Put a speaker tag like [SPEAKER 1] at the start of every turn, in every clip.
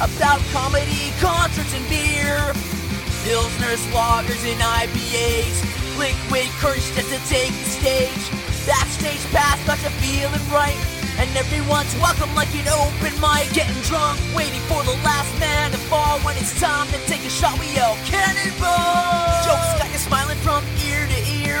[SPEAKER 1] about comedy, concerts, and beer. Pilsner loggers, and IPAs. Liquid courage just to take the stage. Backstage pass, got you feeling right. And everyone's welcome like an open mic. Getting drunk, waiting for the last man to fall. When it's time to take a shot, we yell cannonball. Jokes got you smiling from ear to ear.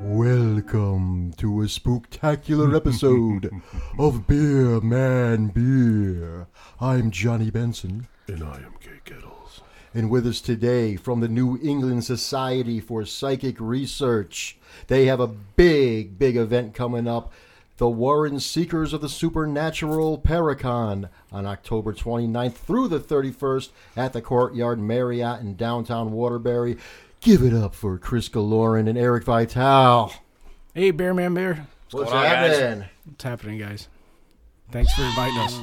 [SPEAKER 2] Welcome to a spectacular episode of Beer Man Beer. I'm Johnny Benson,
[SPEAKER 3] And I am Kay Kettles.
[SPEAKER 2] and with us today from the New England Society for Psychic Research, they have a big, big event coming up. The Warren Seekers of the Supernatural Paracon on October 29th through the 31st at the Courtyard Marriott in downtown Waterbury. Give it up for Chris Galoran and Eric Vital.
[SPEAKER 4] Hey, Bear Man Bear.
[SPEAKER 2] What's
[SPEAKER 5] going on, guys?
[SPEAKER 2] happening?
[SPEAKER 4] What's happening, guys? Thanks for inviting us.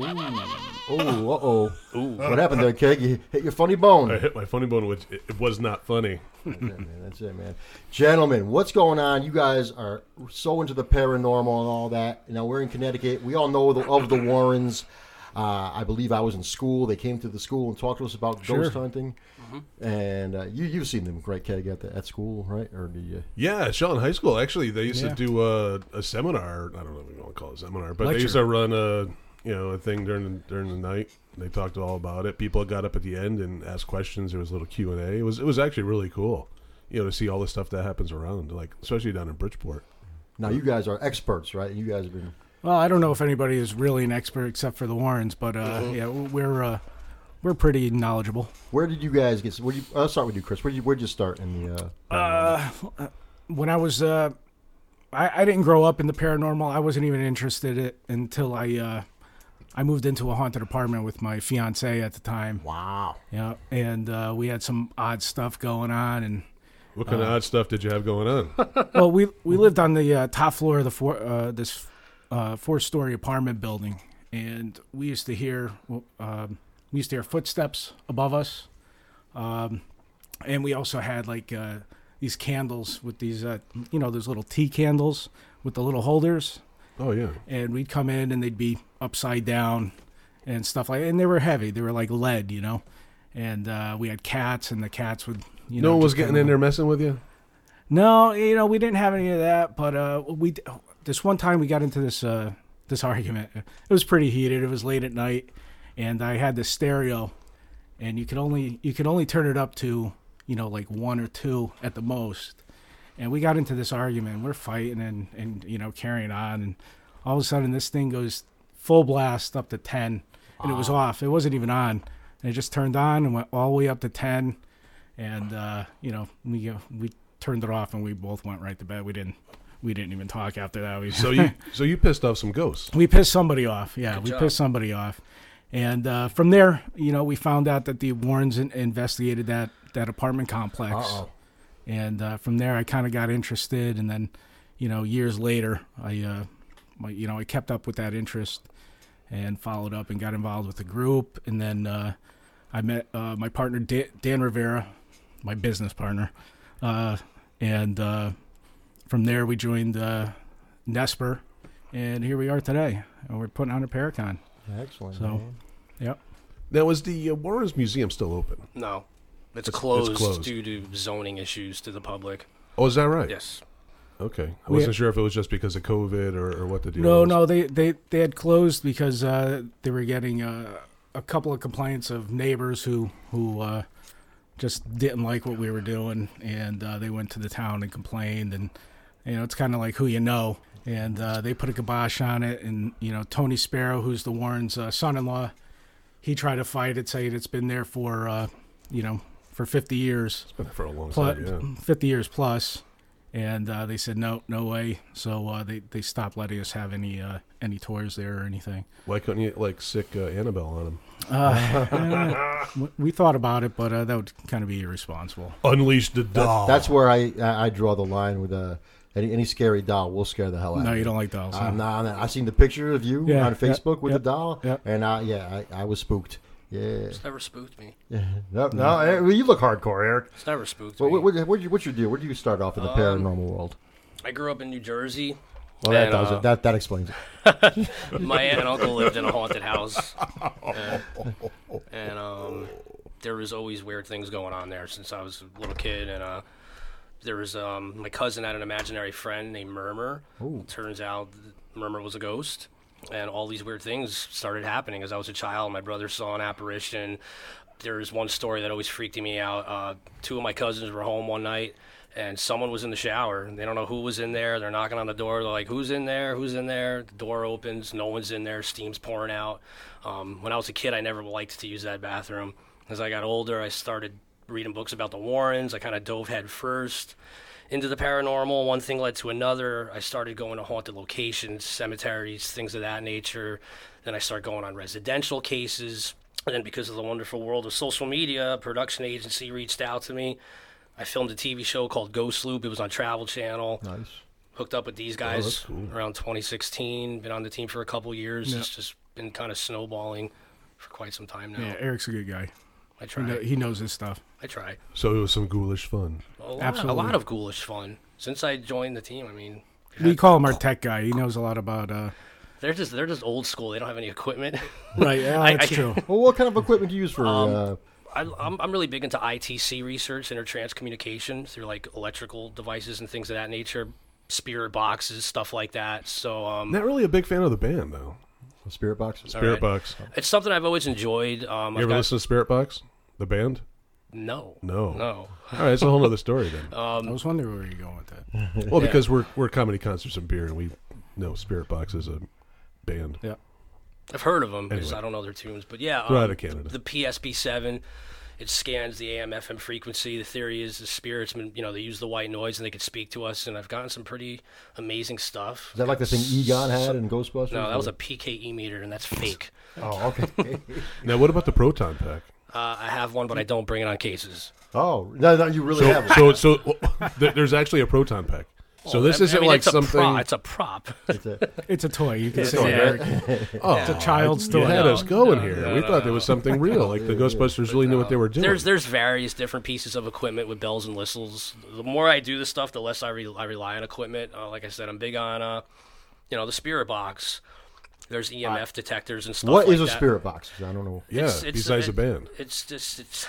[SPEAKER 2] Oh, uh oh. What happened there, Keg? You hit your funny bone.
[SPEAKER 3] I hit my funny bone, which it, it was not funny.
[SPEAKER 2] That's it, man. That's it, man. Gentlemen, what's going on? You guys are so into the paranormal and all that. Now, we're in Connecticut. We all know the, of the Warrens. Uh, I believe I was in school. They came to the school and talked to us about ghost hunting. And uh, you, you've seen them, right, Keg, at, the, at school, right? Or uh, do you?
[SPEAKER 3] Yeah, Shell in high school, actually, they used
[SPEAKER 4] Yeah.
[SPEAKER 3] to do a, a seminar. I don't know if you want to call it a seminar, but they
[SPEAKER 4] Lecture.
[SPEAKER 3] used to run a you know a thing during during the night. They talked all about it. People got up at the end and asked questions. There was a little Q and A. It was it was actually really cool, you know, to see all the stuff that happens around, like especially down in Bridgeport.
[SPEAKER 2] Now, you guys are experts, right? You guys have been.
[SPEAKER 4] Well, I don't know if anybody is really an expert except for the Warrens, but uh, yeah, we're uh, we're pretty knowledgeable.
[SPEAKER 2] Where did you guys get? Where you, I'll start with you, Chris. Where did you, where'd you start in the. Uh,
[SPEAKER 4] When I was, uh, I, I didn't grow up in the paranormal. I wasn't even interested in, until I uh, I moved into a haunted apartment with my fiance at the time.
[SPEAKER 2] wow.
[SPEAKER 4] Yeah, and uh, we had some odd stuff going on, and
[SPEAKER 3] What kind of odd stuff did you have going on?
[SPEAKER 4] well, we we lived on the uh, top floor of the four, uh, this uh, four story apartment building, and we used to hear um, we used to hear footsteps above us, um, and we also had like uh, these candles with these uh, you know those little tea candles with the little holders,
[SPEAKER 3] oh yeah,
[SPEAKER 4] and we'd come in and they'd be upside down and stuff like, and they were heavy, they were like lead, you know, and uh, we had cats, and the cats would you know
[SPEAKER 3] no one was
[SPEAKER 4] just kinda-
[SPEAKER 3] getting in there messing with you.
[SPEAKER 4] no, you know, we didn't have any of that, but uh, we this one time we got into this uh, this argument. It was pretty heated. It was late at night, and I had the stereo, and you could only you could only turn it up to you know like one or two at the most. And we got into this argument. We're fighting and and you know carrying on, and all of a sudden this thing goes full blast up to ten, and it was off. It wasn't even on, and it just turned on and went all the way up to ten and uh, you know we uh, we turned it off and we both went right to bed. We didn't we didn't even talk after that. We
[SPEAKER 3] So you so you pissed off some ghosts.
[SPEAKER 4] we pissed somebody off. Yeah, we pissed somebody off, and uh, from there, you know, we found out that the Warrens in- investigated that that apartment complex,
[SPEAKER 2] Uh-oh.
[SPEAKER 4] and uh, from there, I kind of got interested, and then, you know, years later, I, uh, my, you know, I kept up with that interest, and followed up and got involved with the group, and then uh, I met uh, my partner Dan, Dan Rivera, my business partner, uh, and. Uh, from there we joined uh, Nesper, and here we are today. And we're putting on a Paracon.
[SPEAKER 2] Excellent.
[SPEAKER 4] So,
[SPEAKER 2] man.
[SPEAKER 4] yep.
[SPEAKER 3] Now is the uh, Warren's Museum still open?
[SPEAKER 5] No.
[SPEAKER 3] It's-
[SPEAKER 5] It's,
[SPEAKER 3] it's
[SPEAKER 5] closed
[SPEAKER 3] closed.
[SPEAKER 5] due to zoning issues to the public.
[SPEAKER 3] Oh, is that right?
[SPEAKER 5] Yes.
[SPEAKER 3] Okay, I
[SPEAKER 4] We-
[SPEAKER 3] wasn't sure if it was just because of COVID or, or what the deal.
[SPEAKER 4] No,
[SPEAKER 3] was.
[SPEAKER 4] no, they, they they had closed because uh, they were getting uh, a couple of complaints of neighbors who who uh, just didn't like what we were doing, and uh, they went to the town and complained, and you know it's kind of like who you know, and uh, they put a kibosh on it, and you know Tony Sparrow, who's the Warrens' uh, son-in-law, he tried to fight it, saying it's been there for uh, you know for 50 years.
[SPEAKER 3] Been there for a long
[SPEAKER 4] plus,
[SPEAKER 3] time. Yeah.
[SPEAKER 4] 50 years plus and uh, they said no, no way. So uh, they they stopped letting us have any uh, any tours there or anything.
[SPEAKER 3] Why couldn't you like sick uh, Annabelle on him?
[SPEAKER 4] We- We thought about it, but uh, that would kind of be irresponsible.
[SPEAKER 3] Unleash the doll.
[SPEAKER 2] That's where I I I draw the line with uh, any any scary doll will scare the hell out.
[SPEAKER 4] No,
[SPEAKER 2] of
[SPEAKER 4] you don't like dolls. huh?
[SPEAKER 2] I'm not. i seen the picture of you
[SPEAKER 4] Yeah,
[SPEAKER 2] on
[SPEAKER 4] yeah,
[SPEAKER 2] Facebook with
[SPEAKER 4] yeah,
[SPEAKER 2] the doll,
[SPEAKER 4] yeah.
[SPEAKER 2] and I yeah I, I was spooked. Yeah,
[SPEAKER 5] It's never spooked me.
[SPEAKER 2] no, no, Eric, well, you look hardcore, Eric.
[SPEAKER 5] It's never spooked
[SPEAKER 2] What,
[SPEAKER 5] me.
[SPEAKER 2] what, what, what'd you- what's your deal? Where do you start off in the paranormal world?
[SPEAKER 5] Um, I grew up in New Jersey.
[SPEAKER 2] Well, that
[SPEAKER 5] and,
[SPEAKER 2] does
[SPEAKER 5] uh,
[SPEAKER 2] it. That that explains it.
[SPEAKER 5] my aunt and uncle lived in a haunted house, Uh, and um, there was always weird things going on there since I was a little kid. And uh, there was um, my cousin had an imaginary friend named Murmur. Turns out th- Murmur was a ghost, and all these weird things started happening as I was a child. My brother saw an apparition. There was one story that always freaked me out. Uh, two of my cousins were home one night. And someone was in the shower. They don't know who was in there. They're knocking on the door. They're like, "Who's in there? Who's in there?" The door opens. No one's in there. Steam's pouring out. Um, when I was a kid, I never liked to use that bathroom. As I got older, I started reading books about the Warrens. I kind of dove head first into the paranormal. One thing led to another. I started going to haunted locations, cemeteries, things of that nature. Then I started going on residential cases. And then, because of the wonderful world of social media, a production agency reached out to me. I filmed a TV show called Ghost Loop. It was on Travel Channel
[SPEAKER 2] Nice.
[SPEAKER 5] hooked up with these
[SPEAKER 4] Oh,
[SPEAKER 5] guys around 2016. Been on the team for a couple years. It's just been kind of snowballing for quite some time now.
[SPEAKER 4] Yeah, Eric's a good guy.
[SPEAKER 5] I
[SPEAKER 4] He,
[SPEAKER 5] try.
[SPEAKER 4] kno- he knows his stuff.
[SPEAKER 5] I try.
[SPEAKER 3] so it was some ghoulish fun.
[SPEAKER 5] A lot, a
[SPEAKER 4] Absolutely.
[SPEAKER 5] lot of ghoulish fun since I joined the team. I mean,
[SPEAKER 4] We call him our tech guy. He knows a lot about. Uh,
[SPEAKER 5] they're just they're just old school. They don't have any equipment.
[SPEAKER 4] right, yeah,
[SPEAKER 5] I-
[SPEAKER 4] that's
[SPEAKER 5] I-
[SPEAKER 4] true.
[SPEAKER 2] Well, what kind of equipment do you use for?
[SPEAKER 5] Um,
[SPEAKER 2] uh,
[SPEAKER 5] I, I'm, I'm really big into ITC research, intertrans communication through like electrical devices and things of that nature, spirit boxes, stuff like that. So um,
[SPEAKER 3] Not really a big fan of the band though.
[SPEAKER 2] uh, Spirit boxes.
[SPEAKER 3] Spirit
[SPEAKER 5] right.
[SPEAKER 3] Box. You
[SPEAKER 5] it's something I've always enjoyed. Um, I've
[SPEAKER 3] ever
[SPEAKER 5] got-
[SPEAKER 3] listen to Spirit Box? The band?
[SPEAKER 5] No,
[SPEAKER 3] No.
[SPEAKER 5] no. Oh,
[SPEAKER 3] All right, it's a whole other story then.
[SPEAKER 4] I was wondering where you're going with that.
[SPEAKER 3] well, because we're we're comedy concerts and beer, and we know Spirit Box is a band.
[SPEAKER 4] Yeah.
[SPEAKER 5] I've heard of them. Just,
[SPEAKER 3] Anyway.
[SPEAKER 5] I don't know their tunes, but yeah, um,
[SPEAKER 3] They're out of Canada.
[SPEAKER 5] The PSP seven, it scans the AM FM frequency. The theory is the spirits, you know, they use the white noise and they could speak to us. And I've gotten some pretty amazing stuff.
[SPEAKER 2] Is that like E? the thing Egon had in Ghostbusters?
[SPEAKER 5] No, that was a PKE meter, and that's fake.
[SPEAKER 2] Oh, okay.
[SPEAKER 3] Now, what about the Proton Pack?
[SPEAKER 5] Uh, I have one, but I don't bring it on cases.
[SPEAKER 2] oh, no, no, you really
[SPEAKER 3] So,
[SPEAKER 2] have.
[SPEAKER 3] so, so there- there's actually a Proton Pack. So this
[SPEAKER 5] I- I
[SPEAKER 3] isn't
[SPEAKER 5] mean,
[SPEAKER 3] like
[SPEAKER 5] it's a
[SPEAKER 3] something.
[SPEAKER 5] Prop, it's a prop.
[SPEAKER 2] It's a-
[SPEAKER 4] It's a toy. You can say
[SPEAKER 5] toy,
[SPEAKER 4] Eric.
[SPEAKER 3] oh,
[SPEAKER 4] It's a child's
[SPEAKER 3] You
[SPEAKER 4] toy.
[SPEAKER 3] had
[SPEAKER 5] No,
[SPEAKER 3] us going
[SPEAKER 5] no,
[SPEAKER 3] here.
[SPEAKER 5] no,
[SPEAKER 3] we
[SPEAKER 5] no,
[SPEAKER 3] thought there was something real. Like the Ghostbusters really knew what they were doing.
[SPEAKER 5] There's there's various different pieces of equipment with bells and whistles. The more I do this stuff, the less I, re- I rely on equipment. Uh, like I said, I'm big on uh, you know the spirit box. There's EMF detectors and stuff.
[SPEAKER 2] what
[SPEAKER 5] like
[SPEAKER 2] is a
[SPEAKER 5] that.
[SPEAKER 2] spirit box? I don't know.
[SPEAKER 3] yeah,
[SPEAKER 5] It's- it's-
[SPEAKER 3] besides
[SPEAKER 5] it-
[SPEAKER 3] the band.
[SPEAKER 5] It's just it's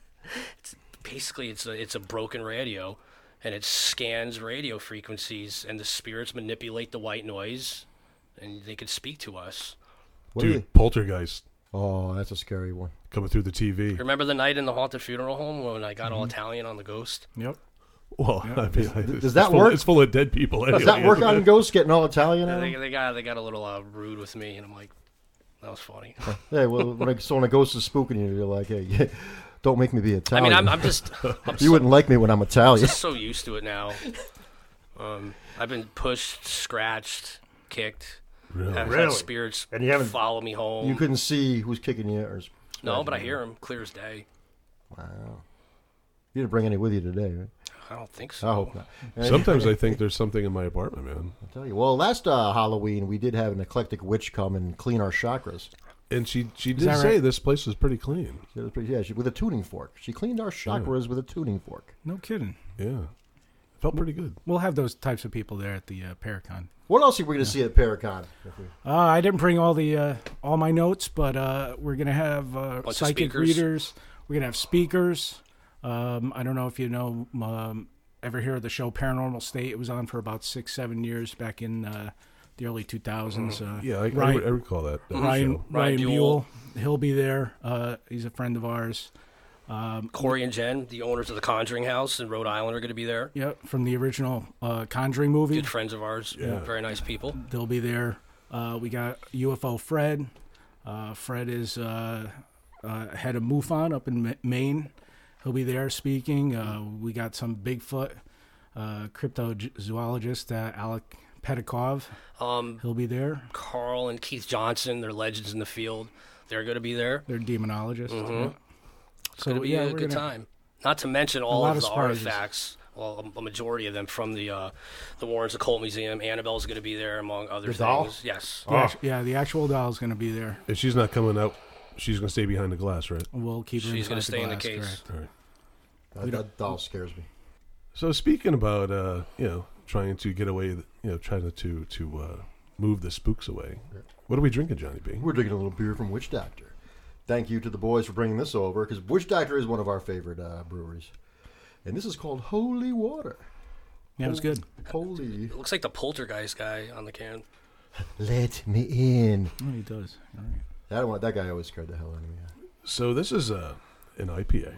[SPEAKER 5] it's basically it's a it's a broken radio, and it scans radio frequencies, and the spirits manipulate the white noise, and they can speak to us.
[SPEAKER 2] What are
[SPEAKER 3] Dude,
[SPEAKER 2] they-
[SPEAKER 3] Poltergeist
[SPEAKER 2] Oh, that's a scary one.
[SPEAKER 3] coming through the TV.
[SPEAKER 5] Remember the night in the haunted funeral home when I got all
[SPEAKER 2] Mm-hmm.
[SPEAKER 5] Italian on the ghost?
[SPEAKER 4] Yep.
[SPEAKER 3] Well, I mean, it's-
[SPEAKER 2] that
[SPEAKER 3] it's full-
[SPEAKER 2] work?
[SPEAKER 3] It's full of dead people. Anyway,
[SPEAKER 2] Does that work
[SPEAKER 3] isn't
[SPEAKER 2] on
[SPEAKER 3] it?
[SPEAKER 2] ghosts getting all Italian?
[SPEAKER 5] And
[SPEAKER 2] on
[SPEAKER 5] They,
[SPEAKER 2] 'em?
[SPEAKER 5] they got they got a little uh, rude with me, and I'm like, that was funny.
[SPEAKER 2] Hey, well, when a, so when a ghost is spooking you, you're like, hey, don't make me be
[SPEAKER 5] I
[SPEAKER 2] Italian.
[SPEAKER 5] mean, I'm, I'm just I'm
[SPEAKER 2] you
[SPEAKER 5] so,
[SPEAKER 2] wouldn't like me when I'm Italian.
[SPEAKER 5] so used to it now. Um, I've been pushed, scratched, kicked.
[SPEAKER 3] Really?
[SPEAKER 5] I've had
[SPEAKER 2] Really?
[SPEAKER 5] spirits
[SPEAKER 2] And you haven't-
[SPEAKER 5] follow me home.
[SPEAKER 2] You couldn't see who's kicking you. Or
[SPEAKER 5] no, but I hear them clear as day.
[SPEAKER 2] you didn't bring any with you today, right?
[SPEAKER 5] I don't think so.
[SPEAKER 2] I hope not.
[SPEAKER 3] Sometimes I think there's something in my apartment, man.
[SPEAKER 2] I'll tell you. Well, last uh, Halloween, we did have an eclectic witch come and clean our chakras.
[SPEAKER 3] And she she did
[SPEAKER 4] that
[SPEAKER 3] say
[SPEAKER 4] right?
[SPEAKER 3] this place is pretty clean.
[SPEAKER 2] It was pretty, yeah, she, with a tuning fork. She cleaned our chakras with a tuning fork.
[SPEAKER 4] No kidding.
[SPEAKER 3] Yeah, felt pretty good.
[SPEAKER 4] We'll have those types of people there at the uh, Paracon.
[SPEAKER 2] What else are we going to see at Paracon?
[SPEAKER 4] Uh, I didn't bring all the uh, all my notes, but uh, we're gonna have uh,
[SPEAKER 5] of
[SPEAKER 4] psychic
[SPEAKER 5] speakers.
[SPEAKER 4] readers. We're gonna have speakers. Um, I don't know if you know um, ever hear of the show Paranormal State. It was on for about six, seven years back in uh, the early two thousands. Uh,
[SPEAKER 3] Yeah, I, I,
[SPEAKER 4] Ryan,
[SPEAKER 3] re- I recall that. that
[SPEAKER 4] Ryan,
[SPEAKER 3] show.
[SPEAKER 4] Ryan,
[SPEAKER 5] Mm-hmm. Ryan
[SPEAKER 4] Buell. He'll be there. Uh, he's a friend of ours.
[SPEAKER 5] Corey and Jen, the owners of the Conjuring House in Rhode Island, are going to be there.
[SPEAKER 4] Yep, from the original uh, Conjuring movie.
[SPEAKER 5] Good friends of ours. Very nice people.
[SPEAKER 4] They'll be there. Uh, we got UFO Fred. Uh, Fred is uh, uh, head of MUFON up in Ma- Maine. He'll be there speaking. Uh, we got some Bigfoot uh, cryptozoologist uh, Alec Petikov.
[SPEAKER 5] Um,
[SPEAKER 4] He'll be there.
[SPEAKER 5] Carl and Keith Johnson, they're legends in the field. They're going to be there.
[SPEAKER 4] They're demonologists. yeah.
[SPEAKER 5] Mm-hmm. It's going to be a
[SPEAKER 4] we're
[SPEAKER 5] good
[SPEAKER 4] gonna-
[SPEAKER 5] time. Not to mention all
[SPEAKER 4] lot
[SPEAKER 5] of,
[SPEAKER 4] of
[SPEAKER 5] the
[SPEAKER 4] surprises.
[SPEAKER 5] artifacts. Well, a a majority of them from the uh, the Warren's Occult Museum. Annabelle's going to be there, among other
[SPEAKER 2] The
[SPEAKER 5] things.
[SPEAKER 2] doll?
[SPEAKER 5] Yes.
[SPEAKER 4] The act- yeah, the actual doll's going to be there.
[SPEAKER 3] If she's not coming out, she's gonna stay behind the glass, right?
[SPEAKER 4] We'll keep her.
[SPEAKER 5] She's
[SPEAKER 4] going to
[SPEAKER 5] stay in the
[SPEAKER 4] glass,
[SPEAKER 5] case.
[SPEAKER 4] correct.
[SPEAKER 3] All right.
[SPEAKER 2] That, that doll scares me.
[SPEAKER 3] So speaking about uh, you know trying to get away, th- you know trying to to uh, move the spooks away. What are we drinking, Johnny B?
[SPEAKER 2] We're drinking a little beer from Witch Doctor. Thank you to the boys for bringing this over because Witch Doctor is one of our favorite uh, breweries, and this is called Holy Water.
[SPEAKER 4] Yeah, it was good.
[SPEAKER 2] Holy,
[SPEAKER 5] It looks like the poltergeist guy on the can.
[SPEAKER 2] let me in.
[SPEAKER 4] Oh, he does. All right.
[SPEAKER 2] I don't want that guy. Always scared the hell out of me.
[SPEAKER 3] So this is uh, an IPA,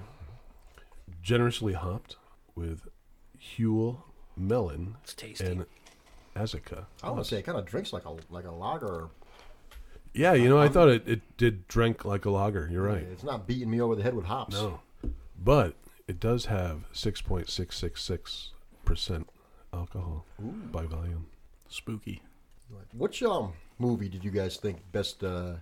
[SPEAKER 3] generously hopped with Huel melon
[SPEAKER 5] It's tasty.
[SPEAKER 3] and azica.
[SPEAKER 2] I want to say it kind of drinks like a like a lager.
[SPEAKER 3] Yeah, you know, I thought it, it did drink like a lager. You're right.
[SPEAKER 2] It's not beating me over the head with hops.
[SPEAKER 3] No, but it does have 6.666 percent alcohol by volume.
[SPEAKER 4] Spooky.
[SPEAKER 2] Which um movie did you guys think best uh,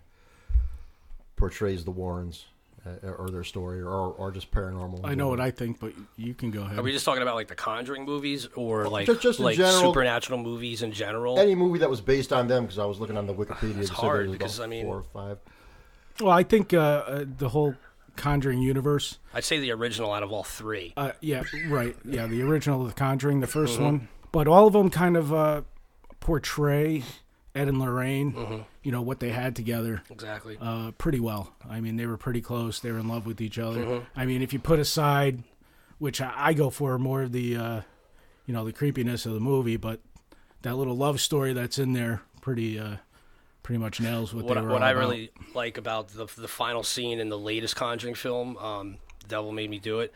[SPEAKER 2] portrays the Warrens uh, or their story or, or just paranormal?
[SPEAKER 4] I know what I think, but you can go ahead.
[SPEAKER 5] Are we just talking about like the Conjuring movies or like
[SPEAKER 2] just- just in
[SPEAKER 5] like
[SPEAKER 2] general.
[SPEAKER 5] supernatural movies in general?
[SPEAKER 2] Any movie that was based on them because I was looking on the Wikipedia. It's
[SPEAKER 5] hard, because, I mean-
[SPEAKER 2] four or five.
[SPEAKER 4] well, I think uh, uh, the whole Conjuring universe.
[SPEAKER 5] I'd say the original out of all three.
[SPEAKER 4] Uh, yeah, right. Yeah, the original of The Conjuring, the
[SPEAKER 5] Mm-hmm.
[SPEAKER 4] 1st one. But all of them kind of uh, portray Ed and Lorraine,
[SPEAKER 5] Mm-hmm.
[SPEAKER 4] you know, what they had together
[SPEAKER 5] exactly.
[SPEAKER 4] uh, pretty well. I mean, they were pretty close. They were in love with each other.
[SPEAKER 5] Mm-hmm.
[SPEAKER 4] I mean, if you put aside, which I, I go for more of the, uh, you know, the creepiness of the movie, but that little love story that's in there pretty, uh, pretty much nails what,
[SPEAKER 5] what
[SPEAKER 4] they
[SPEAKER 5] I-
[SPEAKER 4] were
[SPEAKER 5] what
[SPEAKER 4] all
[SPEAKER 5] I
[SPEAKER 4] about.
[SPEAKER 5] really like about the the final scene in the latest Conjuring film, um, Devil Made Me Do It,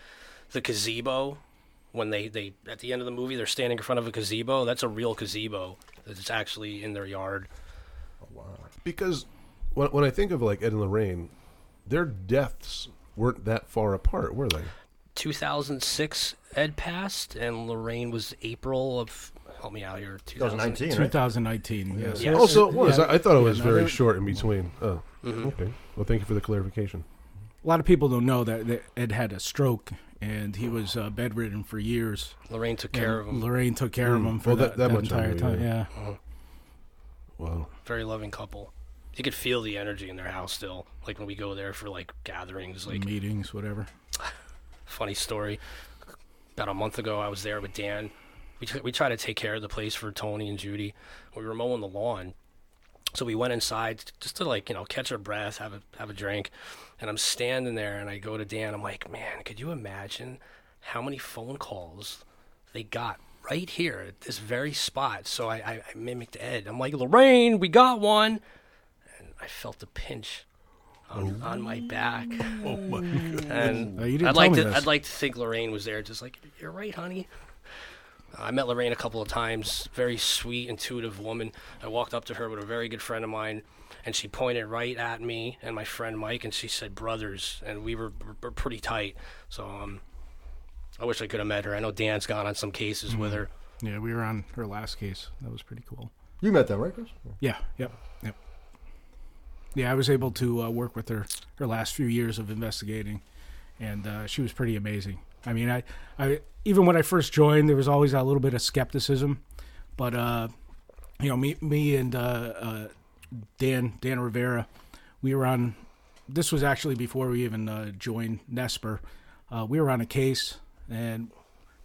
[SPEAKER 5] the gazebo. When they, they at the end of the movie, they're standing in front of a gazebo. That's a real gazebo. It's actually in their yard.
[SPEAKER 3] because when, when I think of like Ed and Lorraine, their deaths weren't that far apart, were they?
[SPEAKER 5] 2006, Ed passed, and Lorraine was April of help me out here. 2019.
[SPEAKER 2] 2019, right?
[SPEAKER 4] 2019. Yeah. so-
[SPEAKER 5] Yes.
[SPEAKER 3] Oh, so it was.
[SPEAKER 4] Yeah.
[SPEAKER 3] I, I thought it was
[SPEAKER 4] no,
[SPEAKER 3] very
[SPEAKER 4] they-
[SPEAKER 3] short in between. Oh,
[SPEAKER 2] Mm-hmm.
[SPEAKER 3] okay. Well, thank you for the clarification.
[SPEAKER 4] A lot of people don't know that, that Ed had a stroke and he was uh, bedridden for years.
[SPEAKER 5] Lorraine took care of him.
[SPEAKER 4] Lorraine took care of him for
[SPEAKER 3] Mm. Well,
[SPEAKER 4] that,
[SPEAKER 3] that- that
[SPEAKER 4] that
[SPEAKER 3] much I
[SPEAKER 4] entire
[SPEAKER 3] knew,
[SPEAKER 4] time. Yeah.
[SPEAKER 3] yeah. Wow.
[SPEAKER 5] Very loving couple. You could feel the energy in their house still. Like when we go there for like gatherings, like
[SPEAKER 4] meetings, whatever.
[SPEAKER 5] funny story. About a month ago, I was there with Dan. We t- we try to take care of the place for Tony and Judy. We were mowing the lawn, so we went inside just to like you know catch our breath, have a have a drink. And I'm standing there, and I go to Dan. I'm like, man, could you imagine how many phone calls they got right here at this very spot? So I, I, I mimicked Ed. I'm like, Lorraine, we got one. And I felt a pinch on, on my back.
[SPEAKER 3] Oh my God.
[SPEAKER 5] And
[SPEAKER 4] Oh, you didn't
[SPEAKER 5] I'd
[SPEAKER 4] tell
[SPEAKER 5] like
[SPEAKER 4] me
[SPEAKER 5] to
[SPEAKER 4] this.
[SPEAKER 5] I'd like to think Lorraine was there, just like you're right, honey. I met Lorraine a couple of times. Very sweet, intuitive woman. I walked up to her with a very good friend of mine, and she pointed right at me and my friend Mike, and she said brothers, and we were, were pretty tight. So um, I wish I could have met her. I know Dan's gone on some cases with her.
[SPEAKER 4] Yeah, we were on her last case. That was pretty cool.
[SPEAKER 2] You met them, right, Chris?
[SPEAKER 4] Yeah. Yep. Yep. Yeah, I was able to uh, work with her her last few years of investigating, and uh, she was pretty amazing. I mean, I, I even when I first joined, there was always a little bit of skepticism, but uh, you know, me, me and uh, uh, Dan Dan Rivera, we were on. This was actually before we even uh, joined Nesper. Uh, we were on a case, and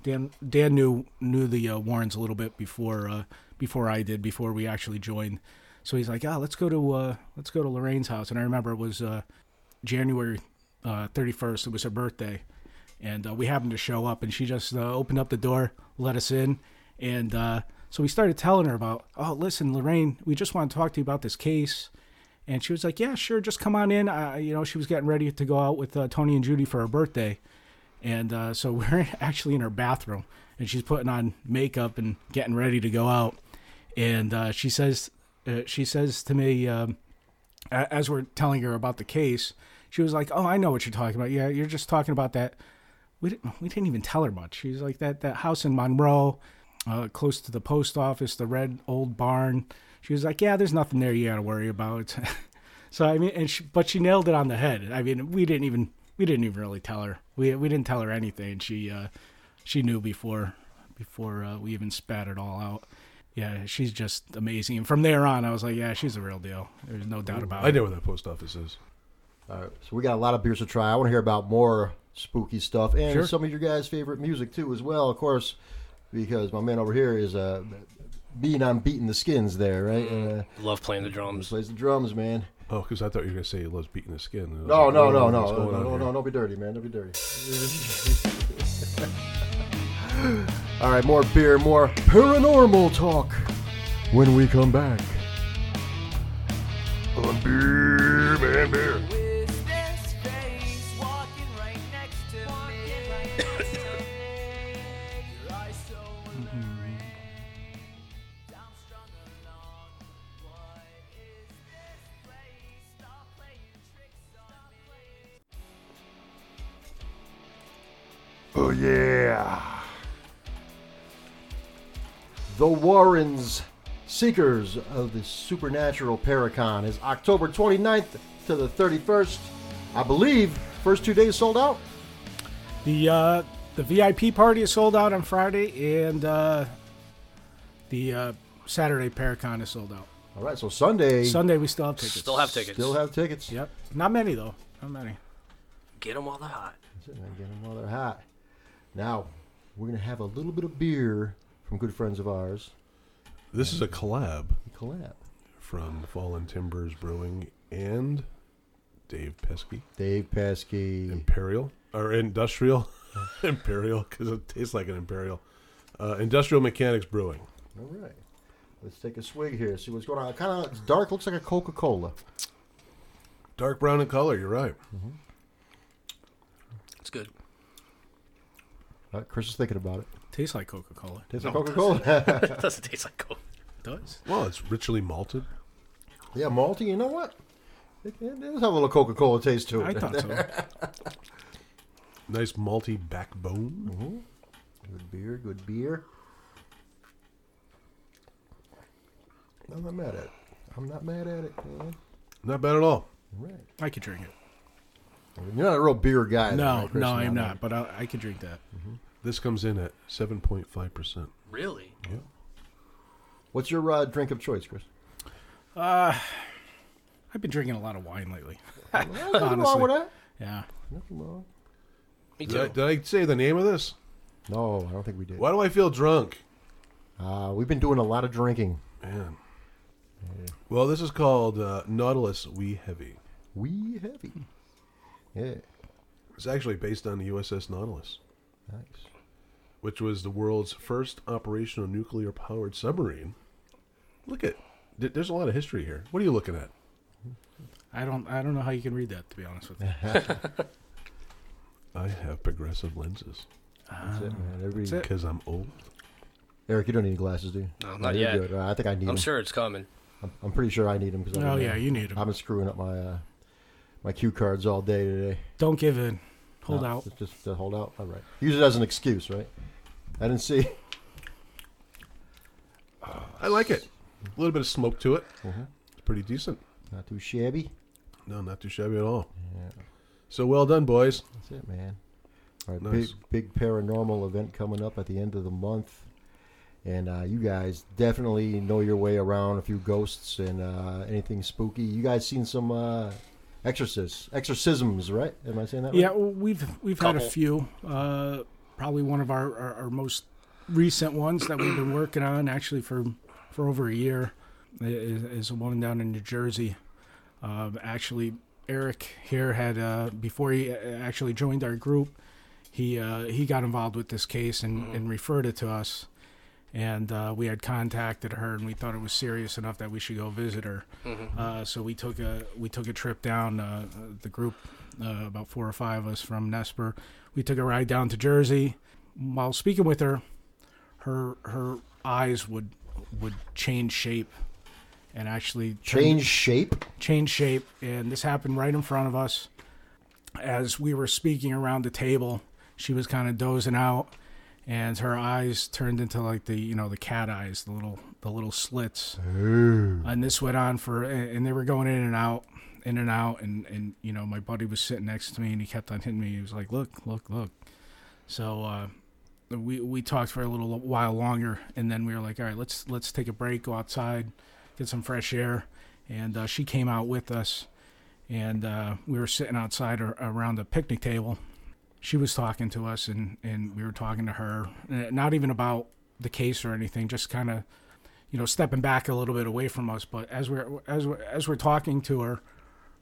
[SPEAKER 4] Dan Dan knew knew the uh, Warrens a little bit before uh, before I did before we actually joined. So he's like, "Ah, let's go to uh, let's go to Lorraine's house." And I remember it was uh, January thirty first. It was her birthday, and uh, we happened to show up, and she just uh, opened up the door, let us in, and uh, so we started telling her about, "Oh, listen, Lorraine, we just want to talk to you about this case." And she was like, "Yeah, sure, just come on in." Uh, you know, she was getting ready to go out with uh, Tony and Judy for her birthday, and uh, so we're actually in her bathroom, and she's putting on makeup and getting ready to go out. And uh, she says, uh, she says to me, um, a- as we're telling her about the case, she was like, "Oh, I know what you're talking about. Yeah, you're just talking about that." we didn't we didn't even tell her much. She's like that that house in Monroe, uh, close to the post office, the red old barn. She was like, yeah, there's nothing there you got to worry about. so I mean, and she, but she nailed it on the head. I mean, we didn't even we didn't even really tell her. We we didn't tell her anything. She uh, she knew before before uh, we even spat it all out. Yeah, she's just amazing. And from there on, I was like, yeah, she's the real deal. There's no doubt about
[SPEAKER 3] I
[SPEAKER 4] it.
[SPEAKER 3] know where that post office is.
[SPEAKER 2] All right, so we got a lot of beers to try. I want to hear about more spooky stuff and
[SPEAKER 4] Sure.
[SPEAKER 2] some of your guys' favorite music too, as well, of course, because my man over here is uh, being on beating the skins there, right? Uh,
[SPEAKER 5] Love playing the
[SPEAKER 2] he
[SPEAKER 5] drums.
[SPEAKER 2] plays the drums, man.
[SPEAKER 3] Oh, because I thought you were going to say he loves beating the skin. And I was
[SPEAKER 2] No,
[SPEAKER 3] like,
[SPEAKER 2] no,
[SPEAKER 3] oh,
[SPEAKER 2] no, no,
[SPEAKER 3] what's
[SPEAKER 2] no,
[SPEAKER 3] going on
[SPEAKER 2] no,
[SPEAKER 3] here?
[SPEAKER 2] no, don't be dirty, man. Don't be dirty. All right, more beer, more paranormal talk when we come back.
[SPEAKER 1] With this face walking right next to me. Your eyes so alluring. I'm strung along. What is this place? Stop playing tricks on me.
[SPEAKER 2] Oh, yeah. The Warrens, Seekers of the Supernatural Paracon, is October 29th to the 31st. I believe first two days sold out.
[SPEAKER 4] The uh, the VIP party is sold out on Friday, and uh, the uh, Saturday Paracon is sold out.
[SPEAKER 2] All right, so Sunday.
[SPEAKER 4] Sunday we still have tickets.
[SPEAKER 5] Still have tickets.
[SPEAKER 2] Still have tickets.
[SPEAKER 4] Yep. Not many though. Not many.
[SPEAKER 5] Get them while they're hot.
[SPEAKER 2] Sit there and Get them while they're hot. Now, we're going to have a little bit of beer from good friends of ours.
[SPEAKER 3] This is a collab
[SPEAKER 2] Collab.
[SPEAKER 3] from Fallen Timbers Brewing and Dave Pesky.
[SPEAKER 2] Dave Paskey.
[SPEAKER 3] Imperial or Industrial Imperial because it tastes like an Imperial. Uh, Industrial Mechanics Brewing.
[SPEAKER 2] All right. Let's take a swig here, see what's going on. Kind of, it's dark, looks like a Coca Cola.
[SPEAKER 3] Dark brown in color. You're right.
[SPEAKER 5] It's good.
[SPEAKER 2] Uh, Chris is thinking about it.
[SPEAKER 4] Tastes like Coca Cola.
[SPEAKER 2] Tastes like Coca Cola.
[SPEAKER 5] it doesn't taste like Coke.
[SPEAKER 4] Does.
[SPEAKER 3] Well, it's richly malted.
[SPEAKER 2] yeah, malty. You know what? It, it does have a little Coca Cola taste to it.
[SPEAKER 4] I thought so.
[SPEAKER 3] Nice malty backbone.
[SPEAKER 2] Good beer, good beer. I'm not mad at it. I'm not mad at it, man.
[SPEAKER 3] Not bad at
[SPEAKER 2] All
[SPEAKER 3] all.
[SPEAKER 2] right.
[SPEAKER 4] I could drink it.
[SPEAKER 2] You're not a real beer guy. though,
[SPEAKER 4] No,
[SPEAKER 2] right, Chris?
[SPEAKER 4] no, I'm not. But I, I could drink that.
[SPEAKER 3] This comes in at 7.5%.
[SPEAKER 5] Really?
[SPEAKER 3] Yeah.
[SPEAKER 2] What's your uh, drink of choice, Chris?
[SPEAKER 4] I've been drinking a lot of wine lately.
[SPEAKER 2] Nothing wrong with that.
[SPEAKER 4] Yeah.
[SPEAKER 2] Nothing wrong.
[SPEAKER 5] Me
[SPEAKER 3] Did I,
[SPEAKER 5] too.
[SPEAKER 3] did I say the name of this?
[SPEAKER 2] No, I don't think we did.
[SPEAKER 3] Why do I feel drunk?
[SPEAKER 2] Uh, we've been doing a lot of drinking.
[SPEAKER 3] Man. Well, this is called uh, Nautilus We Heavy.
[SPEAKER 2] We heavy. Yeah,
[SPEAKER 3] It's actually based on the USS Nautilus,
[SPEAKER 2] nice.
[SPEAKER 3] which was the world's first operational nuclear powered submarine. Look at th- there's a lot of history here. What are you looking at?
[SPEAKER 4] I don't. I don't know how you can read that. To be honest with you.
[SPEAKER 3] I have progressive lenses
[SPEAKER 2] That's it, man. Everybody-
[SPEAKER 4] it.
[SPEAKER 3] because I'm old.
[SPEAKER 2] Eric, you don't need glasses, do you?
[SPEAKER 5] No, not
[SPEAKER 2] you're
[SPEAKER 5] yet.
[SPEAKER 2] Good. Uh, I think I need
[SPEAKER 5] I'm
[SPEAKER 2] them.
[SPEAKER 5] sure it's coming.
[SPEAKER 2] I'm, I'm pretty sure I need them because
[SPEAKER 4] Oh yeah, you need
[SPEAKER 2] I've
[SPEAKER 4] them.
[SPEAKER 2] been screwing up my uh, my cue cards all day today.
[SPEAKER 4] Don't give in. Hold
[SPEAKER 2] No,
[SPEAKER 4] out.
[SPEAKER 2] Just, just, uh, hold out. All right. Use it as an excuse, right? I didn't see.
[SPEAKER 3] I like it. A little bit of smoke to it.
[SPEAKER 5] Mm-hmm.
[SPEAKER 3] It's pretty decent.
[SPEAKER 2] Not too shabby.
[SPEAKER 3] No, not too shabby at all.
[SPEAKER 2] Yeah,
[SPEAKER 3] So well done, boys.
[SPEAKER 2] that's it, man. All right,
[SPEAKER 3] Nice.
[SPEAKER 2] big big paranormal event coming up at the end of the month, and uh, you guys definitely know your way around a few ghosts and uh, anything spooky. You guys seen some uh, exorcists, exorcisms, right? Am I saying that?
[SPEAKER 4] Yeah,
[SPEAKER 2] right?
[SPEAKER 4] well, we've we've had
[SPEAKER 5] Couple.
[SPEAKER 4] a few. Uh, probably one of our, our, our most recent ones that we've been working on actually for for over a year i- is, is a woman down in New Jersey. Um, actually, Eric here had uh, before he uh, actually joined our group, he uh, he got involved with this case and, and referred it to us. And uh, we had contacted her, and we thought it was serious enough that we should go visit her. Uh, so we took a we took a trip down uh, the group, uh, about four or five of us from Nesper. We took a ride down to Jersey. While speaking with her, her her eyes would would change shape, and actually turn-
[SPEAKER 2] Change shape.
[SPEAKER 4] change shape, and this happened right in front of us as we were speaking around the table. She was kind of dozing out, and her eyes turned into like the you know the cat eyes, the little the little slits. And this went on for, and and they were going in and out, in and out, and and you know my buddy was sitting next to me, and he kept on hitting me. He was like, "Look, look, look." So uh, we we talked for a little while longer, and then we were like, "All right, let's let's take a break, go outside, get some fresh air." And uh, she came out with us, and uh, we were sitting outside ar- around a picnic table. She was talking to us, and and we were talking to her, uh, not even about the case or anything, just kind of, you know, stepping back a little bit away from us. But as we're as we're, as we're talking to her,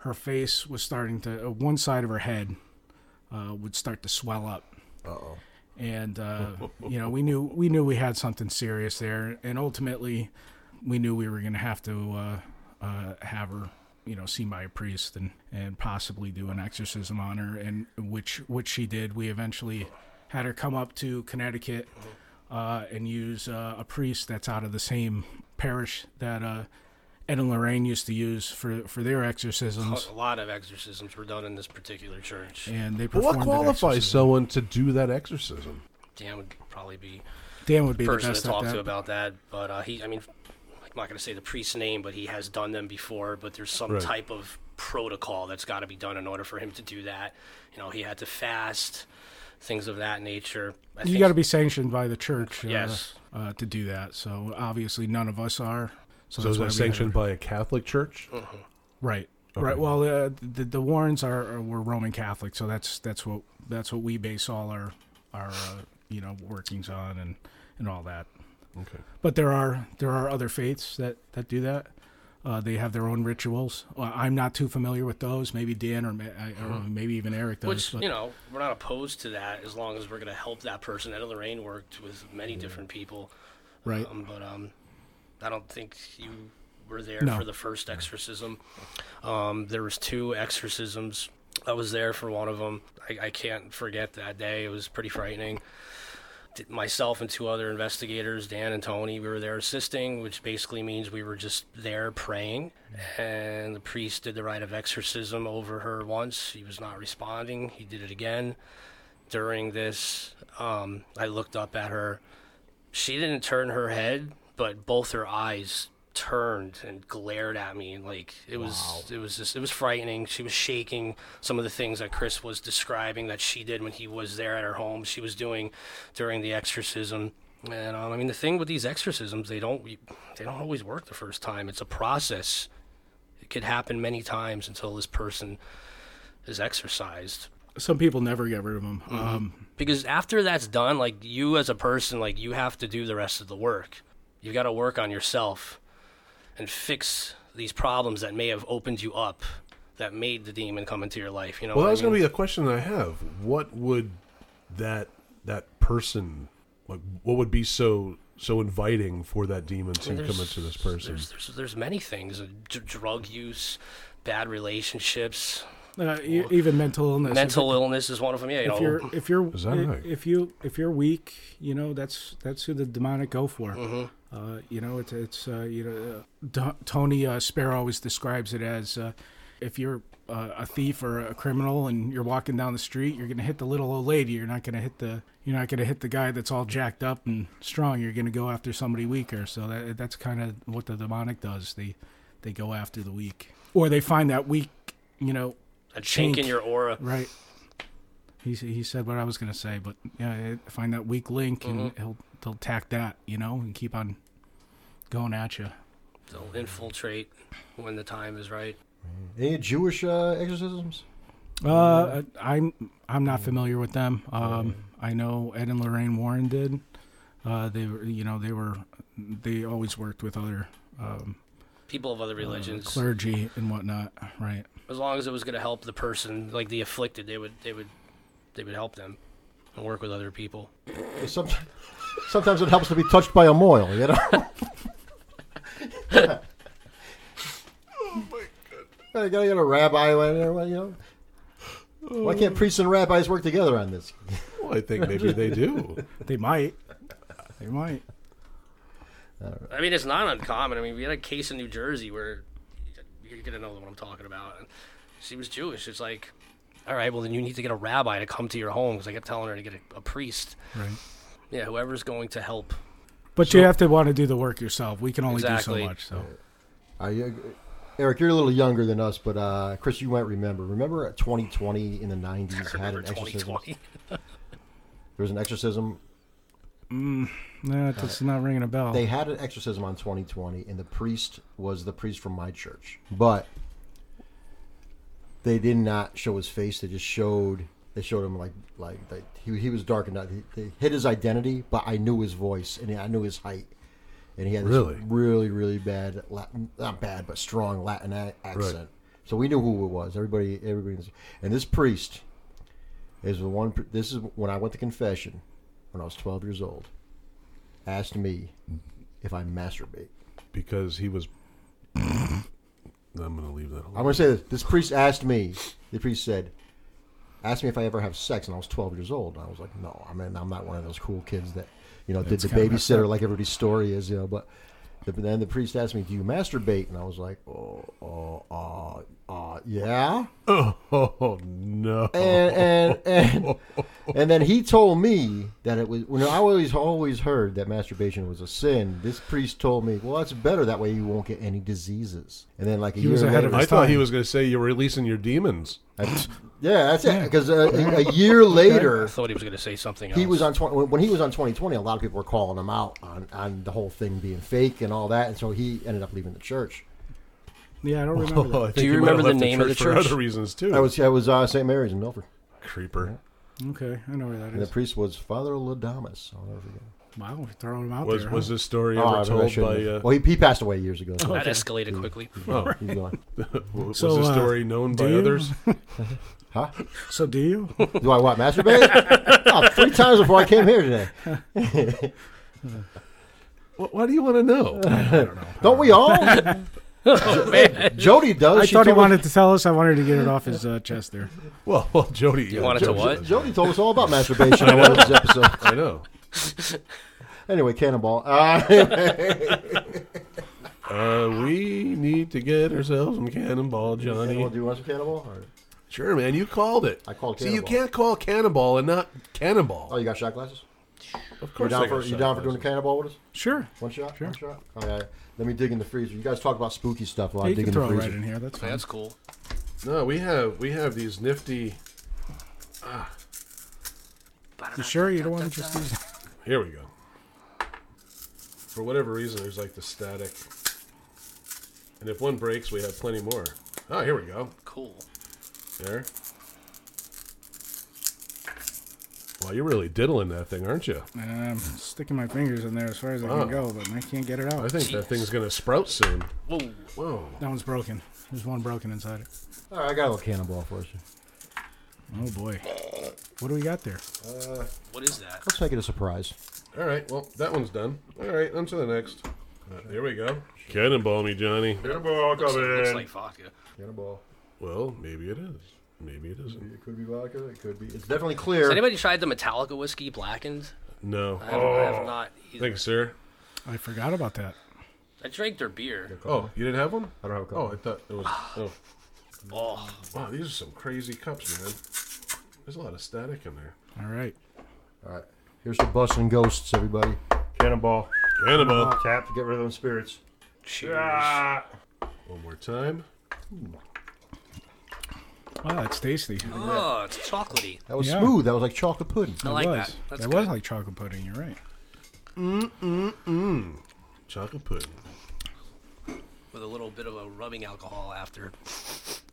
[SPEAKER 4] her face was starting to uh, one side of her head uh, would start to swell up and uh, you know we knew we knew we had something serious there, and ultimately we knew we were going to have to uh, uh, have her you know seen by a priest and and possibly do an exorcism on her, and which which she did. We eventually had her come up to Connecticut uh, and use uh, a priest that's out of the same parish that. Uh, Ed and Lorraine used to use for for their exorcisms,
[SPEAKER 5] A lot of exorcisms were done in this particular church.
[SPEAKER 4] and they performed.
[SPEAKER 3] What
[SPEAKER 4] an
[SPEAKER 3] qualifies
[SPEAKER 4] exorcism.
[SPEAKER 3] someone to do that exorcism?
[SPEAKER 5] Dan would probably be
[SPEAKER 4] Dan would be the
[SPEAKER 5] person
[SPEAKER 4] best
[SPEAKER 5] to
[SPEAKER 4] at
[SPEAKER 5] talk
[SPEAKER 4] that.
[SPEAKER 5] to about that. But uh, he, I mean, I'm not going to say the priest's name, but he has done them before. But there's some
[SPEAKER 3] Right.
[SPEAKER 5] type of protocol that's got to be done in order for him to do that. You know, he had to fast, things of that nature. I
[SPEAKER 4] You
[SPEAKER 5] think-
[SPEAKER 4] got to be sanctioned by the church, uh,
[SPEAKER 5] Yes.
[SPEAKER 4] uh, to do that. So obviously, none of us are. So,
[SPEAKER 3] So
[SPEAKER 4] that's
[SPEAKER 3] is
[SPEAKER 4] why
[SPEAKER 3] that
[SPEAKER 4] we
[SPEAKER 3] sanctioned
[SPEAKER 4] never-
[SPEAKER 3] by a Catholic church?
[SPEAKER 4] right, right. Well, uh, the the Warrens are, are were Roman Catholic, so that's that's what that's what we base all our our uh, you know workings on and and all that.
[SPEAKER 3] Okay.
[SPEAKER 4] But there are there are other faiths that that do that. Uh, they have their own rituals. Uh, I'm not too familiar with those. Maybe Dan or, ma- I- or maybe even Eric does.
[SPEAKER 5] Which
[SPEAKER 4] but-
[SPEAKER 5] you know we're not opposed to that as long as we're going to help that person. Ed and Lorraine worked with many different people,
[SPEAKER 4] right.
[SPEAKER 5] um, but um, I don't think you were there
[SPEAKER 4] No.
[SPEAKER 5] for the first exorcism. Um, there was two exorcisms. I was there for one of them. I, I can't forget that day. It was pretty frightening. Did- Myself and two other investigators, Dan and Tony, we were there assisting, which basically means we were just there praying. And the priest did the rite of exorcism over her once. He was not responding. He did it again. During this, um, I looked up at her she didn't turn her head, but both her eyes turned and glared at me and like it was it was just it was frightening she was shaking some of the things that chris was describing that she did when he was there at her home she was doing during the exorcism and um, i mean the thing with these exorcisms they don't they don't always work the first time it's a process it could happen many times until this person is exorcised
[SPEAKER 4] Some people never get rid of them.
[SPEAKER 5] Mm-hmm.
[SPEAKER 4] Um,
[SPEAKER 5] because after that's done like you as a person like you have to do the rest of the work you've got to work on yourself and fix these problems that may have opened you up that made the demon come into your life you know
[SPEAKER 3] Well,
[SPEAKER 5] what
[SPEAKER 3] that
[SPEAKER 5] I
[SPEAKER 3] was going to be
[SPEAKER 5] mean?
[SPEAKER 3] a question I have. What would that that person like? What would be so so inviting for that demon to come into this person?
[SPEAKER 5] there's, there's, there's many things uh, dr- drug use bad relationships
[SPEAKER 4] uh, e- even mental illness. If it-
[SPEAKER 5] mental illness is one of them yeah
[SPEAKER 4] if
[SPEAKER 5] you know
[SPEAKER 4] you're if you're
[SPEAKER 3] Is that
[SPEAKER 4] i-
[SPEAKER 3] right?
[SPEAKER 4] if you if you're weak, you know that's that's who the demonic go for. Uh, you know it's it's uh, you know uh, T- Tony uh, Sparrow always describes it as uh, if you're uh, a thief or a criminal and you're walking down the street, you're gonna hit the little old lady. You're not gonna hit the you're not gonna hit the guy that's all jacked up and strong. You're gonna go after somebody weaker. So that that's kind of what the demonic does. They they go after the weak or they find that weak. You know
[SPEAKER 5] a chink in
[SPEAKER 4] chink.
[SPEAKER 5] your aura
[SPEAKER 4] Right. He s- he said what I was gonna say, but yeah, I- find that weak link and he'll he'll tack that, you know, and keep on going at you.
[SPEAKER 5] they'll infiltrate when the time is right
[SPEAKER 2] Any Jewish uh, exorcisms?
[SPEAKER 4] Uh, I'm I'm not familiar with them. Um, I know Ed and Lorraine Warren did. Uh, they were you know they were they always worked with other um,
[SPEAKER 5] people of other religions
[SPEAKER 4] clergy and whatnot, right?
[SPEAKER 5] as long as it was going to help the person, like the afflicted, they would they would they would help them and work with other people.
[SPEAKER 2] Sometimes, sometimes it helps to be touched by a moil, you know. Oh, I gotta get a rabbi when you know. Why can't priests and rabbis work together on this?
[SPEAKER 3] Well, I think maybe they do.
[SPEAKER 4] They might. They might.
[SPEAKER 5] I mean, it's not uncommon. I mean, we had a case in New Jersey where you're gonna know what I'm talking about. She was Jewish. It's like all right, well then you need to get a rabbi to come to your home because I kept telling her to get a, a priest.
[SPEAKER 4] Right.
[SPEAKER 5] Yeah, whoever's going to help.
[SPEAKER 4] But you have to want to do the work yourself. We can only do
[SPEAKER 5] Exactly.
[SPEAKER 4] so much. So
[SPEAKER 2] I, uh, Eric, you're a little younger than us, but uh, Chris, you might remember. Remember, at 2020 in the 90s had
[SPEAKER 5] Remember
[SPEAKER 2] an exorcism.
[SPEAKER 5] 2020.
[SPEAKER 2] There was an exorcism.
[SPEAKER 4] no, that's not ringing a bell.
[SPEAKER 2] They had an exorcism on 2020, and the priest was the priest from my church, but they did not show his face. They just showed they showed him like like they, he he was dark and not- he- they hid his identity, but I knew his voice and I knew his height, and he had
[SPEAKER 3] Really?
[SPEAKER 2] this really really bad Latin, not bad but strong Latin a- accent. So we knew who it was. Everybody everybody was- and this priest is the one. pr- This is when I went to confession when I was 12 years old. Asked me if I masturbate.
[SPEAKER 3] because he was. I'm gonna leave that.
[SPEAKER 2] I'm
[SPEAKER 3] Alone.
[SPEAKER 2] gonna say this. This priest asked me. The priest said, "Asked me if I ever have sex," and I was 12 years old. And I was like, "No, I mean, I'm not one of those cool kids that, you know, did the
[SPEAKER 4] kinda messed
[SPEAKER 2] babysitter like everybody's story is, you know." But the, then the priest asked me, "Do you masturbate?" And I was like, "Oh, oh, oh, uh, yeah."
[SPEAKER 3] Oh no!
[SPEAKER 2] and and and, and then he told me that it was. When I always always heard that masturbation was a sin, this priest told me, "Well, that's better. That way you won't get any diseases." And then, like a
[SPEAKER 4] He
[SPEAKER 2] year
[SPEAKER 4] was ahead
[SPEAKER 2] later,
[SPEAKER 4] of
[SPEAKER 3] I
[SPEAKER 4] his
[SPEAKER 3] thought he
[SPEAKER 4] time.
[SPEAKER 3] was gonna say you're releasing your demons.
[SPEAKER 2] I- yeah, that's it. Because uh, a year later,
[SPEAKER 5] I thought he was going to say something else.
[SPEAKER 2] he was on 20, when- when he was on 2020. A lot of people were calling him out on on the whole thing being fake and all that, and so he ended up leaving the church.
[SPEAKER 4] yeah, I don't remember.
[SPEAKER 3] Oh,
[SPEAKER 4] That.
[SPEAKER 3] I think
[SPEAKER 5] you
[SPEAKER 3] he might have
[SPEAKER 5] remember the
[SPEAKER 3] left
[SPEAKER 5] name of the
[SPEAKER 3] for
[SPEAKER 5] church?
[SPEAKER 3] other reasons too?
[SPEAKER 2] I was I was uh, St. Mary's in Milford,
[SPEAKER 3] creeper.
[SPEAKER 4] Okay, I know where that
[SPEAKER 2] and the
[SPEAKER 4] is.
[SPEAKER 2] priest was Father Ladamas. I'll never forget.
[SPEAKER 4] Wow, we're throwing him out
[SPEAKER 3] Was
[SPEAKER 4] there.
[SPEAKER 3] was
[SPEAKER 4] huh?
[SPEAKER 3] this story
[SPEAKER 2] Oh, I
[SPEAKER 3] ever
[SPEAKER 2] really
[SPEAKER 3] told
[SPEAKER 2] shouldn't
[SPEAKER 3] by?
[SPEAKER 2] have.
[SPEAKER 3] Uh,
[SPEAKER 2] well, he, he passed away years ago. So
[SPEAKER 5] That escalated quickly.
[SPEAKER 2] oh, he's gone.
[SPEAKER 3] was
[SPEAKER 4] So,
[SPEAKER 3] this
[SPEAKER 4] uh,
[SPEAKER 3] story known
[SPEAKER 4] do
[SPEAKER 3] by
[SPEAKER 4] you?
[SPEAKER 3] others?
[SPEAKER 2] Huh?
[SPEAKER 4] So do you?
[SPEAKER 2] Do I want masturbate? oh, three times before I came here today.
[SPEAKER 3] Wh- Why do you want to know?
[SPEAKER 2] Don't we all? Jody does.
[SPEAKER 4] Oh, I
[SPEAKER 2] She
[SPEAKER 4] thought
[SPEAKER 2] told
[SPEAKER 4] he
[SPEAKER 2] us-
[SPEAKER 4] wanted to tell us. I wanted to get it off his uh, chest there.
[SPEAKER 3] well, well, Jody, you
[SPEAKER 5] wanted to what?
[SPEAKER 2] Jody told us all about masturbation on one of his episodes.
[SPEAKER 3] I know.
[SPEAKER 2] Anyway, cannonball. Uh,
[SPEAKER 3] Uh, we need to get ourselves some Cannonball, Johnny.
[SPEAKER 2] Cannonball, do you want some cannonball? Or-
[SPEAKER 3] Sure, man. You called it.
[SPEAKER 2] I called
[SPEAKER 3] See, you
[SPEAKER 2] Cannonball.
[SPEAKER 3] can't call Cannonball and not Cannonball.
[SPEAKER 2] Oh, you got shot glasses?
[SPEAKER 3] of
[SPEAKER 2] You
[SPEAKER 3] course, I
[SPEAKER 2] down
[SPEAKER 3] got
[SPEAKER 2] for you
[SPEAKER 3] shot
[SPEAKER 2] down for doing a
[SPEAKER 3] glasses.
[SPEAKER 2] cannonball with us?
[SPEAKER 4] Sure,
[SPEAKER 2] One shot. One shot. All right. Let me dig in the freezer. You guys talk about spooky stuff while
[SPEAKER 4] Yeah,
[SPEAKER 2] I
[SPEAKER 4] you
[SPEAKER 2] dig
[SPEAKER 4] can
[SPEAKER 2] in the
[SPEAKER 4] throw it
[SPEAKER 2] freezer.
[SPEAKER 4] right in here. That's fine.
[SPEAKER 5] That's cool.
[SPEAKER 3] No, we have we have these nifty.
[SPEAKER 4] You sure you don't want to just use?
[SPEAKER 3] Here we go. For whatever reason, there's like the static, and if one breaks, we have plenty more. Oh, here we go.
[SPEAKER 5] Cool.
[SPEAKER 3] There. Wow, you're really diddling that thing, aren't you?
[SPEAKER 4] I'm sticking my fingers in there as far as I can
[SPEAKER 3] Oh.
[SPEAKER 4] go, but I can't get it
[SPEAKER 3] I
[SPEAKER 4] out.
[SPEAKER 3] think that thing's gonna sprout soon.
[SPEAKER 5] Whoa.
[SPEAKER 3] Whoa.
[SPEAKER 4] That one's broken. There's one broken inside it.
[SPEAKER 2] All right, I got a little cannonball for us.
[SPEAKER 4] Oh boy, what do we got there?
[SPEAKER 5] What is that?
[SPEAKER 2] Let's make it a surprise.
[SPEAKER 3] All right. Well, that one's done. All right, on to the next. Uh, there we go. Cannonball me, Johnny. Cannonball
[SPEAKER 5] Looks like vodka.
[SPEAKER 2] Cannonball.
[SPEAKER 3] Well, maybe it is. Maybe it isn't.
[SPEAKER 2] It could be vodka. It could be. It's definitely clear.
[SPEAKER 5] Has anybody tried the Metallica whiskey blackened?
[SPEAKER 3] No.
[SPEAKER 5] I have, I
[SPEAKER 4] Oh,
[SPEAKER 5] have not. Either.
[SPEAKER 3] Thanks, sir.
[SPEAKER 4] I forgot about that.
[SPEAKER 5] I drank their beer.
[SPEAKER 3] Oh, you didn't have one?
[SPEAKER 2] I don't have a cup.
[SPEAKER 3] Oh, I thought it was. Oh,
[SPEAKER 5] Oh,
[SPEAKER 3] wow, these are some crazy cups, man. There's a lot of static in there.
[SPEAKER 4] All right.
[SPEAKER 2] All right. Here's the busting ghosts, everybody. Cannonball.
[SPEAKER 3] Cannonball.
[SPEAKER 2] Tap to get rid of them spirits.
[SPEAKER 5] cheers.
[SPEAKER 3] One more time.
[SPEAKER 4] Wow, it's tasty.
[SPEAKER 5] Oh, it's chocolatey.
[SPEAKER 2] That was
[SPEAKER 4] Yeah.
[SPEAKER 2] smooth. That was like chocolate pudding.
[SPEAKER 5] I
[SPEAKER 4] It
[SPEAKER 5] like
[SPEAKER 4] was.
[SPEAKER 5] that. That's
[SPEAKER 4] It
[SPEAKER 5] good.
[SPEAKER 4] was like chocolate pudding. You're right.
[SPEAKER 3] Chocolate pudding.
[SPEAKER 5] With a little bit of a rubbing alcohol after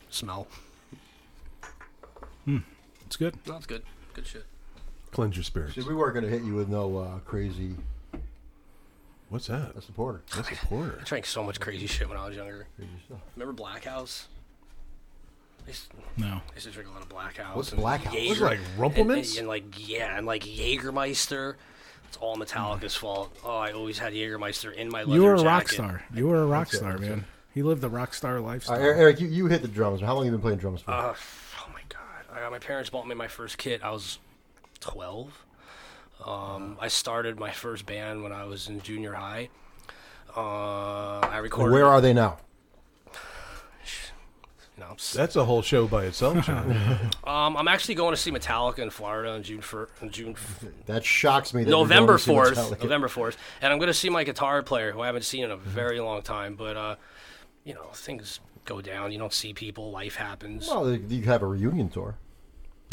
[SPEAKER 5] smell.
[SPEAKER 4] It's good.
[SPEAKER 5] No, it's good. Good shit.
[SPEAKER 3] Cleanse your spirits.
[SPEAKER 2] See, we weren't going to hit you with no uh, crazy.
[SPEAKER 3] What's that?
[SPEAKER 2] That's the porter.
[SPEAKER 3] That's a porter.
[SPEAKER 5] I drank so much crazy shit when I was younger. Remember Black House? I used,
[SPEAKER 4] No.
[SPEAKER 5] I used to drink a lot of Black House.
[SPEAKER 2] What's
[SPEAKER 5] and
[SPEAKER 2] Black House? What's
[SPEAKER 5] Jaeger
[SPEAKER 3] like
[SPEAKER 5] and,
[SPEAKER 3] Rumplemans?
[SPEAKER 5] and, and like yeah, and like Jägermeister. It's all Metallica's fault. Oh, I always had Jägermeister in my leather
[SPEAKER 4] You were a
[SPEAKER 5] jacket.
[SPEAKER 4] rock star. You were a rock star, man. He lived the rock star
[SPEAKER 2] All
[SPEAKER 4] lifestyle.
[SPEAKER 2] right, Eric, you, you hit the drums. How long have you been playing drums for?
[SPEAKER 5] Uh, oh my god! I, my parents bought me my first kit. I was twelve. Um, I started my first band when I was in junior high. Uh, I recorded.
[SPEAKER 2] Where are they now?
[SPEAKER 5] You know, Phelps.
[SPEAKER 3] That's a whole show by itself, John.
[SPEAKER 5] Um, I'm actually going to see Metallica in Florida on June fir- on June f-
[SPEAKER 2] That shocks me. That you're
[SPEAKER 5] November
[SPEAKER 2] going to see
[SPEAKER 5] fourth,
[SPEAKER 2] Metallica. Mm-hmm.
[SPEAKER 5] November fourth, and I'm going to see my guitar player who I haven't seen in a very long time. But uh, you know, things go down. You don't see people. Life happens.
[SPEAKER 2] Well, you have a reunion tour.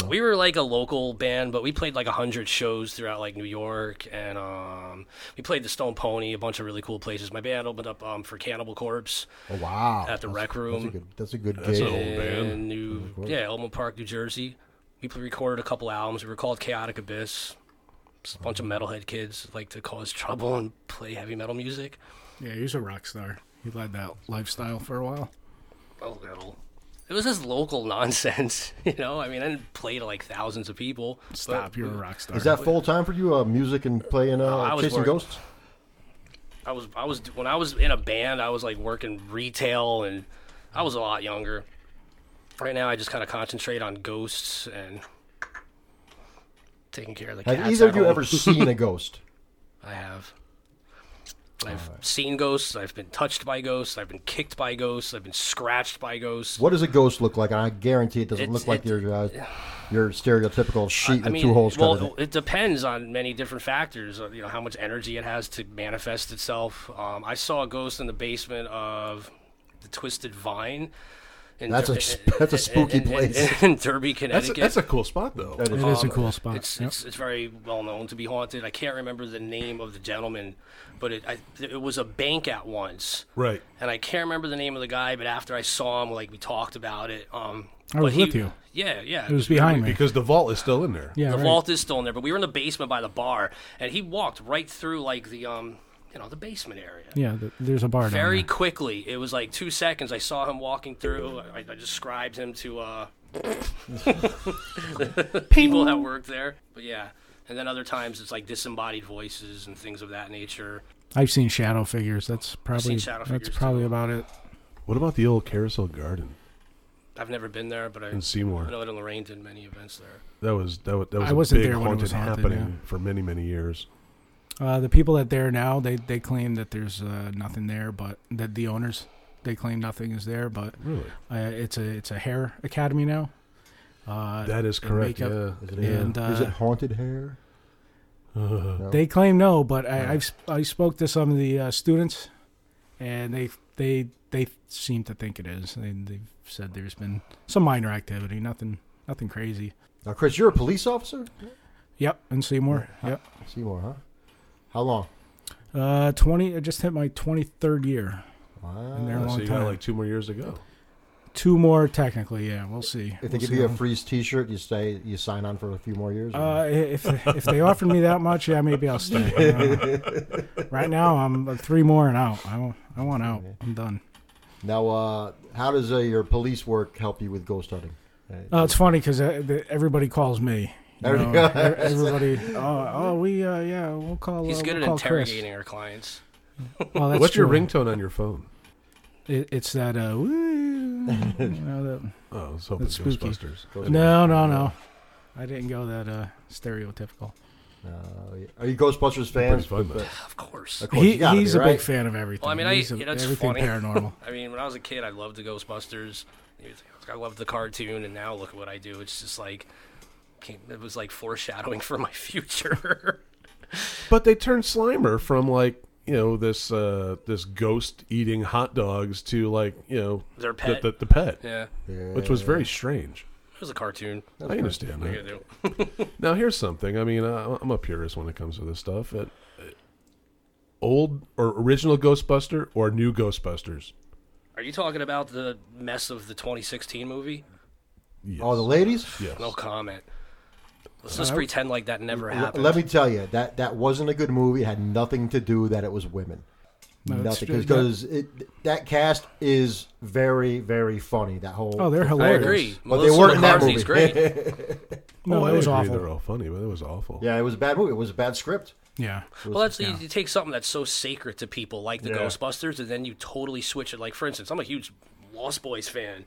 [SPEAKER 5] We were like a local band, but we played like hundred shows throughout like New York, and um, we played the Stone Pony, a bunch of really cool places. My band opened up um, for Cannibal Corpse
[SPEAKER 2] Oh, wow.
[SPEAKER 5] at the Rec
[SPEAKER 2] That's a
[SPEAKER 5] Room
[SPEAKER 2] good, that's a good
[SPEAKER 3] an
[SPEAKER 2] gig.
[SPEAKER 3] old- band.
[SPEAKER 5] in New, yeah, Elmwood Park, New Jersey. We pl- recorded a couple albums. We were called Chaotic Abyss. It's a bunch of metalhead kids that like to cause trouble and play heavy metal music.
[SPEAKER 4] Yeah, he was a rock star. He led that lifestyle for a while.
[SPEAKER 5] A little. It was just local nonsense, you know. I mean, I didn't play to like thousands of people. but-
[SPEAKER 4] Stop, you're a rock star.
[SPEAKER 2] Is that full time for you? Uh, music and playing, uh,
[SPEAKER 5] I was
[SPEAKER 2] chasing
[SPEAKER 5] working.
[SPEAKER 2] ghosts.
[SPEAKER 5] I was I was when I was in a band, I was like working retail and I was a lot younger. Right now, I just kind of concentrate on ghosts and taking care of the cats.
[SPEAKER 2] Have either
[SPEAKER 5] at
[SPEAKER 2] of you
[SPEAKER 5] home.
[SPEAKER 2] ever seen a ghost?
[SPEAKER 5] I have. I've seen ghosts. I've been touched by ghosts. I've been kicked by ghosts. I've been scratched by ghosts.
[SPEAKER 2] What does a ghost look like? I guarantee it doesn't
[SPEAKER 5] It's-
[SPEAKER 2] look like
[SPEAKER 5] it's-
[SPEAKER 2] your uh, your stereotypical sheet
[SPEAKER 5] I
[SPEAKER 2] with
[SPEAKER 5] mean,
[SPEAKER 2] two holes cut in
[SPEAKER 5] well,
[SPEAKER 2] it.
[SPEAKER 5] it depends on many different factors. uh, You know, how much energy it has to manifest itself. Um, I saw a ghost in the basement of the Twisted Vine. In
[SPEAKER 2] That's a
[SPEAKER 5] Dur-
[SPEAKER 2] sp- that's a spooky
[SPEAKER 5] in, in-
[SPEAKER 2] place.
[SPEAKER 5] in Derby,
[SPEAKER 3] that's, a,
[SPEAKER 5] Connecticut. Um,
[SPEAKER 3] that's a cool spot, though.
[SPEAKER 4] It is a cool spot.
[SPEAKER 5] It's,
[SPEAKER 4] Yep.
[SPEAKER 5] it's it's very well known to be haunted. I can't remember the name of the gentleman, but it I, it was a bank at once.
[SPEAKER 3] Right.
[SPEAKER 5] and I can't remember the name of the guy, but after I saw him, like we talked about it. Um,
[SPEAKER 4] I
[SPEAKER 5] but
[SPEAKER 4] was
[SPEAKER 5] he-
[SPEAKER 4] with you.
[SPEAKER 5] Yeah, yeah.
[SPEAKER 4] It was behind me.
[SPEAKER 3] Because the vault is still in there.
[SPEAKER 4] Yeah,
[SPEAKER 5] the
[SPEAKER 4] right.
[SPEAKER 5] vault is still in there, but we were in the basement by the bar, and he walked right through like the um, you know, the basement area.
[SPEAKER 4] Yeah, th- there's a bar. down
[SPEAKER 5] Very
[SPEAKER 4] there.
[SPEAKER 5] quickly, it was like two seconds. I saw him walking through. I, I described him to uh, people that work there. But yeah, and then other times it's like disembodied voices and things of that nature.
[SPEAKER 4] I've seen shadow figures. That's probably
[SPEAKER 5] shadow
[SPEAKER 4] that's
[SPEAKER 5] figures,
[SPEAKER 4] probably about it.
[SPEAKER 3] What about the old Carousel Garden
[SPEAKER 5] I've never been there, but I,
[SPEAKER 3] in
[SPEAKER 5] I
[SPEAKER 3] Seymour?
[SPEAKER 5] know that Lorraine did many events there.
[SPEAKER 3] That was that was that was
[SPEAKER 4] I
[SPEAKER 3] a
[SPEAKER 4] wasn't
[SPEAKER 3] big
[SPEAKER 4] there when it
[SPEAKER 3] haunted
[SPEAKER 4] was haunted,
[SPEAKER 3] happening
[SPEAKER 4] yeah.
[SPEAKER 3] for many many years.
[SPEAKER 4] Uh, the people that there now, they they claim that there's uh, nothing there, but that the owners they claim nothing is there, but
[SPEAKER 3] Really,
[SPEAKER 4] uh, it's a it's a hair academy now. Uh,
[SPEAKER 3] that is
[SPEAKER 4] they
[SPEAKER 3] correct.
[SPEAKER 4] make up-
[SPEAKER 3] Yeah.
[SPEAKER 2] Is it,
[SPEAKER 4] and,
[SPEAKER 2] is
[SPEAKER 4] uh,
[SPEAKER 2] it haunted hair?
[SPEAKER 4] They claim no, but I, I've sp- I spoke to some of the uh, students, and they they they seem to think it is. They, they've said there's been some minor activity, nothing nothing crazy.
[SPEAKER 2] Now, Chris, you're a police officer.
[SPEAKER 4] Yep, in Seymour. Yep,
[SPEAKER 2] Seymour, huh? How long?
[SPEAKER 4] uh, twenty. I just hit my twenty third year.
[SPEAKER 2] Wow.
[SPEAKER 4] Been there a
[SPEAKER 3] so
[SPEAKER 4] long
[SPEAKER 3] you
[SPEAKER 4] time.
[SPEAKER 3] got like two more years to go.
[SPEAKER 4] Two more technically. Yeah, we'll see.
[SPEAKER 2] If they
[SPEAKER 4] We'll
[SPEAKER 2] give
[SPEAKER 4] see
[SPEAKER 2] you a
[SPEAKER 4] how-
[SPEAKER 2] freeze T-shirt, you stay, you sign on for a few more years. or-
[SPEAKER 4] Uh, i- if if they offered me that much, yeah, maybe I'll stay. Uh, right now, I'm uh, three more and out. I want, I want out. I'm done.
[SPEAKER 2] now, uh, how does uh, your police work help you with ghost hunting?
[SPEAKER 4] Uh, it's funny because everybody calls me. you know, e- everybody, oh, oh, we, uh, yeah, we'll call.
[SPEAKER 5] He's
[SPEAKER 4] uh,
[SPEAKER 5] good
[SPEAKER 4] we'll
[SPEAKER 5] at
[SPEAKER 4] call Chris.
[SPEAKER 5] interrogating our clients.
[SPEAKER 4] Well, that's
[SPEAKER 3] What's your
[SPEAKER 4] true.
[SPEAKER 3] ringtone on your phone?
[SPEAKER 4] It, it's that. Uh, woo, you know, that-
[SPEAKER 3] Oh, I was hoping
[SPEAKER 4] That's spooky.
[SPEAKER 3] Ghostbusters.
[SPEAKER 4] no, no, no. I didn't go that uh, stereotypical.
[SPEAKER 2] Uh, are you Ghostbusters
[SPEAKER 3] Pretty
[SPEAKER 2] fans?
[SPEAKER 3] fun, though.
[SPEAKER 5] Of course.
[SPEAKER 2] Of course,
[SPEAKER 4] He,
[SPEAKER 2] you gotta be,
[SPEAKER 4] he's a
[SPEAKER 2] right?
[SPEAKER 4] big fan of everything.
[SPEAKER 5] Well, I mean, I-
[SPEAKER 4] He's a-
[SPEAKER 5] you know, it's
[SPEAKER 4] everything
[SPEAKER 5] funny.
[SPEAKER 4] paranormal.
[SPEAKER 5] I mean, when I was a kid, I loved the Ghostbusters. I loved the cartoon, and now look at what I do. It's just like came- it was like foreshadowing for my future.
[SPEAKER 3] But they turned Slimer from like you know this uh, this ghost eating hot dogs to like you know
[SPEAKER 5] Their
[SPEAKER 3] the-
[SPEAKER 5] pet.
[SPEAKER 3] the, the, pet,
[SPEAKER 5] yeah,
[SPEAKER 3] which was very strange.
[SPEAKER 5] it was a cartoon.
[SPEAKER 3] I understand
[SPEAKER 5] What
[SPEAKER 3] that.
[SPEAKER 5] are you gonna do?
[SPEAKER 3] Now here's something. I mean, I, I'm a purist when it comes to this stuff. It, it- old or original Ghostbuster or new Ghostbusters.
[SPEAKER 5] Are you talking about the mess of the 2016 movie?
[SPEAKER 3] Yes.
[SPEAKER 2] Oh, the ladies.
[SPEAKER 3] yes.
[SPEAKER 5] No comment. Let's just pretend like that never
[SPEAKER 2] Uh, L-
[SPEAKER 5] happened.
[SPEAKER 2] let me tell you that that wasn't a good movie. It had nothing to do that it was women.
[SPEAKER 4] No, it's
[SPEAKER 2] nothing
[SPEAKER 4] true.
[SPEAKER 2] because it that cast is very very funny. That whole
[SPEAKER 4] Oh, they're
[SPEAKER 5] I
[SPEAKER 4] hilarious.
[SPEAKER 5] agree.
[SPEAKER 2] But they
[SPEAKER 5] Melissa
[SPEAKER 2] weren't in that
[SPEAKER 5] McCarthy's
[SPEAKER 2] movie.
[SPEAKER 5] great.
[SPEAKER 3] Oh,
[SPEAKER 4] No,
[SPEAKER 3] I
[SPEAKER 4] it was
[SPEAKER 3] agree
[SPEAKER 4] awful.
[SPEAKER 3] They're all funny, but it was awful.
[SPEAKER 2] yeah, it was a bad movie. It was a bad script.
[SPEAKER 4] Yeah.
[SPEAKER 5] Well, that's you,
[SPEAKER 4] Yeah.
[SPEAKER 5] you take something that's so sacred to people like the
[SPEAKER 2] Yeah.
[SPEAKER 5] Ghostbusters, and then you totally switch it. Like for instance, I'm a huge Lost Boys fan.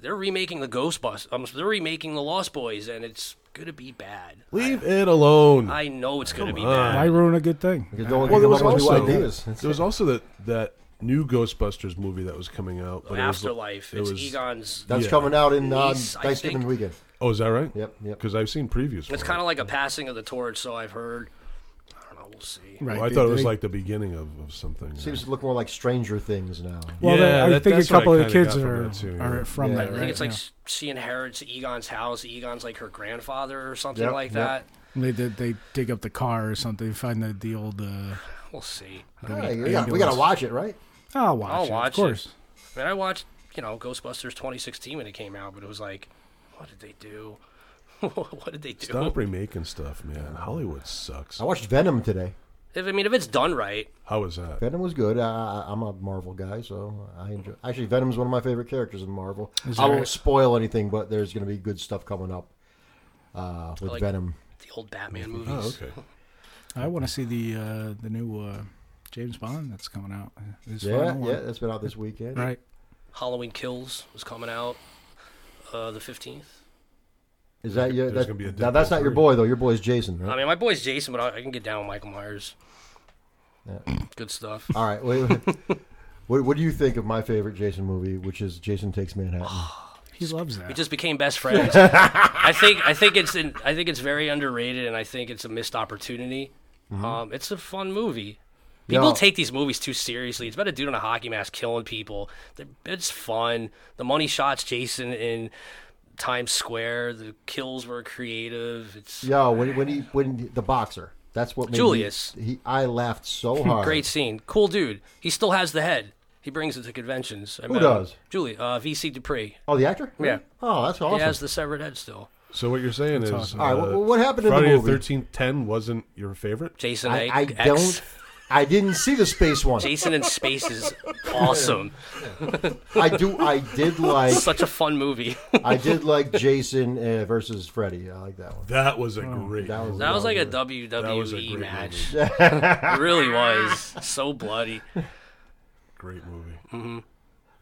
[SPEAKER 5] They're remaking the Ghostbusters. Um, they're remaking the Lost Boys, and it's gonna be bad.
[SPEAKER 3] Leave it alone.
[SPEAKER 5] I know it's gonna be
[SPEAKER 3] on.
[SPEAKER 5] bad.
[SPEAKER 4] Why ruin a good thing?
[SPEAKER 2] Because no one
[SPEAKER 3] well,
[SPEAKER 2] could
[SPEAKER 3] there
[SPEAKER 2] come up
[SPEAKER 3] was
[SPEAKER 2] with new
[SPEAKER 3] also
[SPEAKER 2] ideas.
[SPEAKER 3] there was also that that new Ghostbusters movie that was coming out. But
[SPEAKER 5] Afterlife.
[SPEAKER 3] It was, it
[SPEAKER 5] it's
[SPEAKER 3] was-
[SPEAKER 5] Egon's.
[SPEAKER 2] That's
[SPEAKER 3] Yeah.
[SPEAKER 2] coming out in uh,
[SPEAKER 5] Nice, I
[SPEAKER 2] Thanksgiving
[SPEAKER 5] think.
[SPEAKER 2] weekend.
[SPEAKER 3] oh, is that right?
[SPEAKER 2] Yep, yep.
[SPEAKER 3] Because I've seen previews.
[SPEAKER 5] It's kind of like a passing of the torch, so I've heard. I don't know. We'll see.
[SPEAKER 4] Right.
[SPEAKER 3] I
[SPEAKER 4] they-
[SPEAKER 3] thought it was
[SPEAKER 4] they-
[SPEAKER 3] like the beginning of, of something.
[SPEAKER 2] Seems to look more like Stranger Things now.
[SPEAKER 4] Well,
[SPEAKER 3] Yeah,
[SPEAKER 4] they- I
[SPEAKER 3] that-
[SPEAKER 4] think a
[SPEAKER 3] that's what I
[SPEAKER 4] couple of the
[SPEAKER 3] kinda
[SPEAKER 4] kids
[SPEAKER 3] got from
[SPEAKER 4] are
[SPEAKER 3] that too, yeah.
[SPEAKER 4] are from
[SPEAKER 2] Yeah,
[SPEAKER 4] that.
[SPEAKER 2] I
[SPEAKER 5] I
[SPEAKER 4] Right?
[SPEAKER 5] think it's like
[SPEAKER 4] Yeah.
[SPEAKER 5] s she inherits Egon's house. Egon's like her grandfather or something
[SPEAKER 2] Yep,
[SPEAKER 5] like
[SPEAKER 2] yep.
[SPEAKER 5] that.
[SPEAKER 4] They did, they dig up the car or something. Find the, the old. Uh,
[SPEAKER 5] We'll see.
[SPEAKER 2] Hey, Ah, we, got, we got to watch it, right?
[SPEAKER 4] I'll watch.
[SPEAKER 5] I'll
[SPEAKER 4] it,
[SPEAKER 5] watch
[SPEAKER 4] Of course.
[SPEAKER 5] it. I mean, I watched you know Ghostbusters 2016 when it came out, but it was like, what did they do? what did they do?
[SPEAKER 3] Stop remaking stuff, man. Hollywood sucks.
[SPEAKER 2] I watched Venom today.
[SPEAKER 5] If, I mean, if it's done right,
[SPEAKER 3] How was that?
[SPEAKER 2] Venom was good. I, I- I'm a Marvel guy, so I enjoy. Actually, Venom's one of my favorite characters in Marvel. I
[SPEAKER 4] that
[SPEAKER 2] won't
[SPEAKER 4] right?
[SPEAKER 2] spoil anything, but there's going to be good stuff coming up uh, with
[SPEAKER 5] like-
[SPEAKER 2] Venom.
[SPEAKER 5] the old Batman movies.
[SPEAKER 3] Oh, okay.
[SPEAKER 4] I want to see the uh, the new uh, James Bond that's coming out. His
[SPEAKER 2] Yeah,
[SPEAKER 4] final one.
[SPEAKER 2] yeah, that's been out this weekend.
[SPEAKER 4] Right.
[SPEAKER 5] Halloween Kills was coming out uh, the 15th.
[SPEAKER 2] Is that your?
[SPEAKER 3] There's
[SPEAKER 2] That,
[SPEAKER 3] gonna be a
[SPEAKER 2] now that's
[SPEAKER 3] Deadpool
[SPEAKER 2] not your
[SPEAKER 3] three.
[SPEAKER 2] boy though. Your boy's Jason, right?
[SPEAKER 5] I mean, my boy's Jason, but I, I can get down with Michael Myers. Good stuff.
[SPEAKER 2] All right. Wait, wait. what, what do you think of my favorite Jason movie, which is Jason Takes Manhattan?
[SPEAKER 5] Ah.
[SPEAKER 4] He loves
[SPEAKER 5] We
[SPEAKER 4] that.
[SPEAKER 5] just became best friends. I think I think it's in, I think it's very underrated, and I think it's a missed opportunity. Um, it's a fun movie. People
[SPEAKER 2] Mm-hmm. Yeah.
[SPEAKER 5] take these movies too seriously. It's about a dude on a hockey mask killing people. They're- It's fun. The money shots Jason in Times Square. The kills were creative. It's
[SPEAKER 2] Yo, when when he when the boxer. That's what made me-
[SPEAKER 5] Julius.
[SPEAKER 2] he, I laughed so hard.
[SPEAKER 5] Great scene. Cool dude. He still has the head. He brings it to conventions. I Who
[SPEAKER 2] does?
[SPEAKER 5] Julie, uh, VC Dupree.
[SPEAKER 2] Oh, the actor?
[SPEAKER 5] Yeah.
[SPEAKER 2] Oh, that's awesome.
[SPEAKER 5] He has the severed head still.
[SPEAKER 3] So what you're saying is,
[SPEAKER 2] All right,
[SPEAKER 3] uh,
[SPEAKER 2] wh- what happened in the
[SPEAKER 3] Friday
[SPEAKER 2] movie?
[SPEAKER 3] Thirteenth Ten wasn't your favorite.
[SPEAKER 5] Jason
[SPEAKER 2] I,
[SPEAKER 5] A-
[SPEAKER 2] I
[SPEAKER 5] X.
[SPEAKER 2] don't. I didn't see the space one.
[SPEAKER 5] Jason in Space is awesome.
[SPEAKER 2] I do. I did like.
[SPEAKER 5] Such a fun movie.
[SPEAKER 2] I did like Jason uh, versus Freddy. I like that one.
[SPEAKER 3] That was a great.
[SPEAKER 2] That was,
[SPEAKER 5] That was like a
[SPEAKER 3] That was a
[SPEAKER 5] WWE
[SPEAKER 3] great
[SPEAKER 5] match. it really was. So bloody.
[SPEAKER 3] great movie.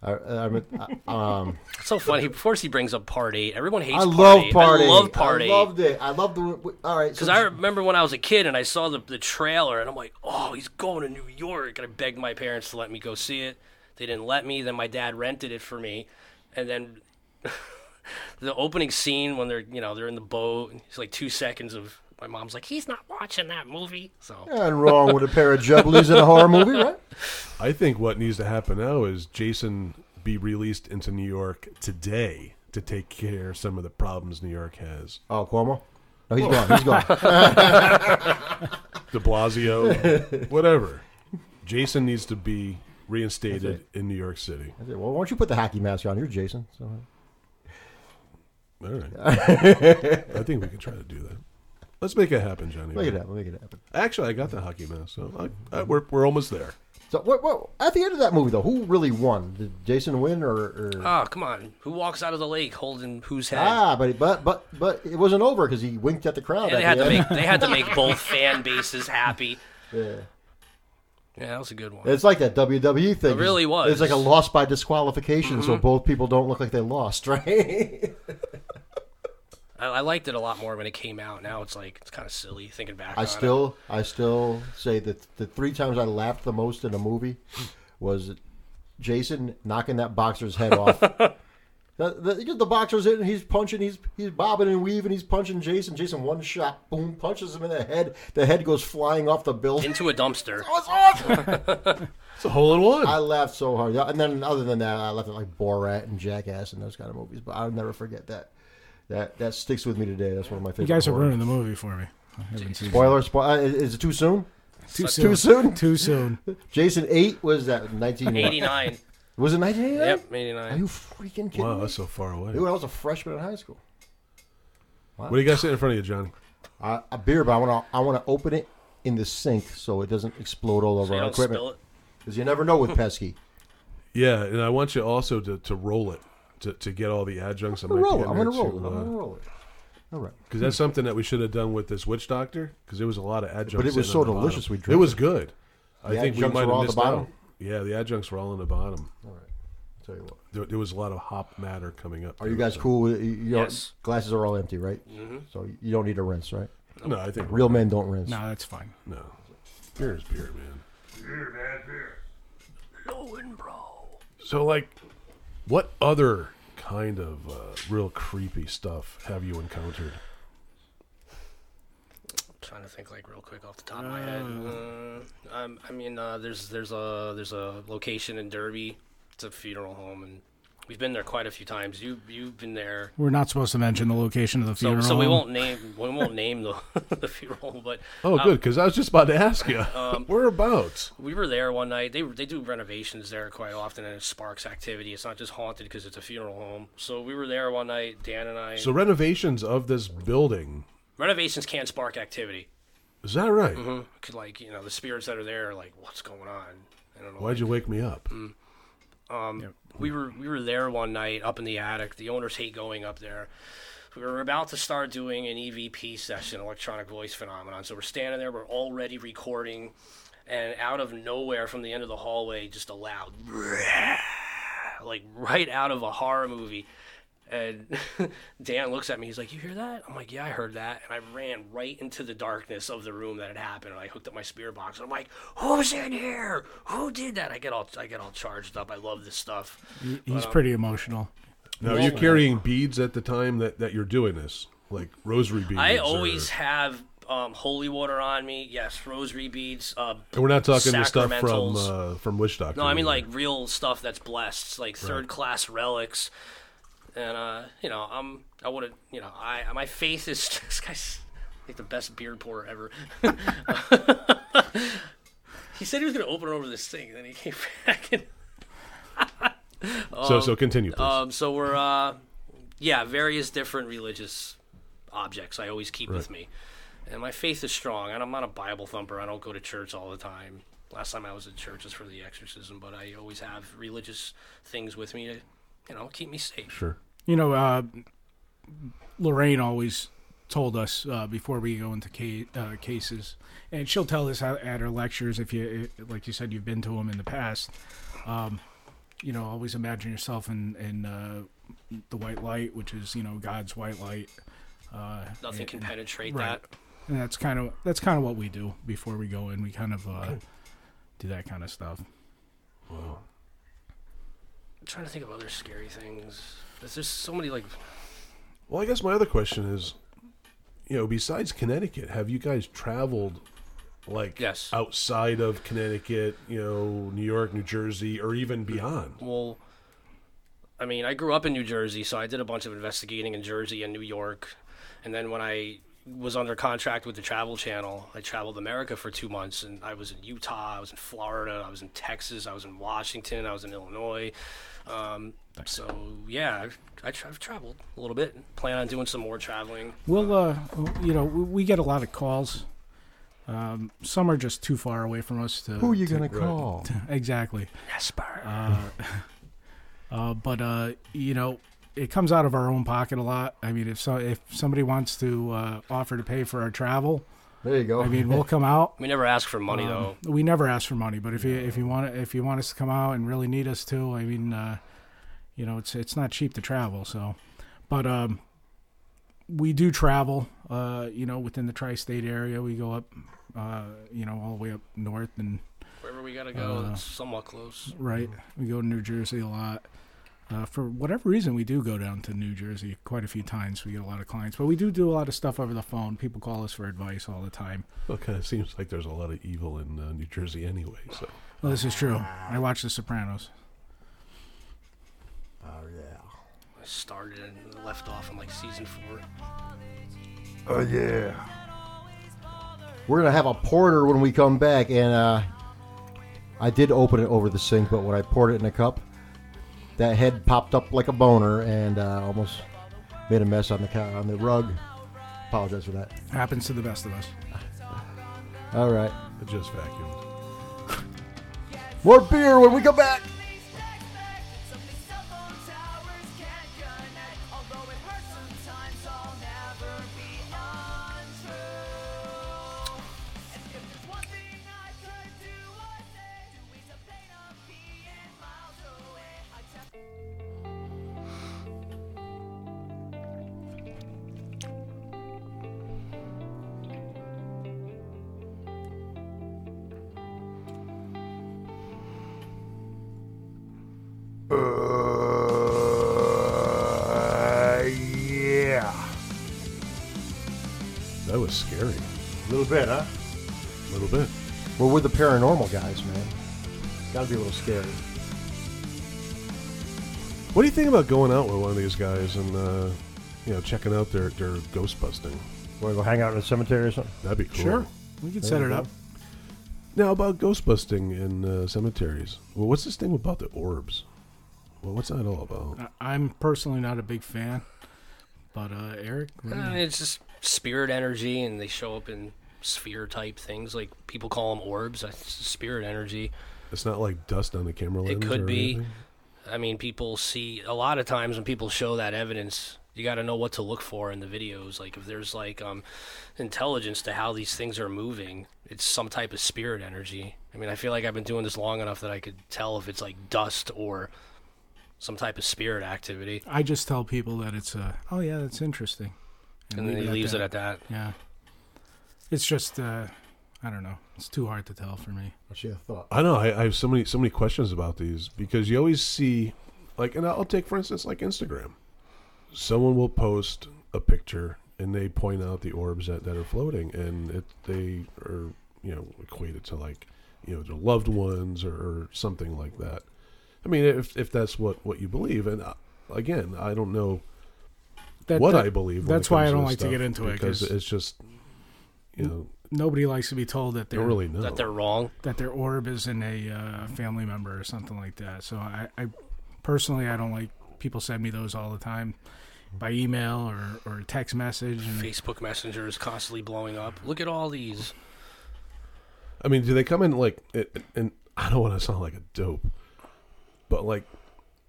[SPEAKER 2] I, I, mean, I, um,
[SPEAKER 5] It's so funny. Of course, he brings up Part 8. Everyone hates
[SPEAKER 2] I
[SPEAKER 5] Part
[SPEAKER 2] love
[SPEAKER 5] 8.
[SPEAKER 2] party.
[SPEAKER 5] I love Part 8.
[SPEAKER 2] I loved it. I loved the. All right.
[SPEAKER 5] Because I remember when I was a kid and I saw the, the trailer and I'm like, oh, he's going to New York. And I begged my parents to let me go see it. They didn't let me. Then my dad rented it for me. And then the opening scene when they're, you know, they're in the boat, it's like two seconds of my mom's like, he's not watching that movie. So
[SPEAKER 2] nothing wrong with a pair of jubblies in a horror movie, right?
[SPEAKER 3] I think what needs to happen now is Jason be released into New York today to take care of some of the problems New York has.
[SPEAKER 2] Oh, Cuomo. No, he's gone. He's gone.
[SPEAKER 3] De Blasio, whatever. Jason needs to be reinstated in New York City.
[SPEAKER 2] I said, well, why don't you put the hockey mask on? You're Jason. So,
[SPEAKER 3] All right. I think we can try to do that. Let's make it happen, Johnny.
[SPEAKER 2] make it happen. Make it happen.
[SPEAKER 3] Actually, I got the hockey mask, so I, I, we're, we're almost there.
[SPEAKER 2] So, what, what, at the end of that movie, though, who really won? Did Jason win or? or...
[SPEAKER 5] Ah, come on. Who walks out of the lake holding whose head?
[SPEAKER 2] Ah, but it- but but but it wasn't over because he winked at the crowd.
[SPEAKER 5] Yeah, they
[SPEAKER 2] at
[SPEAKER 5] had
[SPEAKER 2] the
[SPEAKER 5] to
[SPEAKER 2] end.
[SPEAKER 5] make they had to make both fan bases happy. Yeah. Yeah, that was a good one.
[SPEAKER 2] It's like that WWE thing.
[SPEAKER 5] It really was. Mm-hmm.
[SPEAKER 2] It's like a loss by disqualification, so both people don't look like they lost, right?
[SPEAKER 5] I, I liked it a lot more when it came out. Now it's like it's kind of silly thinking back.
[SPEAKER 2] I
[SPEAKER 5] on it.
[SPEAKER 2] still I still say that the three times I laughed the most in a movie was Jason knocking that boxer's head off. The, the, the boxer's in, he's punching, he's he's bobbing and weaving, he's punching Jason. Jason one shot, boom, punches him in the head. The head goes flying off the building.
[SPEAKER 5] into a dumpster.
[SPEAKER 2] It's awesome.
[SPEAKER 3] It's a hole in one.
[SPEAKER 2] I laughed so hard. Yeah, And then other than that, I laughed at like Borat and Jackass and those kind of movies. But I'll never forget that. That that sticks with me today. That's one of my favorite.
[SPEAKER 4] You guys are
[SPEAKER 2] horror-
[SPEAKER 4] ruining the movie for me. I haven't seen it.
[SPEAKER 2] Spoiler, spoiler. Is it too soon?
[SPEAKER 4] Too
[SPEAKER 2] Too soon.
[SPEAKER 4] Too soon.
[SPEAKER 2] Jason eight was that nineteen
[SPEAKER 5] Eighty nine.
[SPEAKER 2] Was it nineteen eighty nine?
[SPEAKER 5] yep, eighty
[SPEAKER 2] Are
[SPEAKER 5] nine.
[SPEAKER 2] you freaking kidding
[SPEAKER 3] wow,
[SPEAKER 2] me?
[SPEAKER 3] that's so far away.
[SPEAKER 2] Dude, I was a freshman in high school.
[SPEAKER 3] What do you got sitting in front of you, Johnny?
[SPEAKER 2] I, a beer, but I want to I want to open it in the sink so it doesn't explode all over
[SPEAKER 5] You
[SPEAKER 2] our
[SPEAKER 5] don't spill
[SPEAKER 2] equipment.
[SPEAKER 5] it.
[SPEAKER 2] Because you never know with pesky.
[SPEAKER 3] Yeah, and I want you also to, to roll it to, to get all the adjuncts. I'm
[SPEAKER 2] I'm gonna roll it. I'm gonna roll it. I'm gonna roll it. All right.
[SPEAKER 3] Because uh, that's something that we should have done with this witch doctor. Because there was a lot of adjuncts.
[SPEAKER 2] But it was
[SPEAKER 3] in
[SPEAKER 2] so
[SPEAKER 3] on the
[SPEAKER 2] delicious
[SPEAKER 3] bottom.
[SPEAKER 2] we drank
[SPEAKER 3] It was good. I
[SPEAKER 2] The
[SPEAKER 3] think we
[SPEAKER 2] adjuncts
[SPEAKER 3] might
[SPEAKER 2] were all
[SPEAKER 3] have
[SPEAKER 2] at the
[SPEAKER 3] missed
[SPEAKER 2] bottom?
[SPEAKER 3] out. Yeah, the adjuncts were all in the bottom.
[SPEAKER 2] Tell you what.
[SPEAKER 3] There, there was a lot of hop matter coming up.
[SPEAKER 2] Are you guys cool? With, you, you don't-
[SPEAKER 5] Yes.
[SPEAKER 2] Glasses are all empty, right? So you don't need a rinse, right?
[SPEAKER 3] No, I think
[SPEAKER 2] Real men don't rinse.
[SPEAKER 4] No, that's fine.
[SPEAKER 3] No, beer is beer, man.
[SPEAKER 5] No,
[SPEAKER 3] So, like, what other kind of uh, real creepy stuff have you encountered?
[SPEAKER 5] trying to think like real quick off the top of my head.
[SPEAKER 2] Mm.
[SPEAKER 5] Uh, um, I mean, uh, there's there's a there's a location in Derby. It's a funeral home, and we've been there quite a few times. You you've been there,
[SPEAKER 4] We're not supposed to mention the location of the
[SPEAKER 5] so,
[SPEAKER 4] funeral.
[SPEAKER 5] so we
[SPEAKER 4] home.
[SPEAKER 5] won't name we won't name the the funeral, home, but
[SPEAKER 3] Oh, good, because I was just about to ask you
[SPEAKER 5] um,
[SPEAKER 3] whereabouts.
[SPEAKER 5] we were there one night. They they do renovations there quite often, and it sparks activity. It's not just haunted because it's a funeral home. So we were there one night. Dan and I.
[SPEAKER 3] So renovations of this building
[SPEAKER 5] renovations can spark activity.
[SPEAKER 3] is that right?
[SPEAKER 5] Could like you know the spirits that are there are like what's going on. I don't know.
[SPEAKER 3] Why'd you wake me up?
[SPEAKER 5] Mm-hmm. we were we were there one night up in the attic. The owners hate going up there. We were about to start doing an EVP session, electronic voice phenomenon. So we're standing there, we're already recording, and out of nowhere, from the end of the hallway, just a loud, like right out of a horror movie. And Dan looks at me. He's like, "You hear that?" I'm like, "Yeah, I heard that." And I ran right into the darkness of the room that had happened. And I hooked up my spear box. And I'm like, "Who's in here? Who did that?" I get all I get all charged up. I love this stuff.
[SPEAKER 4] He's pretty emotional.
[SPEAKER 3] Now, are you carrying beads at the time that, that you're doing this? Like rosary beads?
[SPEAKER 5] I
[SPEAKER 3] or-
[SPEAKER 5] always have um, holy water on me. Yes, rosary beads. Uh,
[SPEAKER 3] And we're not talking the stuff from
[SPEAKER 5] sacramentals.
[SPEAKER 3] uh, from witch doctor.
[SPEAKER 5] no, I mean like real stuff that's blessed, like third class relics. And uh, you know, I'm I would have you know I my faith is this guy's like the best beard pourer ever. he said he was gonna open over this thing, and then he came back and
[SPEAKER 3] So so continue, please.
[SPEAKER 5] Um, so we're, uh, yeah, various different religious objects I always keep with me. And my faith is strong. And I'm not a Bible thumper. I don't go to church all the time. Last time I was at church was for the exorcism, but I always have religious things with me to, you know, keep me safe.
[SPEAKER 3] sure.
[SPEAKER 4] You know, uh, Lorraine always told us uh, before we go into ca- uh, cases, and she'll tell us at at her lectures if you, i like you said, you've been to them in the past. Um, you know, always imagine yourself in in uh, the white light, which is you know God's white light. Uh,
[SPEAKER 5] Nothing
[SPEAKER 4] and-
[SPEAKER 5] can penetrate
[SPEAKER 4] right.
[SPEAKER 5] that.
[SPEAKER 4] And that's kind of that's kind of what we do before we go in. We kind of uh, do that kind of stuff.
[SPEAKER 5] I'm trying to think of other scary things. There's just so many, like,
[SPEAKER 3] Well, I guess my other question is, you know, besides Connecticut, have you guys traveled like
[SPEAKER 5] Yes.
[SPEAKER 3] outside of Connecticut, you know, New York, New Jersey, or even beyond?
[SPEAKER 5] well, I mean, I grew up in New Jersey, so I did a bunch of investigating in Jersey and New York. And then when I was under contract with the Travel Channel, I traveled America for two months, and I was in Utah, I was in Florida, I was in Texas, I was in Washington, I was in Illinois. Um, so yeah, I've, I tra- I've traveled a little bit. Plan on doing some more traveling.
[SPEAKER 4] We'll, uh, you know, we we get a lot of calls. Um, some are just too far away from us to.
[SPEAKER 2] Who are you
[SPEAKER 4] to-
[SPEAKER 2] gonna call?
[SPEAKER 4] Exactly.
[SPEAKER 5] Esper.
[SPEAKER 4] Uh, but uh, you know, it comes out of our own pocket a lot. I mean, if so, if somebody wants to uh, offer to pay for our travel,
[SPEAKER 2] There you go.
[SPEAKER 4] I mean, we'll come out.
[SPEAKER 5] we never ask for
[SPEAKER 4] Um,
[SPEAKER 5] money though.
[SPEAKER 4] We never ask for money, but if you if you want if you want us to come out and really need us to, I mean, uh, you know, it's it's not cheap to travel. So, but um, we do travel. Uh, you know, within the tri-state area, we go up. Uh, you know, all the way up north and
[SPEAKER 5] Wherever we gotta go, that's somewhat close.
[SPEAKER 4] right.
[SPEAKER 5] Mm-hmm.
[SPEAKER 4] We go to New Jersey a lot. Uh, for whatever reason, we do go down to New Jersey quite a few times. We get a lot of clients, but we do do a lot of stuff over the phone. People call us for advice all the time.
[SPEAKER 3] Well, it kind of seems like there's a lot of evil in uh, New Jersey anyway. So
[SPEAKER 4] Well, this is true. I watch The Sopranos.
[SPEAKER 2] oh yeah.
[SPEAKER 5] I started and left off in like season four.
[SPEAKER 2] Oh yeah. We're gonna have a porter when we come back, and uh, I did open it over the sink, but when I poured it in a cup, that head popped up like a boner and uh, almost made a mess on the cou- on the rug. Apologize for that.
[SPEAKER 4] Happens to the best of us.
[SPEAKER 2] All right.
[SPEAKER 3] I just vacuumed.
[SPEAKER 2] More beer when we come back.
[SPEAKER 6] Uh,
[SPEAKER 3] was scary.
[SPEAKER 2] A little bit, huh?
[SPEAKER 3] A little bit.
[SPEAKER 2] Well, we're the paranormal guys, man. Gotta be a little scary.
[SPEAKER 3] What do you think about going out with one of these guys and uh, you know checking out their their ghost busting?
[SPEAKER 2] Want to go hang out in a cemetery or something?
[SPEAKER 3] That'd be cool.
[SPEAKER 4] Sure. We can set
[SPEAKER 2] we
[SPEAKER 4] it
[SPEAKER 2] go.
[SPEAKER 4] up.
[SPEAKER 3] Now about ghost busting in uh, cemeteries. Well, what's this thing about the orbs? Well, what's that all about?
[SPEAKER 4] I- I'm personally not a big fan, but uh, Eric, what do you-
[SPEAKER 3] Mm.
[SPEAKER 5] Uh, it's just spirit energy, and they show up in sphere type things. Like people call them orbs. That's spirit energy.
[SPEAKER 3] It's not like dust on the camera lens.
[SPEAKER 5] It could
[SPEAKER 3] or
[SPEAKER 5] be.
[SPEAKER 3] anything?
[SPEAKER 5] I mean, people see a lot of times when people show that evidence, you got to know what to look for in the videos. Like if there's like um, intelligence to how these things are moving, it's some type of spirit energy. I mean, I feel like I've been doing this long enough that I could tell if it's like dust or some type of spirit activity,
[SPEAKER 4] I just tell people that it's uh, oh yeah, that's interesting,
[SPEAKER 5] and then
[SPEAKER 4] leave
[SPEAKER 5] he
[SPEAKER 4] at
[SPEAKER 5] leaves
[SPEAKER 4] that.
[SPEAKER 5] it at that.
[SPEAKER 4] Yeah, it's just uh, I don't know. It's too hard to tell for me.
[SPEAKER 2] What you thought?
[SPEAKER 3] I know. I, I have so many so many questions about these because you always see, like, and I'll take for instance like Instagram. Someone will post a picture and they point out the orbs that, that are floating, and it they are you know equated to like you know their loved ones or, or something like that. I mean, if if that's what what you believe, and uh, again, I don't know
[SPEAKER 4] That,
[SPEAKER 3] what
[SPEAKER 4] that-
[SPEAKER 3] I believe. when
[SPEAKER 4] That's
[SPEAKER 3] it comes
[SPEAKER 4] why I
[SPEAKER 3] to
[SPEAKER 4] don't
[SPEAKER 3] this
[SPEAKER 4] like to
[SPEAKER 3] stuff
[SPEAKER 4] get into it
[SPEAKER 3] because
[SPEAKER 4] because
[SPEAKER 3] it's just you know
[SPEAKER 4] nobody likes to be told that
[SPEAKER 3] you
[SPEAKER 4] they're
[SPEAKER 3] don't really know.
[SPEAKER 5] That they're wrong.
[SPEAKER 4] that their orb is in a uh, family member or something like that. So I, I personally I don't like people send me those all the time by email or, or text message. And
[SPEAKER 5] Facebook Messenger is constantly blowing up. Look at all these.
[SPEAKER 3] I mean, do they come in like? it- And I don't want to sound like a dope, but like,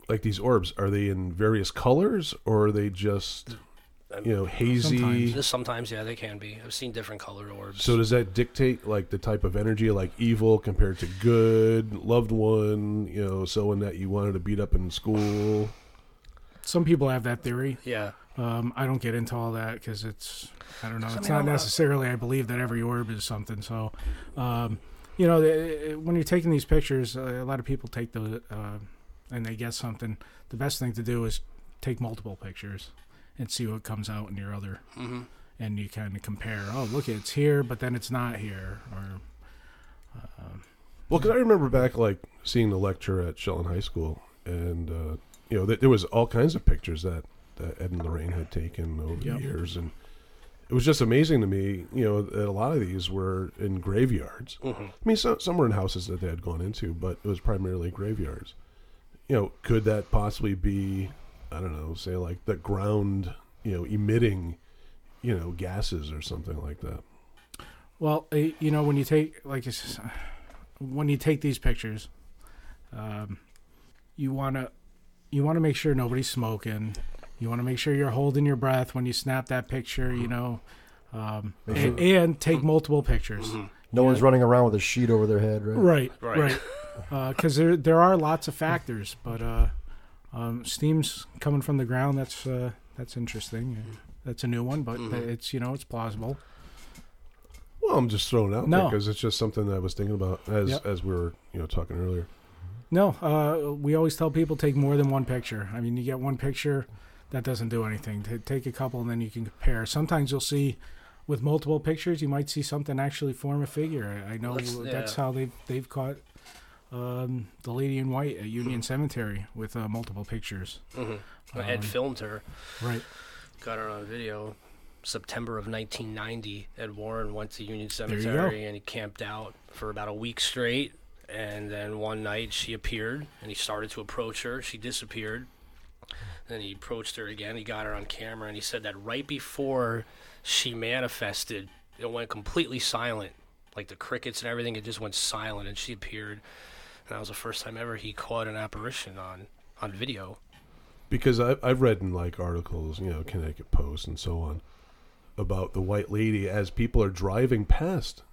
[SPEAKER 3] like these orbs, are they in various colors or are they just, you know, hazy?
[SPEAKER 4] Sometimes.
[SPEAKER 5] Sometimes, yeah, they can be. I've seen different color orbs.
[SPEAKER 3] So does that dictate like the type of energy, like evil compared to good, loved one, you know, someone that you wanted to beat up in school?
[SPEAKER 4] some people have that theory.
[SPEAKER 5] yeah.
[SPEAKER 4] Um, I don't get into all that because it's I don't know. It's
[SPEAKER 5] mean,
[SPEAKER 4] not
[SPEAKER 5] I'm not-
[SPEAKER 4] necessarily I believe that every orb is something. So, um, you know, the, uh, when you're taking these pictures, uh, a lot of people take the uh, and they get something. The best thing to do is take multiple pictures and see what comes out in your other, and you kind of compare. Oh, look, it's here, but then it's not here. Or
[SPEAKER 3] Well, because I remember back like seeing the lecture at Shelton High School, and uh, you know th- there was all kinds of pictures that, that Ed and Lorraine had taken over
[SPEAKER 4] Yep.
[SPEAKER 3] the years, and it was just amazing to me. You know that a lot of these were in graveyards. I mean, so, some were in houses that they had gone into, but it was primarily graveyards. You know, could that possibly be? I don't know, say like the ground, you know, emitting, you know, gases or something like that.
[SPEAKER 4] Well, eh, you know, when you take like it's just- when you take these pictures, um, you wanna you want to make sure nobody's smoking. You want to make sure you're holding your breath when you snap that picture. You know, um, and, and take multiple pictures.
[SPEAKER 2] No one's running around with a sheet over their head, Mm-hmm. right?
[SPEAKER 4] Right,
[SPEAKER 5] Right.
[SPEAKER 4] right. Because there there are lots of factors, but uh, um, steam's coming from the ground. That's uh, that's interesting. That's a new one, but it's you know it's plausible.
[SPEAKER 3] Well, I'm just throwing it out
[SPEAKER 4] No.
[SPEAKER 3] there because it's just something that I was thinking about as
[SPEAKER 4] Yep.
[SPEAKER 3] as we were you know talking earlier.
[SPEAKER 4] No, uh, we always tell people take more than one picture. I mean, you get one picture, that doesn't do anything. Ta- Take a couple, and then you can compare. Sometimes you'll see, with multiple pictures, you might see something actually form a figure. I I know
[SPEAKER 5] Let's-
[SPEAKER 4] that's
[SPEAKER 5] yeah.
[SPEAKER 4] how they've they've caught um, the lady in white at Union Cemetery with uh, multiple pictures.
[SPEAKER 5] Ed filmed her.
[SPEAKER 4] Right.
[SPEAKER 5] got her on video. September of 1990, Ed Warren went to Union
[SPEAKER 4] you go.
[SPEAKER 5] Cemetery and he camped out for about a week straight. And then one night she appeared and he started to approach her. She disappeared. Then he approached her again. He got her on camera and he said that right before she manifested, it went completely silent. Like the crickets and everything, it just went silent and she appeared. And that was the first time ever he caught an apparition on, on video.
[SPEAKER 3] because I've, I've read in like articles, you know, Connecticut Post and so on, about the white lady as people are driving past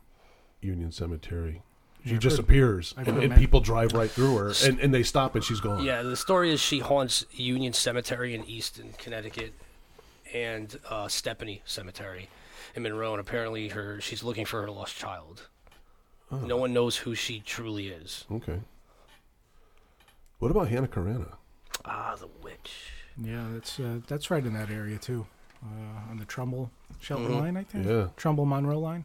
[SPEAKER 3] Union Cemetery. She
[SPEAKER 4] I've
[SPEAKER 3] just
[SPEAKER 4] heard-
[SPEAKER 3] appears,
[SPEAKER 4] I've
[SPEAKER 3] and,
[SPEAKER 4] heard
[SPEAKER 3] and
[SPEAKER 4] that.
[SPEAKER 3] people drive right through her, and, and they stop, and she's gone.
[SPEAKER 5] Yeah, the story is she haunts Union Cemetery in Easton, Connecticut, and uh, Stephanie Cemetery in Monroe. And apparently, her she's looking for her lost child. No one knows who she truly is.
[SPEAKER 3] Okay. What about Hannah Carana?
[SPEAKER 5] Ah, the witch.
[SPEAKER 4] Yeah, that's uh, that's right in that area too. uh, on the Trumbull Shelton
[SPEAKER 5] Mm-hmm.
[SPEAKER 4] line, I think.
[SPEAKER 3] Yeah.
[SPEAKER 4] Trumbull Monroe line.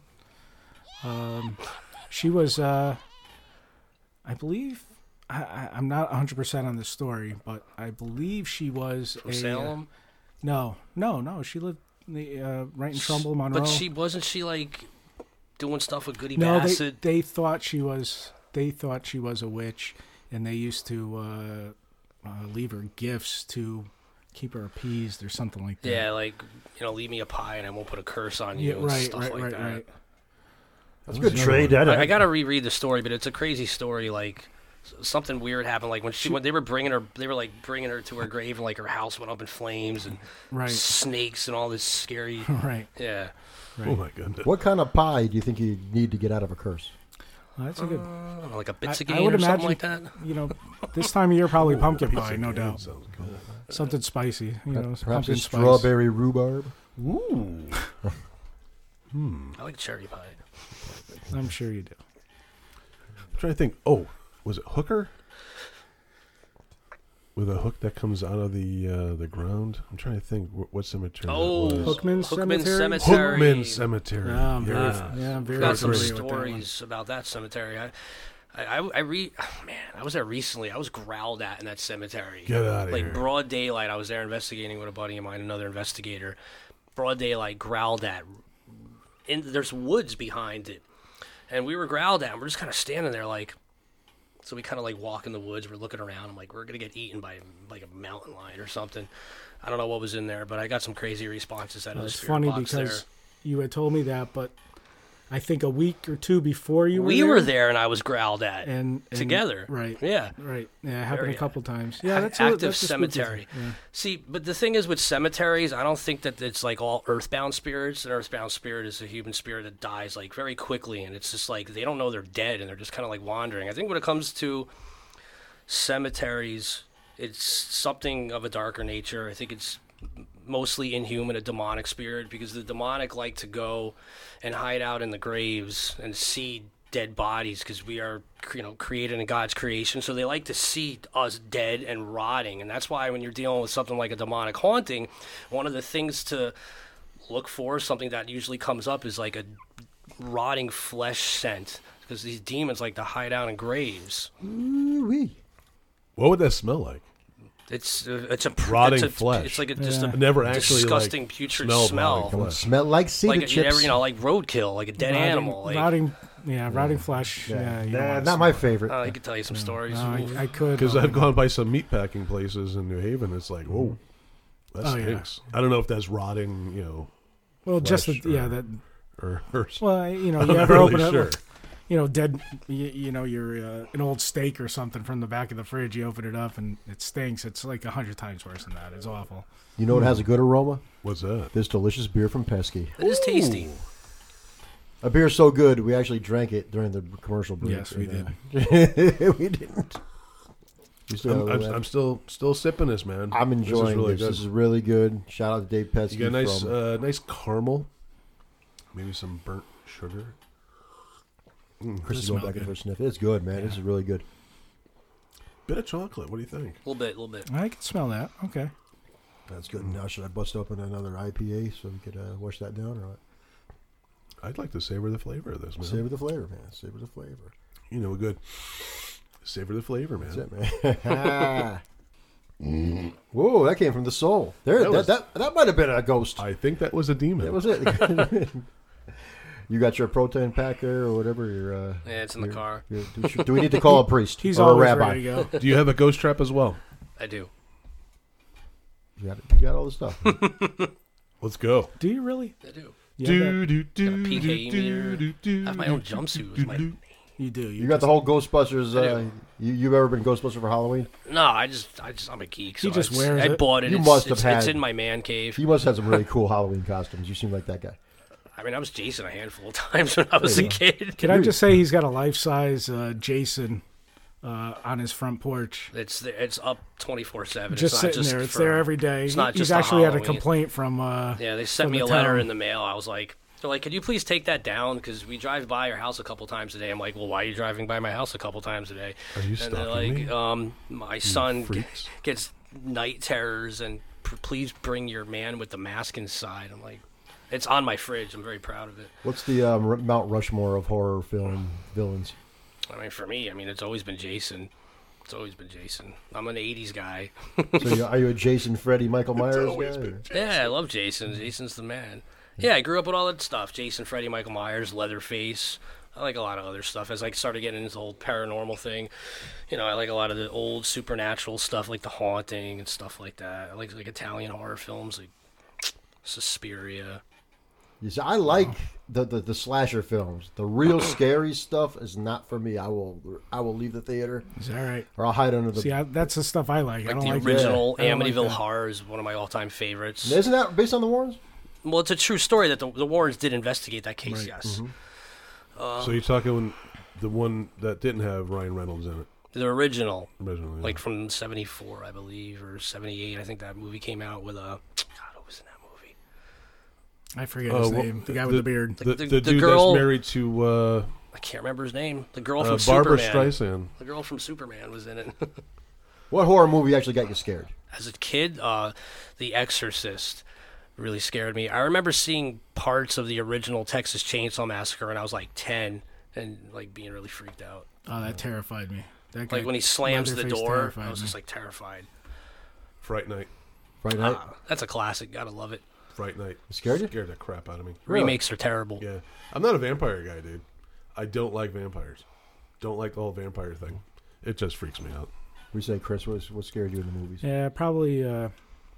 [SPEAKER 4] Um, she was, uh, I believe, I, I, I'm not 100% on the story, but I believe she was a. uh,
[SPEAKER 5] Salem.
[SPEAKER 4] no, no, no. She lived in the, uh, right in Trumbull Monroe.
[SPEAKER 5] But she wasn't she like doing stuff with Goody
[SPEAKER 4] No, they,
[SPEAKER 5] Bassett?
[SPEAKER 4] they thought she was they thought she was a witch, and they used to uh, uh, leave her gifts to keep her appeased or something like that.
[SPEAKER 5] yeah, like you know, leave me a pie and I won't put a curse on you.
[SPEAKER 4] yeah,
[SPEAKER 5] and
[SPEAKER 4] right,
[SPEAKER 5] stuff
[SPEAKER 4] right,
[SPEAKER 5] like
[SPEAKER 4] right,
[SPEAKER 5] that.
[SPEAKER 4] right.
[SPEAKER 2] That's a good
[SPEAKER 3] another
[SPEAKER 2] trade.
[SPEAKER 3] one.
[SPEAKER 2] That
[SPEAKER 5] I, I gotta reread the story, but it's a crazy story. Like s- something weird happened. Like when she, when they were bringing her, they were like bringing her to her grave, and like her house went up in flames and
[SPEAKER 4] Right,
[SPEAKER 5] snakes and all this scary.
[SPEAKER 4] right.
[SPEAKER 5] yeah,
[SPEAKER 3] Oh my goodness.
[SPEAKER 2] What kind of pie do you think you need to get out of a curse?
[SPEAKER 4] Well, that's a good.
[SPEAKER 5] I don't know, Oh, like a
[SPEAKER 4] I-
[SPEAKER 5] pizza
[SPEAKER 4] I,
[SPEAKER 5] game
[SPEAKER 4] would
[SPEAKER 5] or
[SPEAKER 4] imagine,
[SPEAKER 5] something like that.
[SPEAKER 4] you know, this time of year probably pumpkin pie, no
[SPEAKER 3] Yeah,
[SPEAKER 4] doubt.
[SPEAKER 3] sounds good.
[SPEAKER 4] Something spicy, you know,
[SPEAKER 2] Perhaps
[SPEAKER 4] pumpkin
[SPEAKER 2] a
[SPEAKER 4] spice.
[SPEAKER 2] strawberry rhubarb.
[SPEAKER 3] Ooh.
[SPEAKER 5] I like cherry pie.
[SPEAKER 4] I'm sure you do.
[SPEAKER 3] I'm trying to think. Oh, was it Hooker? With a hook that comes out of the uh, the ground. I'm trying to think. wh- What cemetery?
[SPEAKER 5] Oh,
[SPEAKER 3] that was.
[SPEAKER 4] Hookman
[SPEAKER 5] Hookman
[SPEAKER 4] Cemetery?
[SPEAKER 5] Cemetery.
[SPEAKER 3] Hookman Cemetery.
[SPEAKER 4] Yeah,
[SPEAKER 2] Oh,
[SPEAKER 4] I'm very,
[SPEAKER 3] Yeah.
[SPEAKER 4] yeah, I'm very
[SPEAKER 5] Got some
[SPEAKER 4] familiar with that one.
[SPEAKER 5] stories about that cemetery. I, I, I, I re, man, I was there recently. I was growled at in that cemetery.
[SPEAKER 3] Get outta
[SPEAKER 5] Like
[SPEAKER 3] here.
[SPEAKER 5] broad daylight, I was there investigating with a buddy of mine, another investigator. Broad daylight, growled at. And there's woods behind it, and we were growled at. And we're just kind of standing there, like. So we kind of like walk in the woods. We're looking around. I'm like, we're gonna get eaten by like a mountain lion or something. I don't know what was in there, but I got some crazy responses out of the
[SPEAKER 4] It's
[SPEAKER 5] spirit
[SPEAKER 4] funny
[SPEAKER 5] uh, box
[SPEAKER 4] because
[SPEAKER 5] there.
[SPEAKER 4] you had told me that, but I think a week or two before you were
[SPEAKER 5] we
[SPEAKER 4] there,
[SPEAKER 5] were there and I was growled at
[SPEAKER 4] and, and-
[SPEAKER 5] together.
[SPEAKER 4] right?
[SPEAKER 5] Yeah.
[SPEAKER 4] right. Yeah, it happened
[SPEAKER 5] Very
[SPEAKER 4] a couple times.
[SPEAKER 5] A-
[SPEAKER 4] Yeah, that's a,
[SPEAKER 5] active
[SPEAKER 4] that's a spooky
[SPEAKER 5] cemetery.
[SPEAKER 4] thing. Yeah.
[SPEAKER 5] See, but the thing is with cemeteries, I don't think that it's like all earthbound spirits. An earthbound spirit is a human spirit that dies like very quickly, and it's just like they don't know they're dead and they're just kind of like wandering. I think when it comes to cemeteries, it's something of a darker nature. I think it's mostly inhuman, a demonic spirit, because the demonic like to go and hide out in the graves and see dead bodies because we are you know created in god's creation so they like to see us dead and rotting and that's why when you're dealing with something like a demonic haunting one of the things to look for something that usually comes up is like a rotting flesh scent because these demons like to hide out in graves
[SPEAKER 2] Ooh-wee.
[SPEAKER 3] What would that smell like?
[SPEAKER 5] It's uh, it's a pr-
[SPEAKER 3] Rotting
[SPEAKER 5] it's a,
[SPEAKER 3] flesh.
[SPEAKER 5] It's like a, just
[SPEAKER 4] Yeah.
[SPEAKER 5] a
[SPEAKER 3] Never actually
[SPEAKER 5] disgusting
[SPEAKER 3] like,
[SPEAKER 5] putrid
[SPEAKER 3] smelled
[SPEAKER 5] smell.
[SPEAKER 3] rotting
[SPEAKER 2] Don't
[SPEAKER 3] flesh.
[SPEAKER 2] smell like cedar
[SPEAKER 5] like you,
[SPEAKER 2] chips.
[SPEAKER 5] never, you know like roadkill, like a dead
[SPEAKER 4] Rotting-
[SPEAKER 5] animal. Like,
[SPEAKER 4] rotting, yeah, rotting flesh. Yeah, you don't
[SPEAKER 2] Nah,
[SPEAKER 4] wanna
[SPEAKER 2] not my favorite.
[SPEAKER 5] uh, I could tell you some stories.
[SPEAKER 4] smell it.
[SPEAKER 5] Oof.
[SPEAKER 4] No, I, I could
[SPEAKER 3] Because
[SPEAKER 4] um,
[SPEAKER 3] I've
[SPEAKER 2] Oh.
[SPEAKER 3] gone by some meatpacking places in New Haven. It's like, whoa, that
[SPEAKER 4] Oh, yeah.
[SPEAKER 3] stinks. I don't know if that's rotting, you know,
[SPEAKER 4] well, just the,
[SPEAKER 3] flesh
[SPEAKER 4] yeah,
[SPEAKER 3] or-
[SPEAKER 4] that
[SPEAKER 3] or, or
[SPEAKER 4] well, you know,
[SPEAKER 3] I'm
[SPEAKER 4] you
[SPEAKER 3] not
[SPEAKER 4] ever
[SPEAKER 3] really
[SPEAKER 4] open
[SPEAKER 3] sure.
[SPEAKER 4] it, you know, dead, you, you know, your uh, an old steak or something from the back of the fridge. You open it up and it stinks. It's like a hundred times worse than that. It's awful.
[SPEAKER 2] You know what has a good aroma?
[SPEAKER 3] what's that?
[SPEAKER 2] This delicious beer from Pesky.
[SPEAKER 5] it is tasty.
[SPEAKER 2] A beer so good, we actually drank it during the commercial break.
[SPEAKER 4] Yes, we
[SPEAKER 2] And,
[SPEAKER 4] did.
[SPEAKER 2] uh, we didn't. We
[SPEAKER 3] I'm,
[SPEAKER 2] still,
[SPEAKER 3] I'm,
[SPEAKER 2] I'm,
[SPEAKER 3] I'm still still sipping this, man.
[SPEAKER 2] enjoying
[SPEAKER 3] this. Is really
[SPEAKER 2] this.
[SPEAKER 3] good.
[SPEAKER 2] This is really good. Shout out to Dave Pesky.
[SPEAKER 3] you got a nice,
[SPEAKER 2] from-
[SPEAKER 3] uh, nice caramel, maybe some burnt sugar.
[SPEAKER 2] Chris is going back in for a sniff. It's good, man. This is really good.
[SPEAKER 3] Bit of chocolate. What do you think?
[SPEAKER 5] A little bit, a little bit.
[SPEAKER 4] I can smell that. Okay.
[SPEAKER 2] That's good. Now should I bust open another IPA so we could uh, wash that down or what?
[SPEAKER 3] I'd like to savor the flavor of this,
[SPEAKER 4] Uh-huh.
[SPEAKER 3] man.
[SPEAKER 2] Savor the flavor, man. Savor the flavor.
[SPEAKER 3] You know, a good savor the flavor, man.
[SPEAKER 2] That's it, man.
[SPEAKER 4] Mm-hmm.
[SPEAKER 2] Whoa, that came from the soul. There, that,
[SPEAKER 3] That was-
[SPEAKER 2] that, that, might have been a ghost.
[SPEAKER 3] I think that was a demon.
[SPEAKER 2] That was it. you got your protein pack there or whatever. Your uh,
[SPEAKER 5] Yeah, it's in the
[SPEAKER 2] your-
[SPEAKER 5] car.
[SPEAKER 2] your- do, sh- do we need to call a priest
[SPEAKER 4] He's
[SPEAKER 2] or a
[SPEAKER 4] always
[SPEAKER 2] rabbi?
[SPEAKER 4] ready to go.
[SPEAKER 3] Do you have a ghost trap as well?
[SPEAKER 5] I do.
[SPEAKER 2] You got, it. you got all the stuff.
[SPEAKER 3] Let's go.
[SPEAKER 4] Do you really?
[SPEAKER 5] I do.
[SPEAKER 4] You have
[SPEAKER 3] do,
[SPEAKER 4] that?
[SPEAKER 3] do, do,
[SPEAKER 5] PKE
[SPEAKER 3] do,
[SPEAKER 5] meter.
[SPEAKER 3] do, do,
[SPEAKER 5] I have my own jumpsuit with my
[SPEAKER 3] do.
[SPEAKER 5] name.
[SPEAKER 4] You do.
[SPEAKER 2] You got the whole Ghostbusters. Uh, you you ever been Ghostbuster for Halloween?
[SPEAKER 5] No, I just, I just, I'm a geek. So
[SPEAKER 4] He just
[SPEAKER 5] I,
[SPEAKER 4] wears
[SPEAKER 5] I
[SPEAKER 4] it.
[SPEAKER 5] bought it.
[SPEAKER 2] You
[SPEAKER 5] it's,
[SPEAKER 2] must have
[SPEAKER 5] it's, It's
[SPEAKER 2] had-
[SPEAKER 5] in my man cave.
[SPEAKER 2] You must have some really cool Halloween costumes. You seem like that guy.
[SPEAKER 5] I mean, I was Jason a handful of times when I was a kid.
[SPEAKER 4] Can I just say he's got a life size uh, Jason uh, on his front porch?
[SPEAKER 5] It's there- it's up 24 seven.
[SPEAKER 4] Just
[SPEAKER 5] it's not
[SPEAKER 4] sitting
[SPEAKER 5] just
[SPEAKER 4] there. It's
[SPEAKER 5] for-
[SPEAKER 4] there every day.
[SPEAKER 5] It's not
[SPEAKER 4] he's
[SPEAKER 5] just
[SPEAKER 4] actually had a
[SPEAKER 5] Halloween.
[SPEAKER 4] complaint from. Uh,
[SPEAKER 5] Yeah, they sent
[SPEAKER 4] from
[SPEAKER 5] me a
[SPEAKER 4] the
[SPEAKER 5] letter
[SPEAKER 4] town.
[SPEAKER 5] in the mail. I was like, they're like, could you please take that down? Because we drive by your house a couple times a day. I'm like, well, why are you driving by my house a couple times a day?
[SPEAKER 3] Are you
[SPEAKER 5] and they're
[SPEAKER 3] stalking
[SPEAKER 5] like,
[SPEAKER 3] me?
[SPEAKER 5] um, my son g-
[SPEAKER 3] freaks.
[SPEAKER 5] gets night terrors and "P- please bring your man with the mask inside. I'm like, it's on my fridge. I'm very proud of it.
[SPEAKER 2] What's the um, R- Mount Rushmore of horror film villains?
[SPEAKER 5] I mean, for me, I mean, it's always been Jason. It's always been Jason. I'm an '80s guy.
[SPEAKER 2] So you, are you a Jason, Freddy, Michael Myers
[SPEAKER 3] always
[SPEAKER 2] guy?
[SPEAKER 3] been
[SPEAKER 2] or-
[SPEAKER 5] Yeah, I love Jason. Jason's the man. Yeah, I grew up with all that stuff. Jason, Freddy, Michael Myers, Leatherface. I like a lot of other stuff. As I started getting into the whole paranormal thing, you know, I like a lot of the old supernatural stuff, like The Haunting and stuff like that. I like like Italian horror films, like Suspiria.
[SPEAKER 2] You see, I like the, the, the slasher films. The real scary stuff is not for me. I will I will leave the theater
[SPEAKER 4] It's all right.
[SPEAKER 2] or I'll hide under the.
[SPEAKER 4] See, I, that's the stuff I like. I
[SPEAKER 5] Like
[SPEAKER 4] don't
[SPEAKER 5] the
[SPEAKER 4] like
[SPEAKER 5] original
[SPEAKER 4] I don't like
[SPEAKER 5] Amityville
[SPEAKER 4] that.
[SPEAKER 5] Horror is one of my all-time favorites.
[SPEAKER 2] Isn't that based on the Warrens?
[SPEAKER 5] Well, it's a true story that the, the Warrens did investigate that case. Yes,
[SPEAKER 4] mm-hmm.
[SPEAKER 3] so you're talking the one that didn't have Ryan Reynolds in it
[SPEAKER 5] the original.
[SPEAKER 3] originally. yeah.
[SPEAKER 5] like from '74, I believe, or '78. I think that movie came out with a. God, what was in that movie?
[SPEAKER 4] I forget
[SPEAKER 3] Oh,
[SPEAKER 4] his
[SPEAKER 3] well,
[SPEAKER 4] name. The guy with the beard.
[SPEAKER 3] The,
[SPEAKER 5] The-
[SPEAKER 3] the,
[SPEAKER 5] the
[SPEAKER 3] dude
[SPEAKER 5] girl-
[SPEAKER 3] that's married to uh,
[SPEAKER 5] I can't remember his name. The girl
[SPEAKER 3] uh,
[SPEAKER 5] from
[SPEAKER 3] Barbara
[SPEAKER 5] Superman.
[SPEAKER 3] Streisand.
[SPEAKER 5] The girl from Superman was in it.
[SPEAKER 2] What horror movie actually got you scared?
[SPEAKER 5] As a kid, uh, The Exorcist really scared me. I remember seeing parts of the original Texas Chainsaw Massacre when I was like 10, and like being really freaked out.
[SPEAKER 4] Oh, that terrified me. That guy,
[SPEAKER 5] Like when he slams the
[SPEAKER 4] Leatherface
[SPEAKER 5] door,
[SPEAKER 4] terrified
[SPEAKER 5] I was
[SPEAKER 4] me.
[SPEAKER 5] just like terrified.
[SPEAKER 3] Fright Night.
[SPEAKER 2] Friday night
[SPEAKER 5] Ah, that's a classic. Gotta love it.
[SPEAKER 3] Fright Night.
[SPEAKER 2] scared you?
[SPEAKER 3] Scared the crap out of me.
[SPEAKER 5] Remakes are terrible.
[SPEAKER 3] Yeah. I'm not a vampire guy, dude. I don't like vampires. Don't like the whole vampire thing. It just freaks me out.
[SPEAKER 2] We say, Chris, what, what scared you in the movies?
[SPEAKER 4] yeah, probably uh,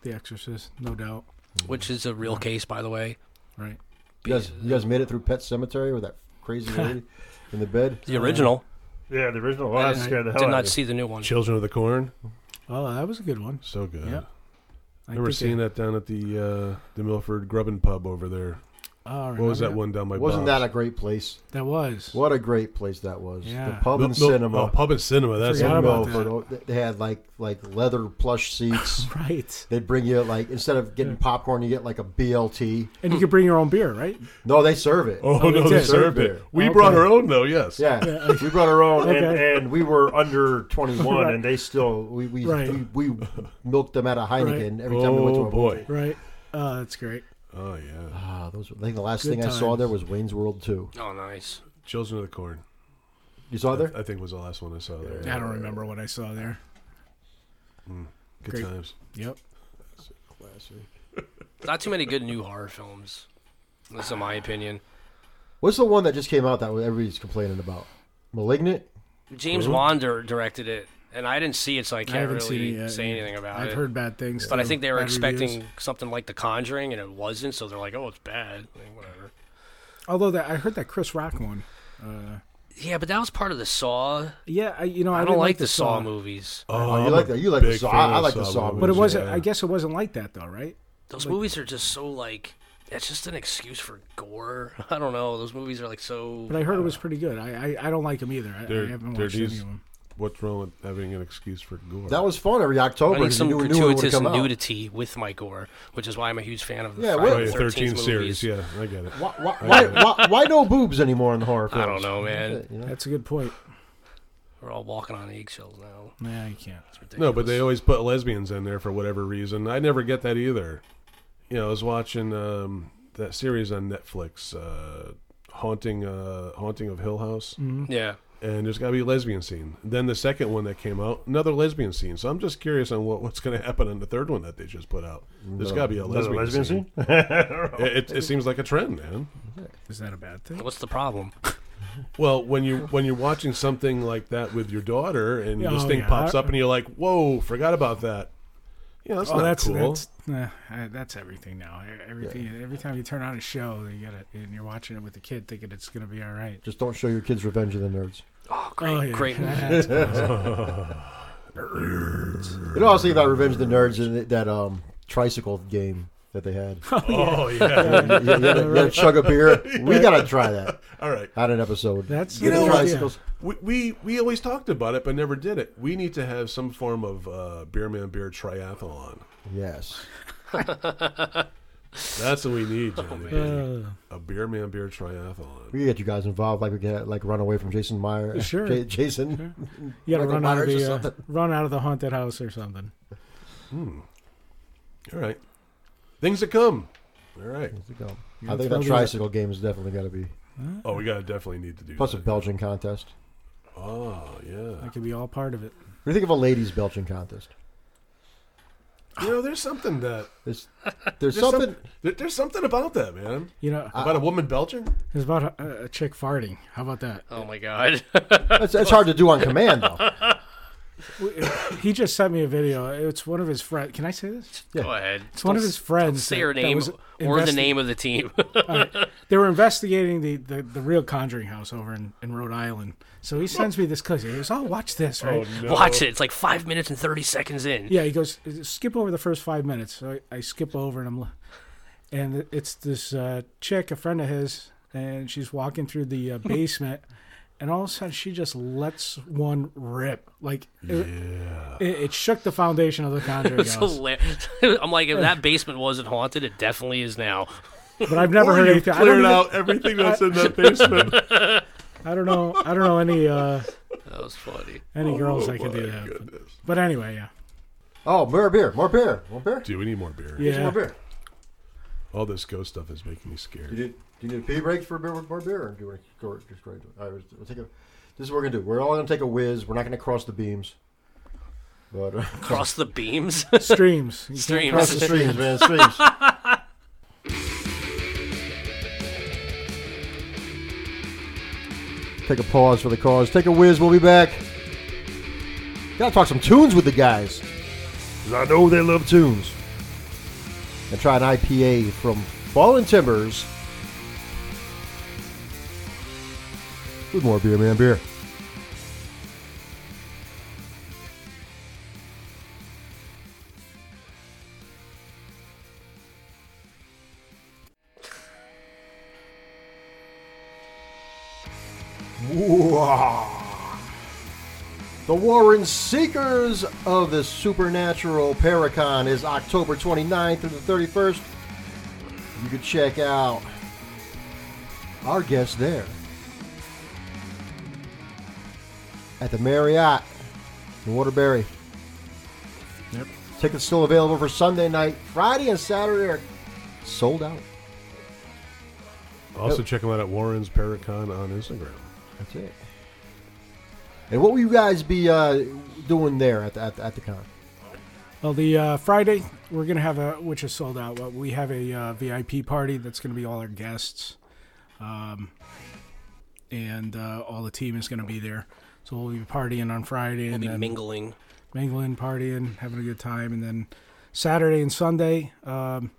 [SPEAKER 4] The Exorcist, no doubt.
[SPEAKER 5] Which is a real case, by the way.
[SPEAKER 4] Right.
[SPEAKER 2] You guys, you guys made it through Pet Cemetery with that crazy lady in the bed.
[SPEAKER 5] The original.
[SPEAKER 6] Yeah, the original.
[SPEAKER 5] I
[SPEAKER 6] Well, that
[SPEAKER 5] didn't-
[SPEAKER 6] scared the hell
[SPEAKER 5] Did
[SPEAKER 6] out
[SPEAKER 5] not
[SPEAKER 6] of
[SPEAKER 5] see the new one.
[SPEAKER 3] Children of the Corn.
[SPEAKER 4] Oh, that was a good one.
[SPEAKER 3] So good.
[SPEAKER 4] Yeah. I
[SPEAKER 3] Remember
[SPEAKER 4] think
[SPEAKER 3] seeing that
[SPEAKER 4] it-
[SPEAKER 3] down at the uh, the Milford Grubbin Pub over there.
[SPEAKER 4] Oh,
[SPEAKER 3] What was
[SPEAKER 4] remember
[SPEAKER 3] that one down by?
[SPEAKER 2] Wasn't
[SPEAKER 3] Bob's?
[SPEAKER 2] that a great place?
[SPEAKER 4] That was.
[SPEAKER 2] What a great place that was. The
[SPEAKER 4] Yeah.
[SPEAKER 2] pub
[SPEAKER 3] Mil-
[SPEAKER 2] and
[SPEAKER 3] Mil-
[SPEAKER 2] cinema.
[SPEAKER 3] Oh, pub and cinema. That's
[SPEAKER 4] Forgot
[SPEAKER 3] in
[SPEAKER 4] about
[SPEAKER 3] Milford.
[SPEAKER 4] that.
[SPEAKER 2] Oh, they- They had like like leather plush seats.
[SPEAKER 4] Right.
[SPEAKER 2] They'd bring you like instead of getting popcorn, you get like a BLT.
[SPEAKER 4] And you could bring your own beer, right?
[SPEAKER 2] No, they serve it.
[SPEAKER 3] Oh,
[SPEAKER 4] Oh,
[SPEAKER 3] no, they
[SPEAKER 4] they did.
[SPEAKER 3] served
[SPEAKER 2] Served
[SPEAKER 3] it.
[SPEAKER 2] it.
[SPEAKER 3] We brought
[SPEAKER 4] Okay.
[SPEAKER 3] our own though. Yes.
[SPEAKER 2] Yeah, we brought our own,
[SPEAKER 6] and,
[SPEAKER 4] Okay.
[SPEAKER 6] and we were under 21, and they still.
[SPEAKER 2] we we,
[SPEAKER 4] Right.
[SPEAKER 2] we we milked them out of Heineken every time we went to
[SPEAKER 3] Oh
[SPEAKER 2] a
[SPEAKER 3] boy.
[SPEAKER 4] Right. Oh, that's great.
[SPEAKER 3] Oh yeah.
[SPEAKER 2] Ah, those. were- I think the last
[SPEAKER 4] Good
[SPEAKER 2] thing I saw
[SPEAKER 4] times.
[SPEAKER 2] there was Wayne's World Two.
[SPEAKER 5] Oh, nice.
[SPEAKER 3] Children of the Corn.
[SPEAKER 2] You saw there?
[SPEAKER 3] I think was the last one I saw there.
[SPEAKER 4] I don't remember what I saw there.
[SPEAKER 3] Good
[SPEAKER 4] Great.
[SPEAKER 3] times.
[SPEAKER 4] Yep.
[SPEAKER 5] Not too many good new horror films. That's in my opinion.
[SPEAKER 2] What's the one that just came out that everybody's complaining about? Malignant.
[SPEAKER 5] James Wan dir- directed it, and I didn't see it, so I
[SPEAKER 4] I
[SPEAKER 5] can't
[SPEAKER 4] haven't
[SPEAKER 5] really
[SPEAKER 4] seen it yet.
[SPEAKER 5] say anything about
[SPEAKER 4] I've
[SPEAKER 5] it.
[SPEAKER 4] heard bad things.
[SPEAKER 5] but I
[SPEAKER 4] too,
[SPEAKER 5] think they were
[SPEAKER 4] bad
[SPEAKER 5] expecting
[SPEAKER 4] reviews.
[SPEAKER 5] something like The Conjuring, and it wasn't, so they're like, "Oh, it's bad." Like, whatever.
[SPEAKER 4] Although that I heard that Chris Rock one. Uh,
[SPEAKER 5] Yeah, but that was part of the Saw.
[SPEAKER 4] yeah, I, you know
[SPEAKER 5] I,
[SPEAKER 4] I,
[SPEAKER 5] don't
[SPEAKER 4] didn't
[SPEAKER 5] like the Saw movies.
[SPEAKER 3] Oh,
[SPEAKER 2] you
[SPEAKER 3] I'm
[SPEAKER 2] like
[SPEAKER 3] a
[SPEAKER 2] that- you like the
[SPEAKER 3] big
[SPEAKER 2] Saw.
[SPEAKER 3] fan
[SPEAKER 2] I
[SPEAKER 3] of
[SPEAKER 2] like the Saw
[SPEAKER 4] But it
[SPEAKER 2] movies,
[SPEAKER 4] wasn't.
[SPEAKER 3] yeah.
[SPEAKER 4] I guess it wasn't like that though, right?
[SPEAKER 5] Those movies are just so like. It's just an excuse for gore. I don't know. Those movies are like so.
[SPEAKER 4] But I heard it was pretty good. I I, I don't like him either. I,
[SPEAKER 3] There-
[SPEAKER 4] I haven't
[SPEAKER 3] there
[SPEAKER 4] watched any of
[SPEAKER 3] is-
[SPEAKER 4] them.
[SPEAKER 3] What's wrong with having an excuse for gore?
[SPEAKER 2] That was fun every October.
[SPEAKER 5] I need
[SPEAKER 2] 'cause
[SPEAKER 5] some
[SPEAKER 2] you knew a new one would
[SPEAKER 5] gratuitous
[SPEAKER 2] come out.
[SPEAKER 5] nudity with my gore, which is why I'm a huge fan of the
[SPEAKER 2] Yeah,
[SPEAKER 5] Friday
[SPEAKER 2] with-
[SPEAKER 3] Friday
[SPEAKER 5] the
[SPEAKER 3] the 13th
[SPEAKER 5] 13th
[SPEAKER 3] series.
[SPEAKER 5] movies.
[SPEAKER 3] Yeah, I get it.
[SPEAKER 2] Why, why, why, why, why no boobs anymore in the horror films? Uh,
[SPEAKER 5] I don't know, man.
[SPEAKER 2] You know?
[SPEAKER 4] That's a good point.
[SPEAKER 5] We're all walking on eggshells now.
[SPEAKER 4] Yeah, you can't.
[SPEAKER 5] It's
[SPEAKER 3] No, but they
[SPEAKER 5] ridiculous.
[SPEAKER 3] always put lesbians in there for whatever reason. I never get that either. You know, I was watching um, that series on Netflix, uh, haunting uh, haunting of Hill House,
[SPEAKER 4] Mm-hmm. Hmm.
[SPEAKER 5] yeah.
[SPEAKER 3] and there's got to be a lesbian scene. Then the second one that came out, another lesbian scene. So I'm just curious on what, what's going to happen on the third one that they just put out. There's got to be a
[SPEAKER 6] Another
[SPEAKER 3] lesbian,
[SPEAKER 6] lesbian
[SPEAKER 3] scene.
[SPEAKER 6] scene?
[SPEAKER 3] It, it, it seems like a trend, man.
[SPEAKER 4] Is that a bad thing?
[SPEAKER 5] What's the problem?
[SPEAKER 3] Well, when you when you're watching something like that with your daughter, and this
[SPEAKER 4] Oh,
[SPEAKER 3] thing
[SPEAKER 4] yeah.
[SPEAKER 3] pops up, and you're like, "Whoa, forgot about that." Yeah, that's
[SPEAKER 4] oh,
[SPEAKER 3] not
[SPEAKER 4] that's
[SPEAKER 3] cool.
[SPEAKER 4] that's nah, I- that's everything now. E- Everything every time you turn on a show, you get it, and you're watching it with the kid, thinking it's gonna be all right.
[SPEAKER 2] Just don't show your kids Revenge of the Nerds.
[SPEAKER 5] Oh, great,
[SPEAKER 4] Oh, yeah.
[SPEAKER 5] great.
[SPEAKER 2] You know, I was thinking about Revenge of the Nerds and that- that um, tricycle game that they had.
[SPEAKER 3] Oh yeah.
[SPEAKER 2] you, you had a, you had a chug of beer. We gotta try that
[SPEAKER 3] All right.
[SPEAKER 2] on an episode.
[SPEAKER 4] That's
[SPEAKER 3] You
[SPEAKER 4] a
[SPEAKER 3] know
[SPEAKER 4] good
[SPEAKER 3] what?
[SPEAKER 4] idea.
[SPEAKER 2] tricycles.
[SPEAKER 3] We, we we always talked about it, but never did it. We need to have some form of uh, beer man beer triathlon.
[SPEAKER 2] Yes.
[SPEAKER 3] That's what we need, Johnny.
[SPEAKER 4] Uh,
[SPEAKER 3] a beer man beer triathlon.
[SPEAKER 2] We can get you guys involved, like we get like run away from Jason Meyer.
[SPEAKER 4] Sure.
[SPEAKER 2] J- Jason.
[SPEAKER 4] you
[SPEAKER 2] Michael
[SPEAKER 4] gotta run out of
[SPEAKER 2] Myers or
[SPEAKER 4] the uh, run out of the haunted house or something.
[SPEAKER 3] All right. Things to come. All right.
[SPEAKER 2] I think that tricycle game is definitely got to be.
[SPEAKER 3] Oh, we gotta definitely need to do.
[SPEAKER 2] Plus a
[SPEAKER 3] that.
[SPEAKER 2] Belgian contest.
[SPEAKER 3] Oh yeah.
[SPEAKER 4] That could be all part of it.
[SPEAKER 2] What do you think of a ladies' Belgian contest?
[SPEAKER 3] You know, there's something that
[SPEAKER 2] There's, there's
[SPEAKER 3] there's
[SPEAKER 2] something.
[SPEAKER 3] something there, there's something about that man
[SPEAKER 4] You know,
[SPEAKER 3] about a woman belching.
[SPEAKER 4] it's about a, a chick farting. How about that?
[SPEAKER 5] Oh my god.
[SPEAKER 2] It's, it's hard to do on command, though.
[SPEAKER 4] He just sent me a video. It's one of his friends. Can I say this?
[SPEAKER 5] Go ahead.
[SPEAKER 4] It's one of his friends.
[SPEAKER 5] Say
[SPEAKER 4] that-
[SPEAKER 5] her
[SPEAKER 4] that
[SPEAKER 5] name
[SPEAKER 4] was
[SPEAKER 5] or the
[SPEAKER 4] investi-
[SPEAKER 5] name of the team.
[SPEAKER 4] They were investigating the, the, the real Conjuring house over in, in Rhode Island. So he sends me this clip. He goes, "Oh, watch this, right?"
[SPEAKER 5] Watch it. It's like five minutes and thirty seconds in.
[SPEAKER 4] Yeah, he goes, skip over the first five minutes. So I, I skip over and I'm, li- and it's this uh, chick, a friend of his, and she's walking through the uh, basement, and all of a sudden she just lets one rip. Like it, it, it shook the foundation of the Conjuring
[SPEAKER 5] It's
[SPEAKER 4] house.
[SPEAKER 5] hilarious. I'm like, if that basement wasn't haunted, it definitely is now.
[SPEAKER 4] But I've never heard anything. I don't,
[SPEAKER 3] Cleared
[SPEAKER 4] even-
[SPEAKER 3] out everything that's in that basement.
[SPEAKER 4] I don't know. I don't know any uh,
[SPEAKER 5] That was funny.
[SPEAKER 4] any girls that
[SPEAKER 3] Oh My
[SPEAKER 4] can do that. But,
[SPEAKER 3] goodness.
[SPEAKER 4] but anyway, yeah,
[SPEAKER 2] Oh, more beer, more beer, more beer.
[SPEAKER 3] Dude, we need more beer.
[SPEAKER 4] yeah.
[SPEAKER 2] More beer.
[SPEAKER 3] All this ghost stuff is making me scared.
[SPEAKER 2] Do you, do you need a pee break for a beer, more beer, or do you want to go just right? All right, we'll take a. This is what we're gonna do. We're all gonna take a whiz. We're not gonna cross the beams. But uh,
[SPEAKER 5] Cross the beams.
[SPEAKER 4] Streams. You can't
[SPEAKER 5] Streams.
[SPEAKER 4] cross-
[SPEAKER 2] cross the streams, man. Streams. take a pause for the cause. Take a whiz. We'll be back. Gotta talk some tunes with the guys.
[SPEAKER 6] 'Cause I know they love tunes.
[SPEAKER 2] and try an IPA from Fallen Timbers. With more beer, man, beer. Whoa. The Warren Seekers of the Supernatural Paracon is October 29th through the 31st. You can check out our guest there at the Marriott in Waterbury. Yep. Tickets still available for Sunday night. Friday and Saturday are sold out.
[SPEAKER 3] Also, check them out at Warren's Paracon on Instagram.
[SPEAKER 2] That's it. And what will you guys be uh, doing there at the, at the, at the con?
[SPEAKER 4] Well, the uh, Friday we're gonna have a which is sold out. But we have a uh, VIP party that's gonna be all our guests, um, and uh, all the team is gonna be there. So we'll be partying on Friday
[SPEAKER 5] We'll
[SPEAKER 4] and
[SPEAKER 5] be
[SPEAKER 4] then
[SPEAKER 5] mingling.
[SPEAKER 4] mingling, partying, having a good time, and then Saturday and Sunday um,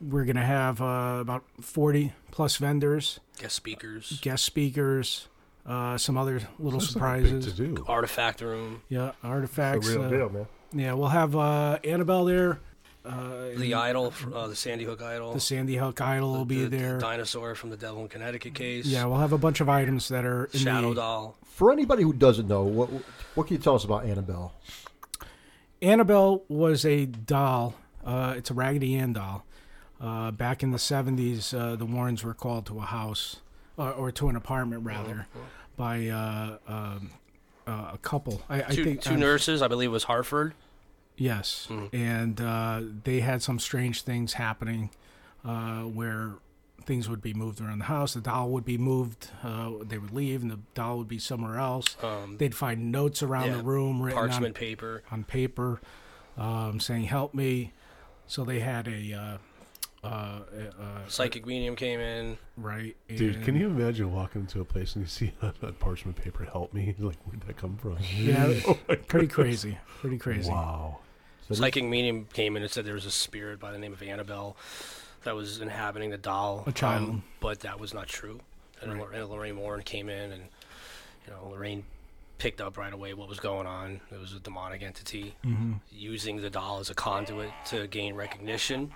[SPEAKER 4] we're gonna have uh, about forty plus vendors,
[SPEAKER 5] Guest speakers.
[SPEAKER 4] guest speakers, uh, some other little
[SPEAKER 3] Big to
[SPEAKER 4] surprises.
[SPEAKER 3] do.
[SPEAKER 5] Artifact room.
[SPEAKER 4] Yeah,
[SPEAKER 6] The
[SPEAKER 4] artifacts.
[SPEAKER 6] real
[SPEAKER 4] uh,
[SPEAKER 6] deal, man.
[SPEAKER 4] yeah, we'll have uh, Annabelle there. Uh,
[SPEAKER 5] The idol. Uh, the Sandy Hook idol.
[SPEAKER 4] The Sandy Hook idol will be
[SPEAKER 5] the, the
[SPEAKER 4] there.
[SPEAKER 5] dinosaur from the Devil in Connecticut case.
[SPEAKER 4] yeah, we'll have a bunch of items that are in
[SPEAKER 5] Shadow
[SPEAKER 4] the,
[SPEAKER 5] doll.
[SPEAKER 2] For anybody who doesn't know, what what can you tell us about Annabelle?
[SPEAKER 4] Annabelle was a doll. Uh, it's a Raggedy Ann doll. Uh, back in the 70s, uh, the Warrens were called to a house, or, or to an apartment rather,
[SPEAKER 5] Oh,
[SPEAKER 4] by uh, um, uh, a couple. I, I
[SPEAKER 5] Two,
[SPEAKER 4] think
[SPEAKER 5] two
[SPEAKER 4] um,
[SPEAKER 5] nurses. I believe it was Hartford.
[SPEAKER 4] Yes,
[SPEAKER 5] Hmm.
[SPEAKER 4] and uh, they had some strange things happening uh, where things would be moved around the house. The doll would be moved. Uh, they would leave, and the doll would be somewhere else. They'd find notes around
[SPEAKER 5] Um, yeah,
[SPEAKER 4] the room written on-
[SPEAKER 5] Parchment paper.
[SPEAKER 4] on paper um, saying "Help me." So they had a uh, uh, uh, uh,
[SPEAKER 5] Psychic medium came in.
[SPEAKER 4] right.
[SPEAKER 3] Dude,
[SPEAKER 4] and-
[SPEAKER 3] can you imagine walking into a place and you see on that parchment paper, help me? Like, where'd that come from?
[SPEAKER 4] Yeah, pretty crazy. Pretty crazy.
[SPEAKER 3] Oh Wow.
[SPEAKER 5] Psychic medium came in and said there was a spirit by the name of Annabelle that was inhabiting the doll.
[SPEAKER 4] A child.
[SPEAKER 5] but that was not true. And, Lor- and Lorraine Warren came in and, you know, Lorraine picked up right away what was going on. It was a demonic entity
[SPEAKER 4] Mm-hmm.
[SPEAKER 5] using the doll as a conduit to gain recognition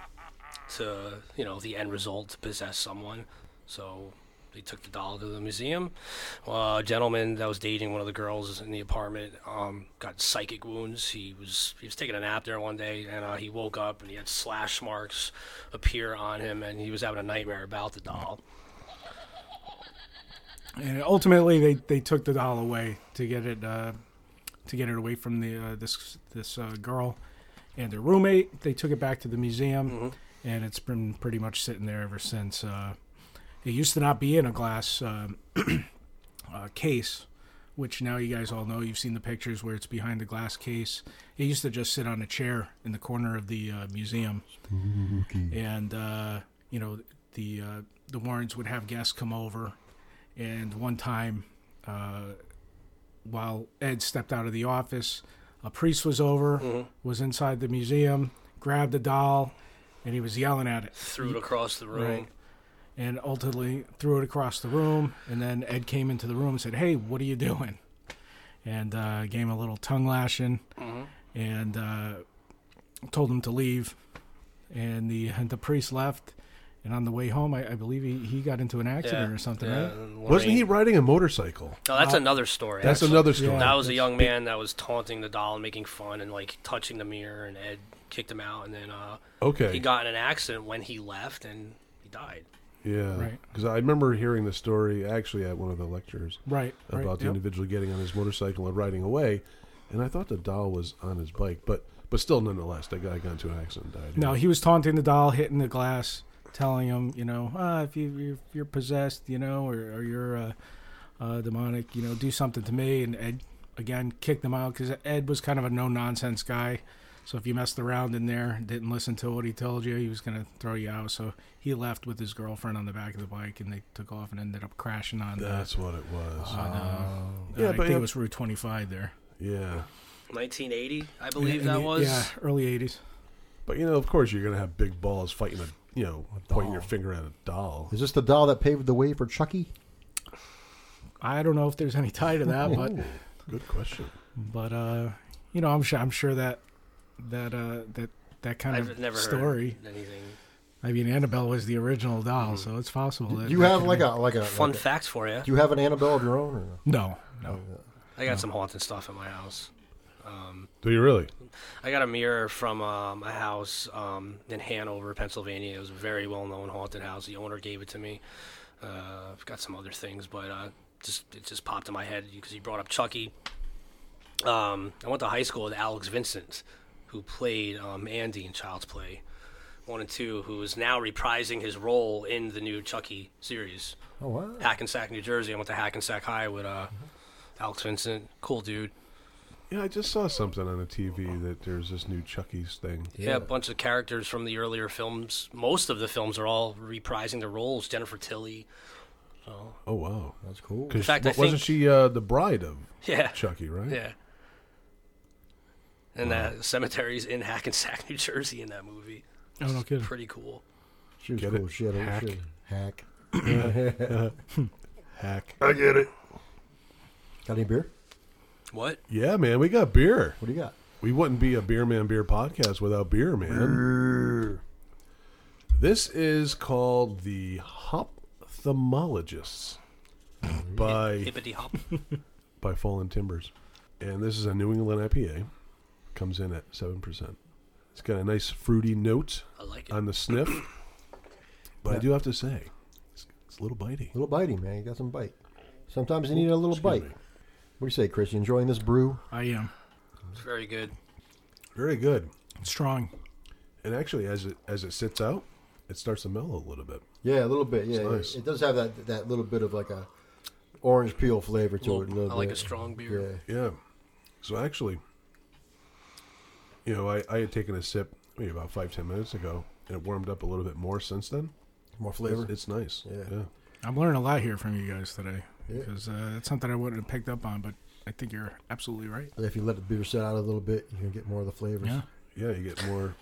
[SPEAKER 5] to, you know, the end result to possess someone. So they took the doll to the museum. Uh, a gentleman that was dating one of the girls in the apartment um, got psychic wounds. He was he was taking a nap there one day, and uh, he woke up and he had slash marks appear on him, and he was having a nightmare about the doll.
[SPEAKER 4] and ultimately they, they took the doll away to get it uh, to get it away from the uh, this this uh, girl and their roommate. They took it back to the museum, and it's been pretty much sitting there ever since. Uh, it used to not be in a glass um, uh, case, which now you guys all know. You've seen the pictures where it's behind the glass case. It used to just sit on a chair in the corner of the uh, museum, and uh, you know the uh, the Warrens would have guests come over, and one time. Uh, while Ed stepped out of the office, a priest was over, was inside the museum, grabbed a doll, and he was yelling at it.
[SPEAKER 5] Threw it across the room.
[SPEAKER 4] Right. And ultimately threw it across the room. And then Ed came into the room and said, Hey, what are you doing? And uh, gave him a little tongue lashing
[SPEAKER 5] Mm-hmm.
[SPEAKER 4] and uh, told him to leave. And the, the priest left. And on the way home, I, I believe he, he got into an accident or something,
[SPEAKER 5] yeah,
[SPEAKER 4] right?
[SPEAKER 5] and
[SPEAKER 3] Wasn't he
[SPEAKER 5] Lorraine-
[SPEAKER 3] riding a motorcycle?
[SPEAKER 5] No, that's another story.
[SPEAKER 3] That's
[SPEAKER 5] actually.
[SPEAKER 3] another story.
[SPEAKER 5] That was a young man that was taunting the doll and making fun and like touching the mirror, and Ed kicked him out. And then uh,
[SPEAKER 3] Okay.
[SPEAKER 5] he got in an accident when he left and he died.
[SPEAKER 3] yeah.
[SPEAKER 4] Right.
[SPEAKER 3] Because I remember hearing the story actually at one of the lectures
[SPEAKER 4] Right.
[SPEAKER 3] about
[SPEAKER 4] right,
[SPEAKER 3] the
[SPEAKER 4] yep.
[SPEAKER 3] individual getting on his motorcycle and riding away, and I thought the doll was on his bike, but but still, nonetheless, that guy got into an accident and died.
[SPEAKER 4] No, he was taunting the doll, hitting the glass, telling him, you know, ah, if you you're, if you're possessed, you know, or, or you're uh, uh, demonic, you know, do something to me. And Ed again kicked him out because Ed was kind of a no nonsense guy. So if you messed around in there, didn't listen to what he told you, he was gonna throw you out. So he left with his girlfriend on the back of the bike, and they took off and ended up crashing on. the
[SPEAKER 3] That's what it was.
[SPEAKER 4] on, uh,
[SPEAKER 3] Yeah,
[SPEAKER 4] I
[SPEAKER 3] but
[SPEAKER 4] think
[SPEAKER 3] yeah.
[SPEAKER 4] it was Route 25 there.
[SPEAKER 3] yeah.
[SPEAKER 5] 1980, I believe
[SPEAKER 4] In
[SPEAKER 5] that
[SPEAKER 4] the-
[SPEAKER 5] was.
[SPEAKER 4] Yeah, early 80s.
[SPEAKER 3] But you know, of course, you're gonna have big balls fighting a you know pointing your finger at a doll.
[SPEAKER 2] Is this the doll that paved the way for Chucky?
[SPEAKER 4] I don't know if there's any tie to that, but
[SPEAKER 3] Good question.
[SPEAKER 4] but uh you know i'm sure i'm sure that that uh that that kind
[SPEAKER 5] I've
[SPEAKER 4] of
[SPEAKER 5] never
[SPEAKER 4] story
[SPEAKER 5] heard anything.
[SPEAKER 4] i mean annabelle was the original doll
[SPEAKER 5] Mm-hmm.
[SPEAKER 4] so it's possible that
[SPEAKER 2] You
[SPEAKER 4] that
[SPEAKER 2] have
[SPEAKER 4] could
[SPEAKER 2] like
[SPEAKER 4] be-
[SPEAKER 2] a like a
[SPEAKER 5] Fun
[SPEAKER 2] like a-
[SPEAKER 5] facts for you.
[SPEAKER 2] Do you have an Annabelle of your own? Or no?
[SPEAKER 4] no
[SPEAKER 2] Oh,
[SPEAKER 4] no
[SPEAKER 5] I got some haunted stuff in my house.
[SPEAKER 3] Do you really?
[SPEAKER 5] I got a mirror from uh, my house um, in Hanover, Pennsylvania. It was a very well-known haunted house. The owner gave it to me. Uh, I've got some other things, but uh, just it just popped in my head because he brought up Chucky. Um, I went to high school with Alex Vincent, who played um, Andy in Child's Play one and two, who is now reprising his role in the new Chucky series.
[SPEAKER 2] Oh wow! Mm-hmm.
[SPEAKER 5] Hackensack, New Jersey. I went to Hackensack High with uh, Alex Vincent. Cool dude.
[SPEAKER 3] Yeah, I just saw something on the TV that there's this new Chucky's thing.
[SPEAKER 5] Yeah, a bunch of characters from the earlier films. Most of the films are all reprising their roles. Jennifer Tilly.
[SPEAKER 3] Oh wow!
[SPEAKER 2] That's cool.
[SPEAKER 3] In
[SPEAKER 5] fact, I
[SPEAKER 3] wasn't
[SPEAKER 5] think-
[SPEAKER 3] she uh, the bride of
[SPEAKER 5] Yeah.
[SPEAKER 3] Chucky? Right?
[SPEAKER 5] Yeah. And uh, cemeteries in Hackensack, New Jersey, in that movie.
[SPEAKER 4] oh no kidding
[SPEAKER 5] Pretty cool.
[SPEAKER 2] She was
[SPEAKER 3] Get
[SPEAKER 2] cool.
[SPEAKER 3] it?
[SPEAKER 2] She had a
[SPEAKER 3] Hack.
[SPEAKER 2] she had a hack.
[SPEAKER 3] Hack.
[SPEAKER 6] I get it.
[SPEAKER 2] Got any beer?
[SPEAKER 5] What?
[SPEAKER 3] Yeah, man, we got beer.
[SPEAKER 2] What do you got?
[SPEAKER 3] We wouldn't be a Beer Man Beer podcast without beer, man. This is called the Hop Thermologists by
[SPEAKER 5] Hippity hop.
[SPEAKER 3] by Fallen Timbers, and this is a New England IPA. Comes in at seven percent. It's got a nice fruity note
[SPEAKER 5] I like it.
[SPEAKER 3] on the sniff, but I do have to say, it's, it's a little bitey.
[SPEAKER 2] A little bitey, man. You got some bite. Sometimes you need a little bite. What do you say, Chris? You enjoying this brew?
[SPEAKER 4] i am
[SPEAKER 5] It's very good.
[SPEAKER 3] Very good.
[SPEAKER 4] strong
[SPEAKER 3] And actually, as it as it sits out, it starts to mellow a little bit.
[SPEAKER 2] Yeah, a little bit. Yeah,
[SPEAKER 3] It's
[SPEAKER 2] yeah.
[SPEAKER 3] nice.
[SPEAKER 2] it does have that that little bit of like a orange peel flavor to it. A
[SPEAKER 5] Little-
[SPEAKER 2] little
[SPEAKER 5] I like a
[SPEAKER 2] bit.
[SPEAKER 5] strong beer.
[SPEAKER 2] Yeah.
[SPEAKER 3] Yeah. So actually, you know, I, I had taken a sip maybe about five ten minutes ago, and it warmed up a little bit more since then.
[SPEAKER 2] More
[SPEAKER 3] It's,
[SPEAKER 2] flavor.
[SPEAKER 3] it's nice.
[SPEAKER 2] Yeah.
[SPEAKER 4] i'm learning a lot here from you guys today
[SPEAKER 2] Yeah.
[SPEAKER 4] because uh, that's something i wouldn't have picked up on but i think you're absolutely right
[SPEAKER 2] if you let the beer sit out a little bit, you're gonna get more of the flavors.
[SPEAKER 4] yeah
[SPEAKER 3] yeah, You get more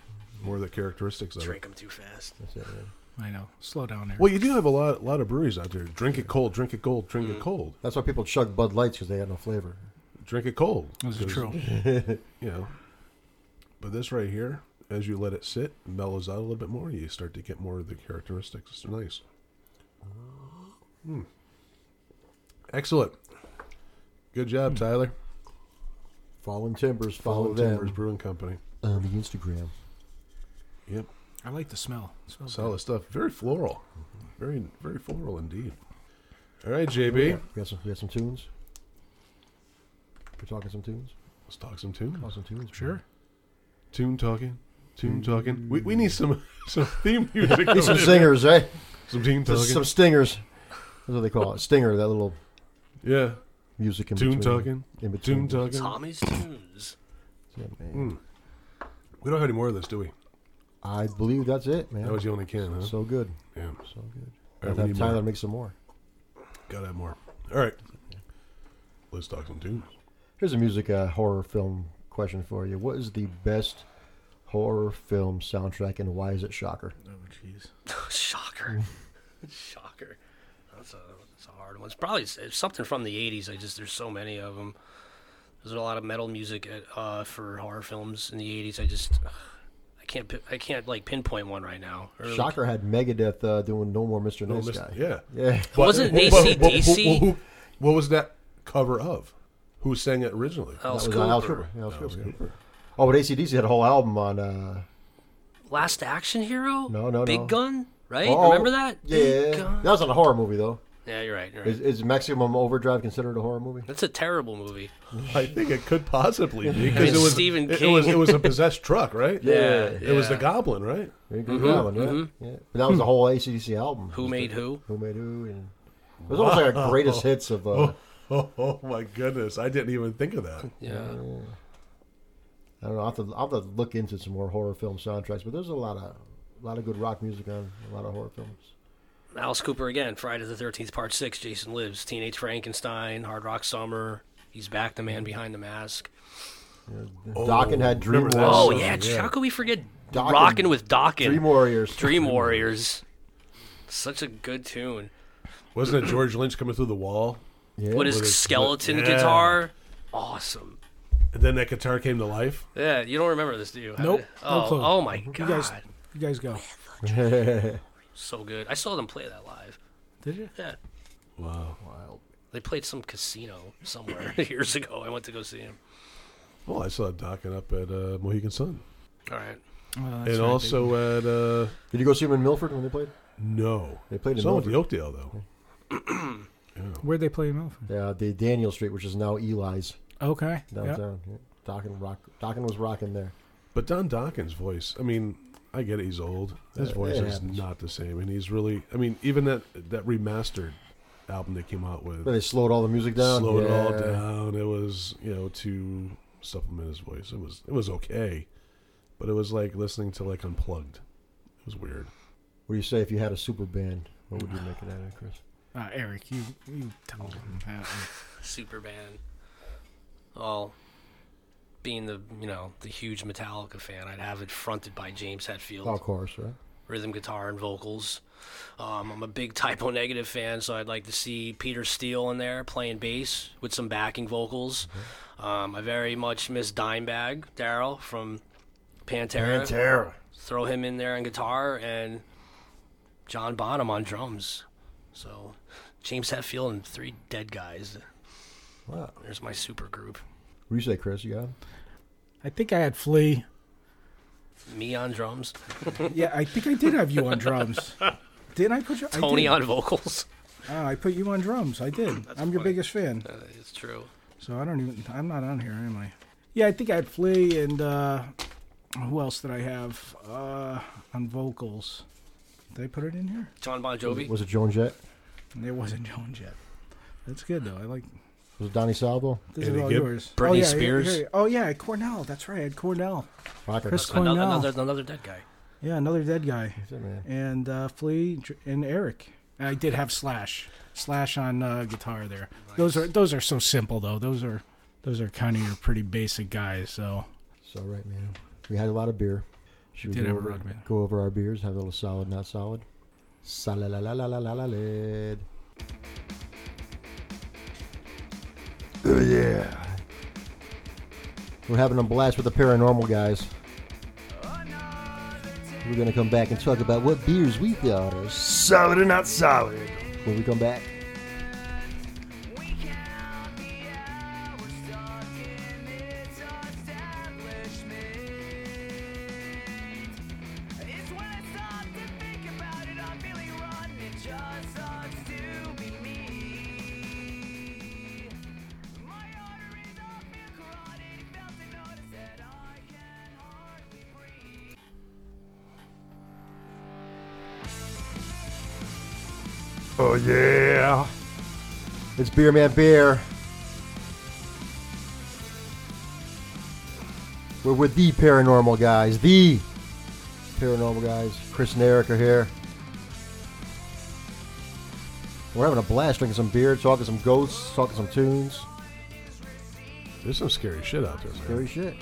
[SPEAKER 3] more of the characteristics of
[SPEAKER 5] Drink
[SPEAKER 3] it.
[SPEAKER 5] them too fast.
[SPEAKER 2] That's it, yeah.
[SPEAKER 4] i know slow down there
[SPEAKER 3] Well, you do have a lot lot of breweries out there. Drink it cold. Drink it cold. Drink
[SPEAKER 4] Mm.
[SPEAKER 3] it cold.
[SPEAKER 2] That's why people chug Bud Lights because they had no flavor.
[SPEAKER 3] Drink it cold.
[SPEAKER 4] this is
[SPEAKER 3] 'Cause,
[SPEAKER 4] true
[SPEAKER 3] You know, but this right here, as you let it sit, it mellows out a little bit more. You start to get more of the characteristics. It's nice. Hmm. Excellent. Good job, Tyler.
[SPEAKER 2] Fallen Timbers, Hmm. follow
[SPEAKER 3] Fallen
[SPEAKER 2] them
[SPEAKER 3] Timbers Brewing Company.
[SPEAKER 2] on the Instagram.
[SPEAKER 3] Yep,
[SPEAKER 4] i like the smell It smells
[SPEAKER 3] solid stuff. Very floral, very very floral indeed. All right, JB,
[SPEAKER 2] We got some. We got some tunes. We're talking some tunes.
[SPEAKER 3] let's talk some tunes.
[SPEAKER 2] Talk some tunes.
[SPEAKER 4] good. sure
[SPEAKER 3] Tune talking. Tune talking. We, we need some some theme music.
[SPEAKER 2] Need some
[SPEAKER 3] going in.
[SPEAKER 2] singers, right?
[SPEAKER 3] Some tune talking.
[SPEAKER 2] Just some stingers. That's what they call it. Stinger, that little
[SPEAKER 3] yeah.
[SPEAKER 2] music in
[SPEAKER 3] Tune
[SPEAKER 2] between.
[SPEAKER 3] talking.
[SPEAKER 2] In between.
[SPEAKER 3] Tune talking.
[SPEAKER 5] Tommy's tunes.
[SPEAKER 2] Yeah, man.
[SPEAKER 3] Mm. We don't have any more of this, do we?
[SPEAKER 2] I believe that's it, man.
[SPEAKER 3] That was the only can, huh?
[SPEAKER 2] so good.
[SPEAKER 3] yeah.
[SPEAKER 2] So good.
[SPEAKER 3] All right,
[SPEAKER 2] I'll
[SPEAKER 3] we
[SPEAKER 2] have
[SPEAKER 3] need
[SPEAKER 2] Tyler
[SPEAKER 3] more.
[SPEAKER 2] make some more.
[SPEAKER 3] Gotta have more. All right. Let's talk some tunes.
[SPEAKER 2] Here's a music uh, horror film question for you. What is the best horror film soundtrack and why is it shocker?
[SPEAKER 4] Oh, jeez.
[SPEAKER 5] Shocker.
[SPEAKER 2] Mm.
[SPEAKER 5] Shocker. That's a, that's a hard one. It's probably s- it's something from the 80s. I just, there's so many of them. There's a lot of metal music at, uh, for horror films in the 80s. I just, I can't, pi- I can't like pinpoint one right now. Or, like,
[SPEAKER 2] Shocker had Megadeth uh, doing No More Mr.
[SPEAKER 3] No,
[SPEAKER 2] Nice
[SPEAKER 3] miss-
[SPEAKER 2] Guy.
[SPEAKER 3] yeah.
[SPEAKER 2] Yeah.
[SPEAKER 5] Wasn't
[SPEAKER 3] But- but- but-
[SPEAKER 5] AC/DC?
[SPEAKER 3] who- who- What was that cover of? Who sang it originally?
[SPEAKER 5] Alice
[SPEAKER 2] that was uh, on Alice
[SPEAKER 5] Cooper.
[SPEAKER 2] Cooper. Alice Cooper. Oh, but ACDC had a whole album on. Uh,
[SPEAKER 5] Last Action Hero?
[SPEAKER 2] No, no,
[SPEAKER 5] Big
[SPEAKER 2] no.
[SPEAKER 5] Gun? Right?
[SPEAKER 2] oh,
[SPEAKER 5] Remember that? Big
[SPEAKER 2] Yeah.
[SPEAKER 5] Gun?
[SPEAKER 2] That was on a horror movie, though.
[SPEAKER 5] Yeah, you're right. You're right.
[SPEAKER 2] Is, is Maximum Overdrive considered a horror movie?
[SPEAKER 5] That's a terrible movie.
[SPEAKER 3] I think it could possibly be
[SPEAKER 5] I
[SPEAKER 3] because
[SPEAKER 5] mean,
[SPEAKER 3] it was
[SPEAKER 5] Stephen
[SPEAKER 3] it, it was
[SPEAKER 5] King.
[SPEAKER 3] it was a possessed truck, right?
[SPEAKER 5] Yeah,
[SPEAKER 3] It was the
[SPEAKER 5] yeah.
[SPEAKER 3] Goblin, right?
[SPEAKER 2] Very good album, yeah. yeah. But that was the whole ACDC album.
[SPEAKER 5] Who made who?
[SPEAKER 2] Who Made Who? And it was almost like a greatest hits of. Uh,
[SPEAKER 3] Oh, oh my goodness! I didn't even think of that.
[SPEAKER 5] Yeah.
[SPEAKER 2] I don't know. I'll have, to, I'll have to look into some more horror film soundtracks, but there's a lot of a lot of good rock music on a lot of horror films.
[SPEAKER 5] Alice Cooper again, Friday the 13th, Part 6, Jason Lives, Teenage Frankenstein, Hard Rock Summer, He's Back, The Man Behind the Mask.
[SPEAKER 2] Dokken had Dream
[SPEAKER 3] remember
[SPEAKER 2] Warriors.
[SPEAKER 3] that
[SPEAKER 5] Oh,
[SPEAKER 3] song,
[SPEAKER 5] yeah, how could we forget
[SPEAKER 2] Dokken-
[SPEAKER 5] Rockin' with Dockin'?
[SPEAKER 2] Dream Warriors.
[SPEAKER 5] Dream Warriors. Such a good tune.
[SPEAKER 3] Wasn't it George Lynch coming through the wall?
[SPEAKER 2] Yeah.
[SPEAKER 5] What is
[SPEAKER 3] with his-
[SPEAKER 5] skeleton
[SPEAKER 3] yeah.
[SPEAKER 5] guitar? Awesome.
[SPEAKER 3] And then that guitar came to life.
[SPEAKER 5] Yeah, you don't remember this, do you?
[SPEAKER 4] Nope, no
[SPEAKER 5] Oh,
[SPEAKER 4] clue.
[SPEAKER 5] oh my god.
[SPEAKER 4] You guys, you guys go.
[SPEAKER 5] So good. I saw them play that live.
[SPEAKER 4] Did you?
[SPEAKER 5] Yeah.
[SPEAKER 3] Wow.
[SPEAKER 5] They played some casino somewhere years ago. I went to go see him.
[SPEAKER 3] Well, I saw Dokken up at uh, Mohegan Sun,
[SPEAKER 5] All right.
[SPEAKER 4] Well, Uh, that's
[SPEAKER 3] and
[SPEAKER 4] right,
[SPEAKER 3] also at uh,
[SPEAKER 2] Did you go see them in Milford when they played?
[SPEAKER 3] no,
[SPEAKER 2] They played in
[SPEAKER 3] So I went to Oakdale though.
[SPEAKER 4] they- Where'd they play in Milford?
[SPEAKER 2] Yeah, the Daniel Street, which is now Eli's
[SPEAKER 4] Okay. Yep.
[SPEAKER 2] downtown. Yeah. Dokken rock. Dokken was rocking there.
[SPEAKER 3] But Don Dockin's voice, I mean, I get it, he's old. His
[SPEAKER 2] Yeah,
[SPEAKER 3] voice
[SPEAKER 2] it
[SPEAKER 3] is
[SPEAKER 2] happens.
[SPEAKER 3] not the same. And he's really, I mean, even that, that remastered album they came out with
[SPEAKER 2] But they slowed all the music down.
[SPEAKER 3] slowed it all
[SPEAKER 2] Yeah.
[SPEAKER 3] down. It was, you know, to supplement his voice. It was, it was okay. But it was like listening to like Unplugged. It was weird.
[SPEAKER 2] What do you say if you had a super band? What would you make it out of, Chris?
[SPEAKER 4] Uh, Eric, you you tell them that. one.
[SPEAKER 5] Super band. Well, being the you know the huge Metallica fan, I'd have it fronted by James Hetfield,
[SPEAKER 2] Of course, right?
[SPEAKER 5] rhythm guitar and vocals. Um, I'm a big Typo Negative fan, so I'd like to see Peter Steele in there playing bass with some backing vocals. Um, I very much miss Dimebag Daryl from Pantera.
[SPEAKER 6] Terror.
[SPEAKER 5] Throw him in there on guitar and John Bonham on drums. So James Hetfield and three dead guys.
[SPEAKER 2] Wow.
[SPEAKER 5] There's my super group.
[SPEAKER 2] What do you say, Chris? You got him?
[SPEAKER 4] I think I had Flea.
[SPEAKER 5] Me on drums,
[SPEAKER 4] Yeah, I think I did have you on drums. Didn't I put you? I
[SPEAKER 5] Tony
[SPEAKER 4] did.
[SPEAKER 5] on vocals.
[SPEAKER 4] Oh, I put you on drums. I did. I'm your
[SPEAKER 5] funny.
[SPEAKER 4] biggest fan.
[SPEAKER 5] Uh, it's true.
[SPEAKER 4] So I don't even. I'm not on here, am I? Yeah, I think I had Flea and uh, who else did I have uh, on vocals? Did I put it in here?
[SPEAKER 5] John Bon Jovi.
[SPEAKER 2] Was it Joan Jett?
[SPEAKER 4] It wasn't Jones yet. That's good though. I like.
[SPEAKER 2] Was it Donny Salvo?
[SPEAKER 4] This
[SPEAKER 3] Andy
[SPEAKER 4] is all
[SPEAKER 3] Gibb?
[SPEAKER 4] yours.
[SPEAKER 5] Britney
[SPEAKER 4] oh, yeah,
[SPEAKER 5] Spears?
[SPEAKER 4] Here, here, oh yeah, Cornell. That's right. I had Cornell.
[SPEAKER 2] Rocker.
[SPEAKER 4] Chris Cornell.
[SPEAKER 5] Another, another, another dead guy.
[SPEAKER 4] Yeah, another dead guy.
[SPEAKER 2] That's it, man.
[SPEAKER 4] And uh, Flea Dr- and Eric. I did have Slash. Slash on uh, guitar there. Those are those are so simple though. Those are those are kind of your pretty basic guys. So
[SPEAKER 2] It's all right, man. We had a lot of beer. Should
[SPEAKER 4] Did
[SPEAKER 2] go
[SPEAKER 4] have a
[SPEAKER 2] over,
[SPEAKER 4] lot of beer.
[SPEAKER 2] go over our beers, have a little solid, not solid? Solid.
[SPEAKER 6] Oh, yeah.
[SPEAKER 2] We're having a blast with the paranormal guys. We're going to come back and talk about what beers we thought of
[SPEAKER 6] Solid or not solid.
[SPEAKER 2] when we come back.
[SPEAKER 1] My order is off and chronic, felt to notice that I can hardly
[SPEAKER 6] Oh yeah.
[SPEAKER 2] It's Beer Man Beer. We're with the paranormal guys. The paranormal guys. Chris and Eric are here. We're having a blast drinking some beer, talking some ghosts, talking some tunes.
[SPEAKER 3] There's some scary shit out there, man.
[SPEAKER 2] Scary shit.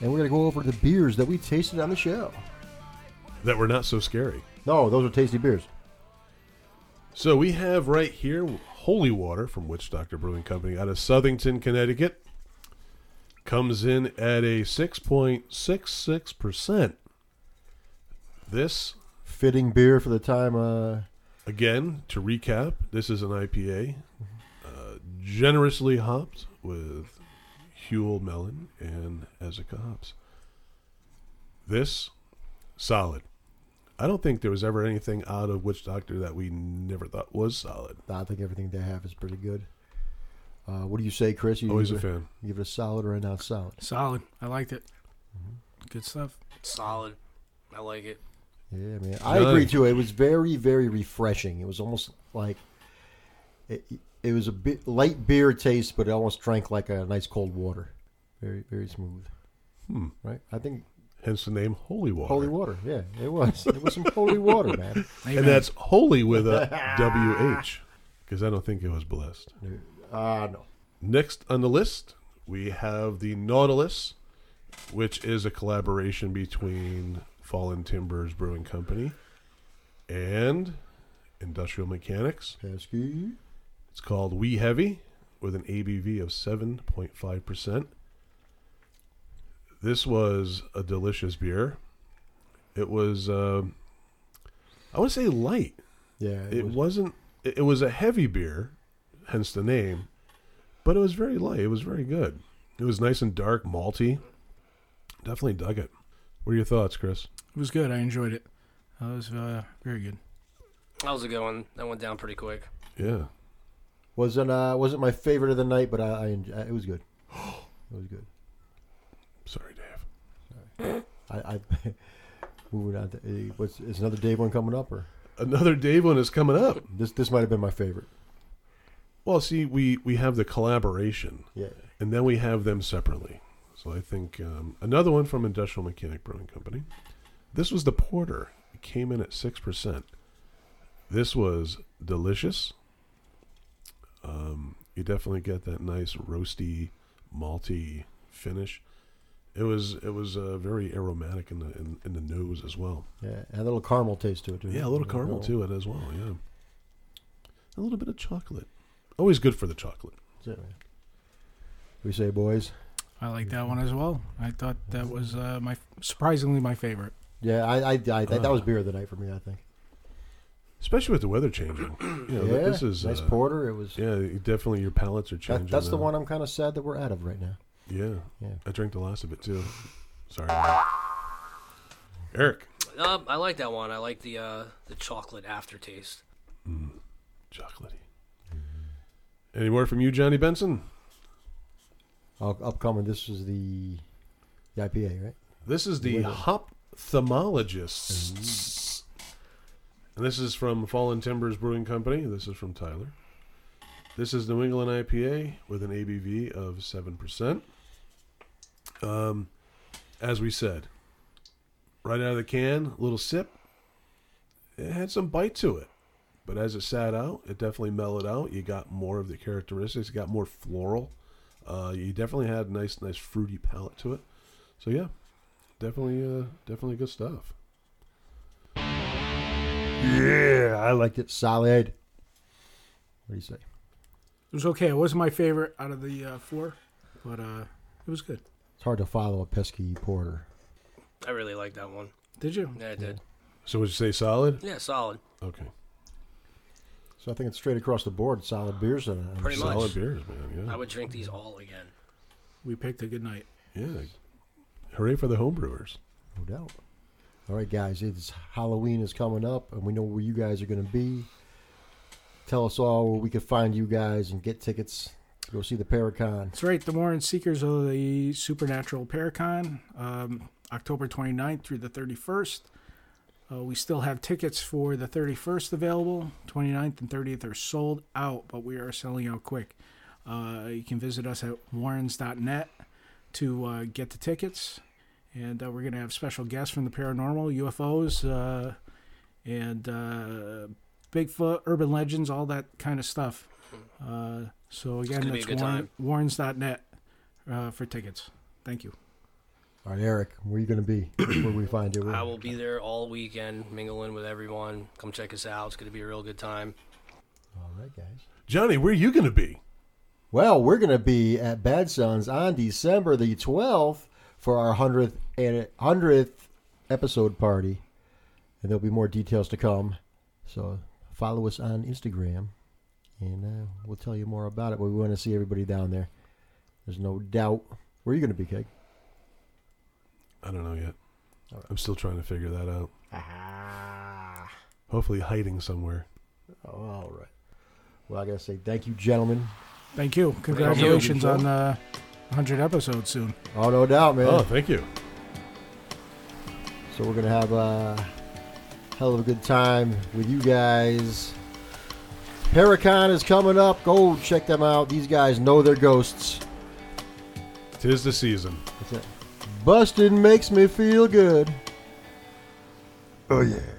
[SPEAKER 2] And we're going to go over the beers that we tasted on the show.
[SPEAKER 3] That were not so scary.
[SPEAKER 2] No, those are tasty beers.
[SPEAKER 3] So we have right here Holy Water from Witch Doctor Brewing Company out of Southington, Connecticut. Comes in at a 6.66%. This,
[SPEAKER 2] Fitting beer for the time. Uh,
[SPEAKER 3] again, to recap, this is an IPA uh, generously hopped with Huel Melon and Ezekiel hops. This, solid. I don't think there was ever anything out of Witch Doctor that we never thought was solid.
[SPEAKER 2] I think everything they have is pretty good. Uh, what do you say, Chris? You
[SPEAKER 3] Always a
[SPEAKER 2] give it-
[SPEAKER 3] fan.
[SPEAKER 2] you Give it a solid or a not solid?
[SPEAKER 4] Solid. I liked it. Good stuff.
[SPEAKER 5] Solid. I like it.
[SPEAKER 2] Yeah, man. I
[SPEAKER 3] Nice.
[SPEAKER 2] agree too. It was very, very refreshing. It was almost like it, it was a bit light beer taste, but it almost drank like a nice cold water. Very, very smooth.
[SPEAKER 3] Hmm.
[SPEAKER 2] Right? I think
[SPEAKER 3] Hence the name Holy Water.
[SPEAKER 2] holy water. Yeah, it was. It was some holy water, man.
[SPEAKER 4] Amen.
[SPEAKER 3] And that's holy with a WH because I don't think it was blessed.
[SPEAKER 2] Ah, no.
[SPEAKER 3] Next on the list, we have the Nautilus, which is a collaboration between Fallen Timbers Brewing Company and Industrial Mechanics.
[SPEAKER 2] Pesky.
[SPEAKER 3] It's called We Heavy with an ABV of 7.5%. This was a delicious beer. It was, um I would say, light.
[SPEAKER 2] Yeah, it,
[SPEAKER 3] It
[SPEAKER 2] was.
[SPEAKER 3] wasn't, it it was a heavy beer, hence the name, but it was very light. It was very good. It was nice and dark, malty. Definitely dug it. What are your thoughts, Chris?
[SPEAKER 4] it was good. I enjoyed it. Uh, it was uh, very good.
[SPEAKER 5] That was a good one. That went down pretty quick.
[SPEAKER 3] Yeah.
[SPEAKER 2] wasn't uh, wasn't my favorite of the night, but I, I enj- uh, it was good. It was good.
[SPEAKER 3] Sorry, Dave.
[SPEAKER 2] I, I moving on to eh, what's is another Dave one coming up or
[SPEAKER 3] Another Dave one is coming up.
[SPEAKER 2] this this might have been my favorite.
[SPEAKER 3] Well, see, we, we have the collaboration.
[SPEAKER 2] Yeah.
[SPEAKER 3] and then we have them separately. So I think um, another one from Industrial Mechanic Brewing Company. This was the porter. It came in at six percent. This was delicious. Um, you definitely get that nice roasty, malty finish. It was it was uh, very aromatic in the in, in the nose as well.
[SPEAKER 2] Yeah, and a little caramel taste to it too.
[SPEAKER 3] Yeah, a little caramel to it as well. Yeah, a little bit of chocolate. Always good for the chocolate.
[SPEAKER 2] That's it, man. We say, boys.
[SPEAKER 4] I liked that one as well. I thought that was uh, my surprisingly my favorite.
[SPEAKER 2] Yeah, I, I, I that, that
[SPEAKER 3] Uh.
[SPEAKER 2] was beer of the night for me. I think.
[SPEAKER 3] especially with the weather changing. You know,
[SPEAKER 2] yeah,
[SPEAKER 3] this is
[SPEAKER 2] nice
[SPEAKER 3] uh,
[SPEAKER 2] porter. It was.
[SPEAKER 3] Yeah, you- definitely your palates are changing.
[SPEAKER 2] that, that's the
[SPEAKER 3] now.
[SPEAKER 2] one I'm kind of sad that we're out of right now.
[SPEAKER 3] Yeah,
[SPEAKER 2] Yeah.
[SPEAKER 3] I drank the last of it too. Sorry, man. Eric.
[SPEAKER 5] Um, I like that one. I like the uh, the chocolate aftertaste.
[SPEAKER 3] Chocolatey. Any more from you, Johnny Benson?
[SPEAKER 2] Up- Upcoming. This is the, the IPA, right?
[SPEAKER 3] This is the Hop Thermologists. And this is from Fallen Timbers Brewing Company. This is from Tyler. This is New England IPA with an ABV of 7%. Um, as we said, right out of the can, little sip. It had some bite to it. But as it sat out, it definitely mellowed out. You got more of the characteristics. You got more floral. Uh, you definitely had a nice, nice fruity palate to it. So yeah, Definitely, uh, definitely good stuff.
[SPEAKER 6] Yeah, I like
[SPEAKER 2] Liked it solid. What do you say?
[SPEAKER 4] It was okay. It wasn't my favorite out of the uh, four, but uh, it was good.
[SPEAKER 2] It's hard to follow a pesky porter.
[SPEAKER 5] I really like that one.
[SPEAKER 4] Did you?
[SPEAKER 5] Yeah, I did.
[SPEAKER 3] So would you say solid?
[SPEAKER 5] Yeah, solid.
[SPEAKER 3] Okay,
[SPEAKER 2] So I think it's straight across the board. Solid beers and uh,
[SPEAKER 5] Pretty
[SPEAKER 3] solid
[SPEAKER 5] much.
[SPEAKER 3] beers, man.
[SPEAKER 5] I
[SPEAKER 3] Yeah,
[SPEAKER 5] would drink these all again.
[SPEAKER 4] We picked a good night.
[SPEAKER 3] yeah. Hooray for the homebrewers!
[SPEAKER 2] No doubt. All right, guys, it's Halloween is coming up, and we know where you guys are going to be. Tell us all where we can find you guys and get tickets to go see the Paracon.
[SPEAKER 4] That's right. The Warren Seekers of the Supernatural Paracon, um, October 29th through the 31st. Uh, we still have tickets for the 31st available. 29th and 30th are sold out, but we are selling out quick. Uh, you can visit us at warrens.net to uh, get the tickets. And uh, we're going to have special guests from the paranormal, UFOs, uh, and uh, Bigfoot, urban legends, all that kind of stuff. Uh, so, again,
[SPEAKER 5] gonna be a
[SPEAKER 4] that's
[SPEAKER 5] good
[SPEAKER 4] warren,
[SPEAKER 5] time.
[SPEAKER 4] warrens.net uh, for tickets. Thank you.
[SPEAKER 2] All right, Eric, where you going to be? where we find you?
[SPEAKER 5] I will be there all weekend, mingling with everyone. Come check us out. It's going to be a real good time.
[SPEAKER 2] All right, guys.
[SPEAKER 3] Johnny, where are you going to be?
[SPEAKER 2] Well, we're going to be at Bad Sons on December the 12th for our 100th, and- 100th episode party. And there'll be more details to come. So follow us on Instagram and uh, we'll tell you more about it. But we want to see everybody down there. There's no doubt. Where are you going to be, Keg?
[SPEAKER 3] I don't know yet. I'm still trying to figure that out.
[SPEAKER 5] Ah.
[SPEAKER 3] Hopefully, hiding somewhere.
[SPEAKER 2] Oh, All right. Well, I got to say thank you, gentlemen.
[SPEAKER 4] Thank you. Congratulations on uh, 100 episodes soon.
[SPEAKER 2] Oh, no doubt, man.
[SPEAKER 3] Oh, thank you.
[SPEAKER 2] So we're gonna have a hell of a good time with you guys. Paracon is coming up. Go check them out. These guys know their ghosts.
[SPEAKER 3] Tis the season.
[SPEAKER 2] That's it. Busted makes me feel good.
[SPEAKER 6] Oh, yeah.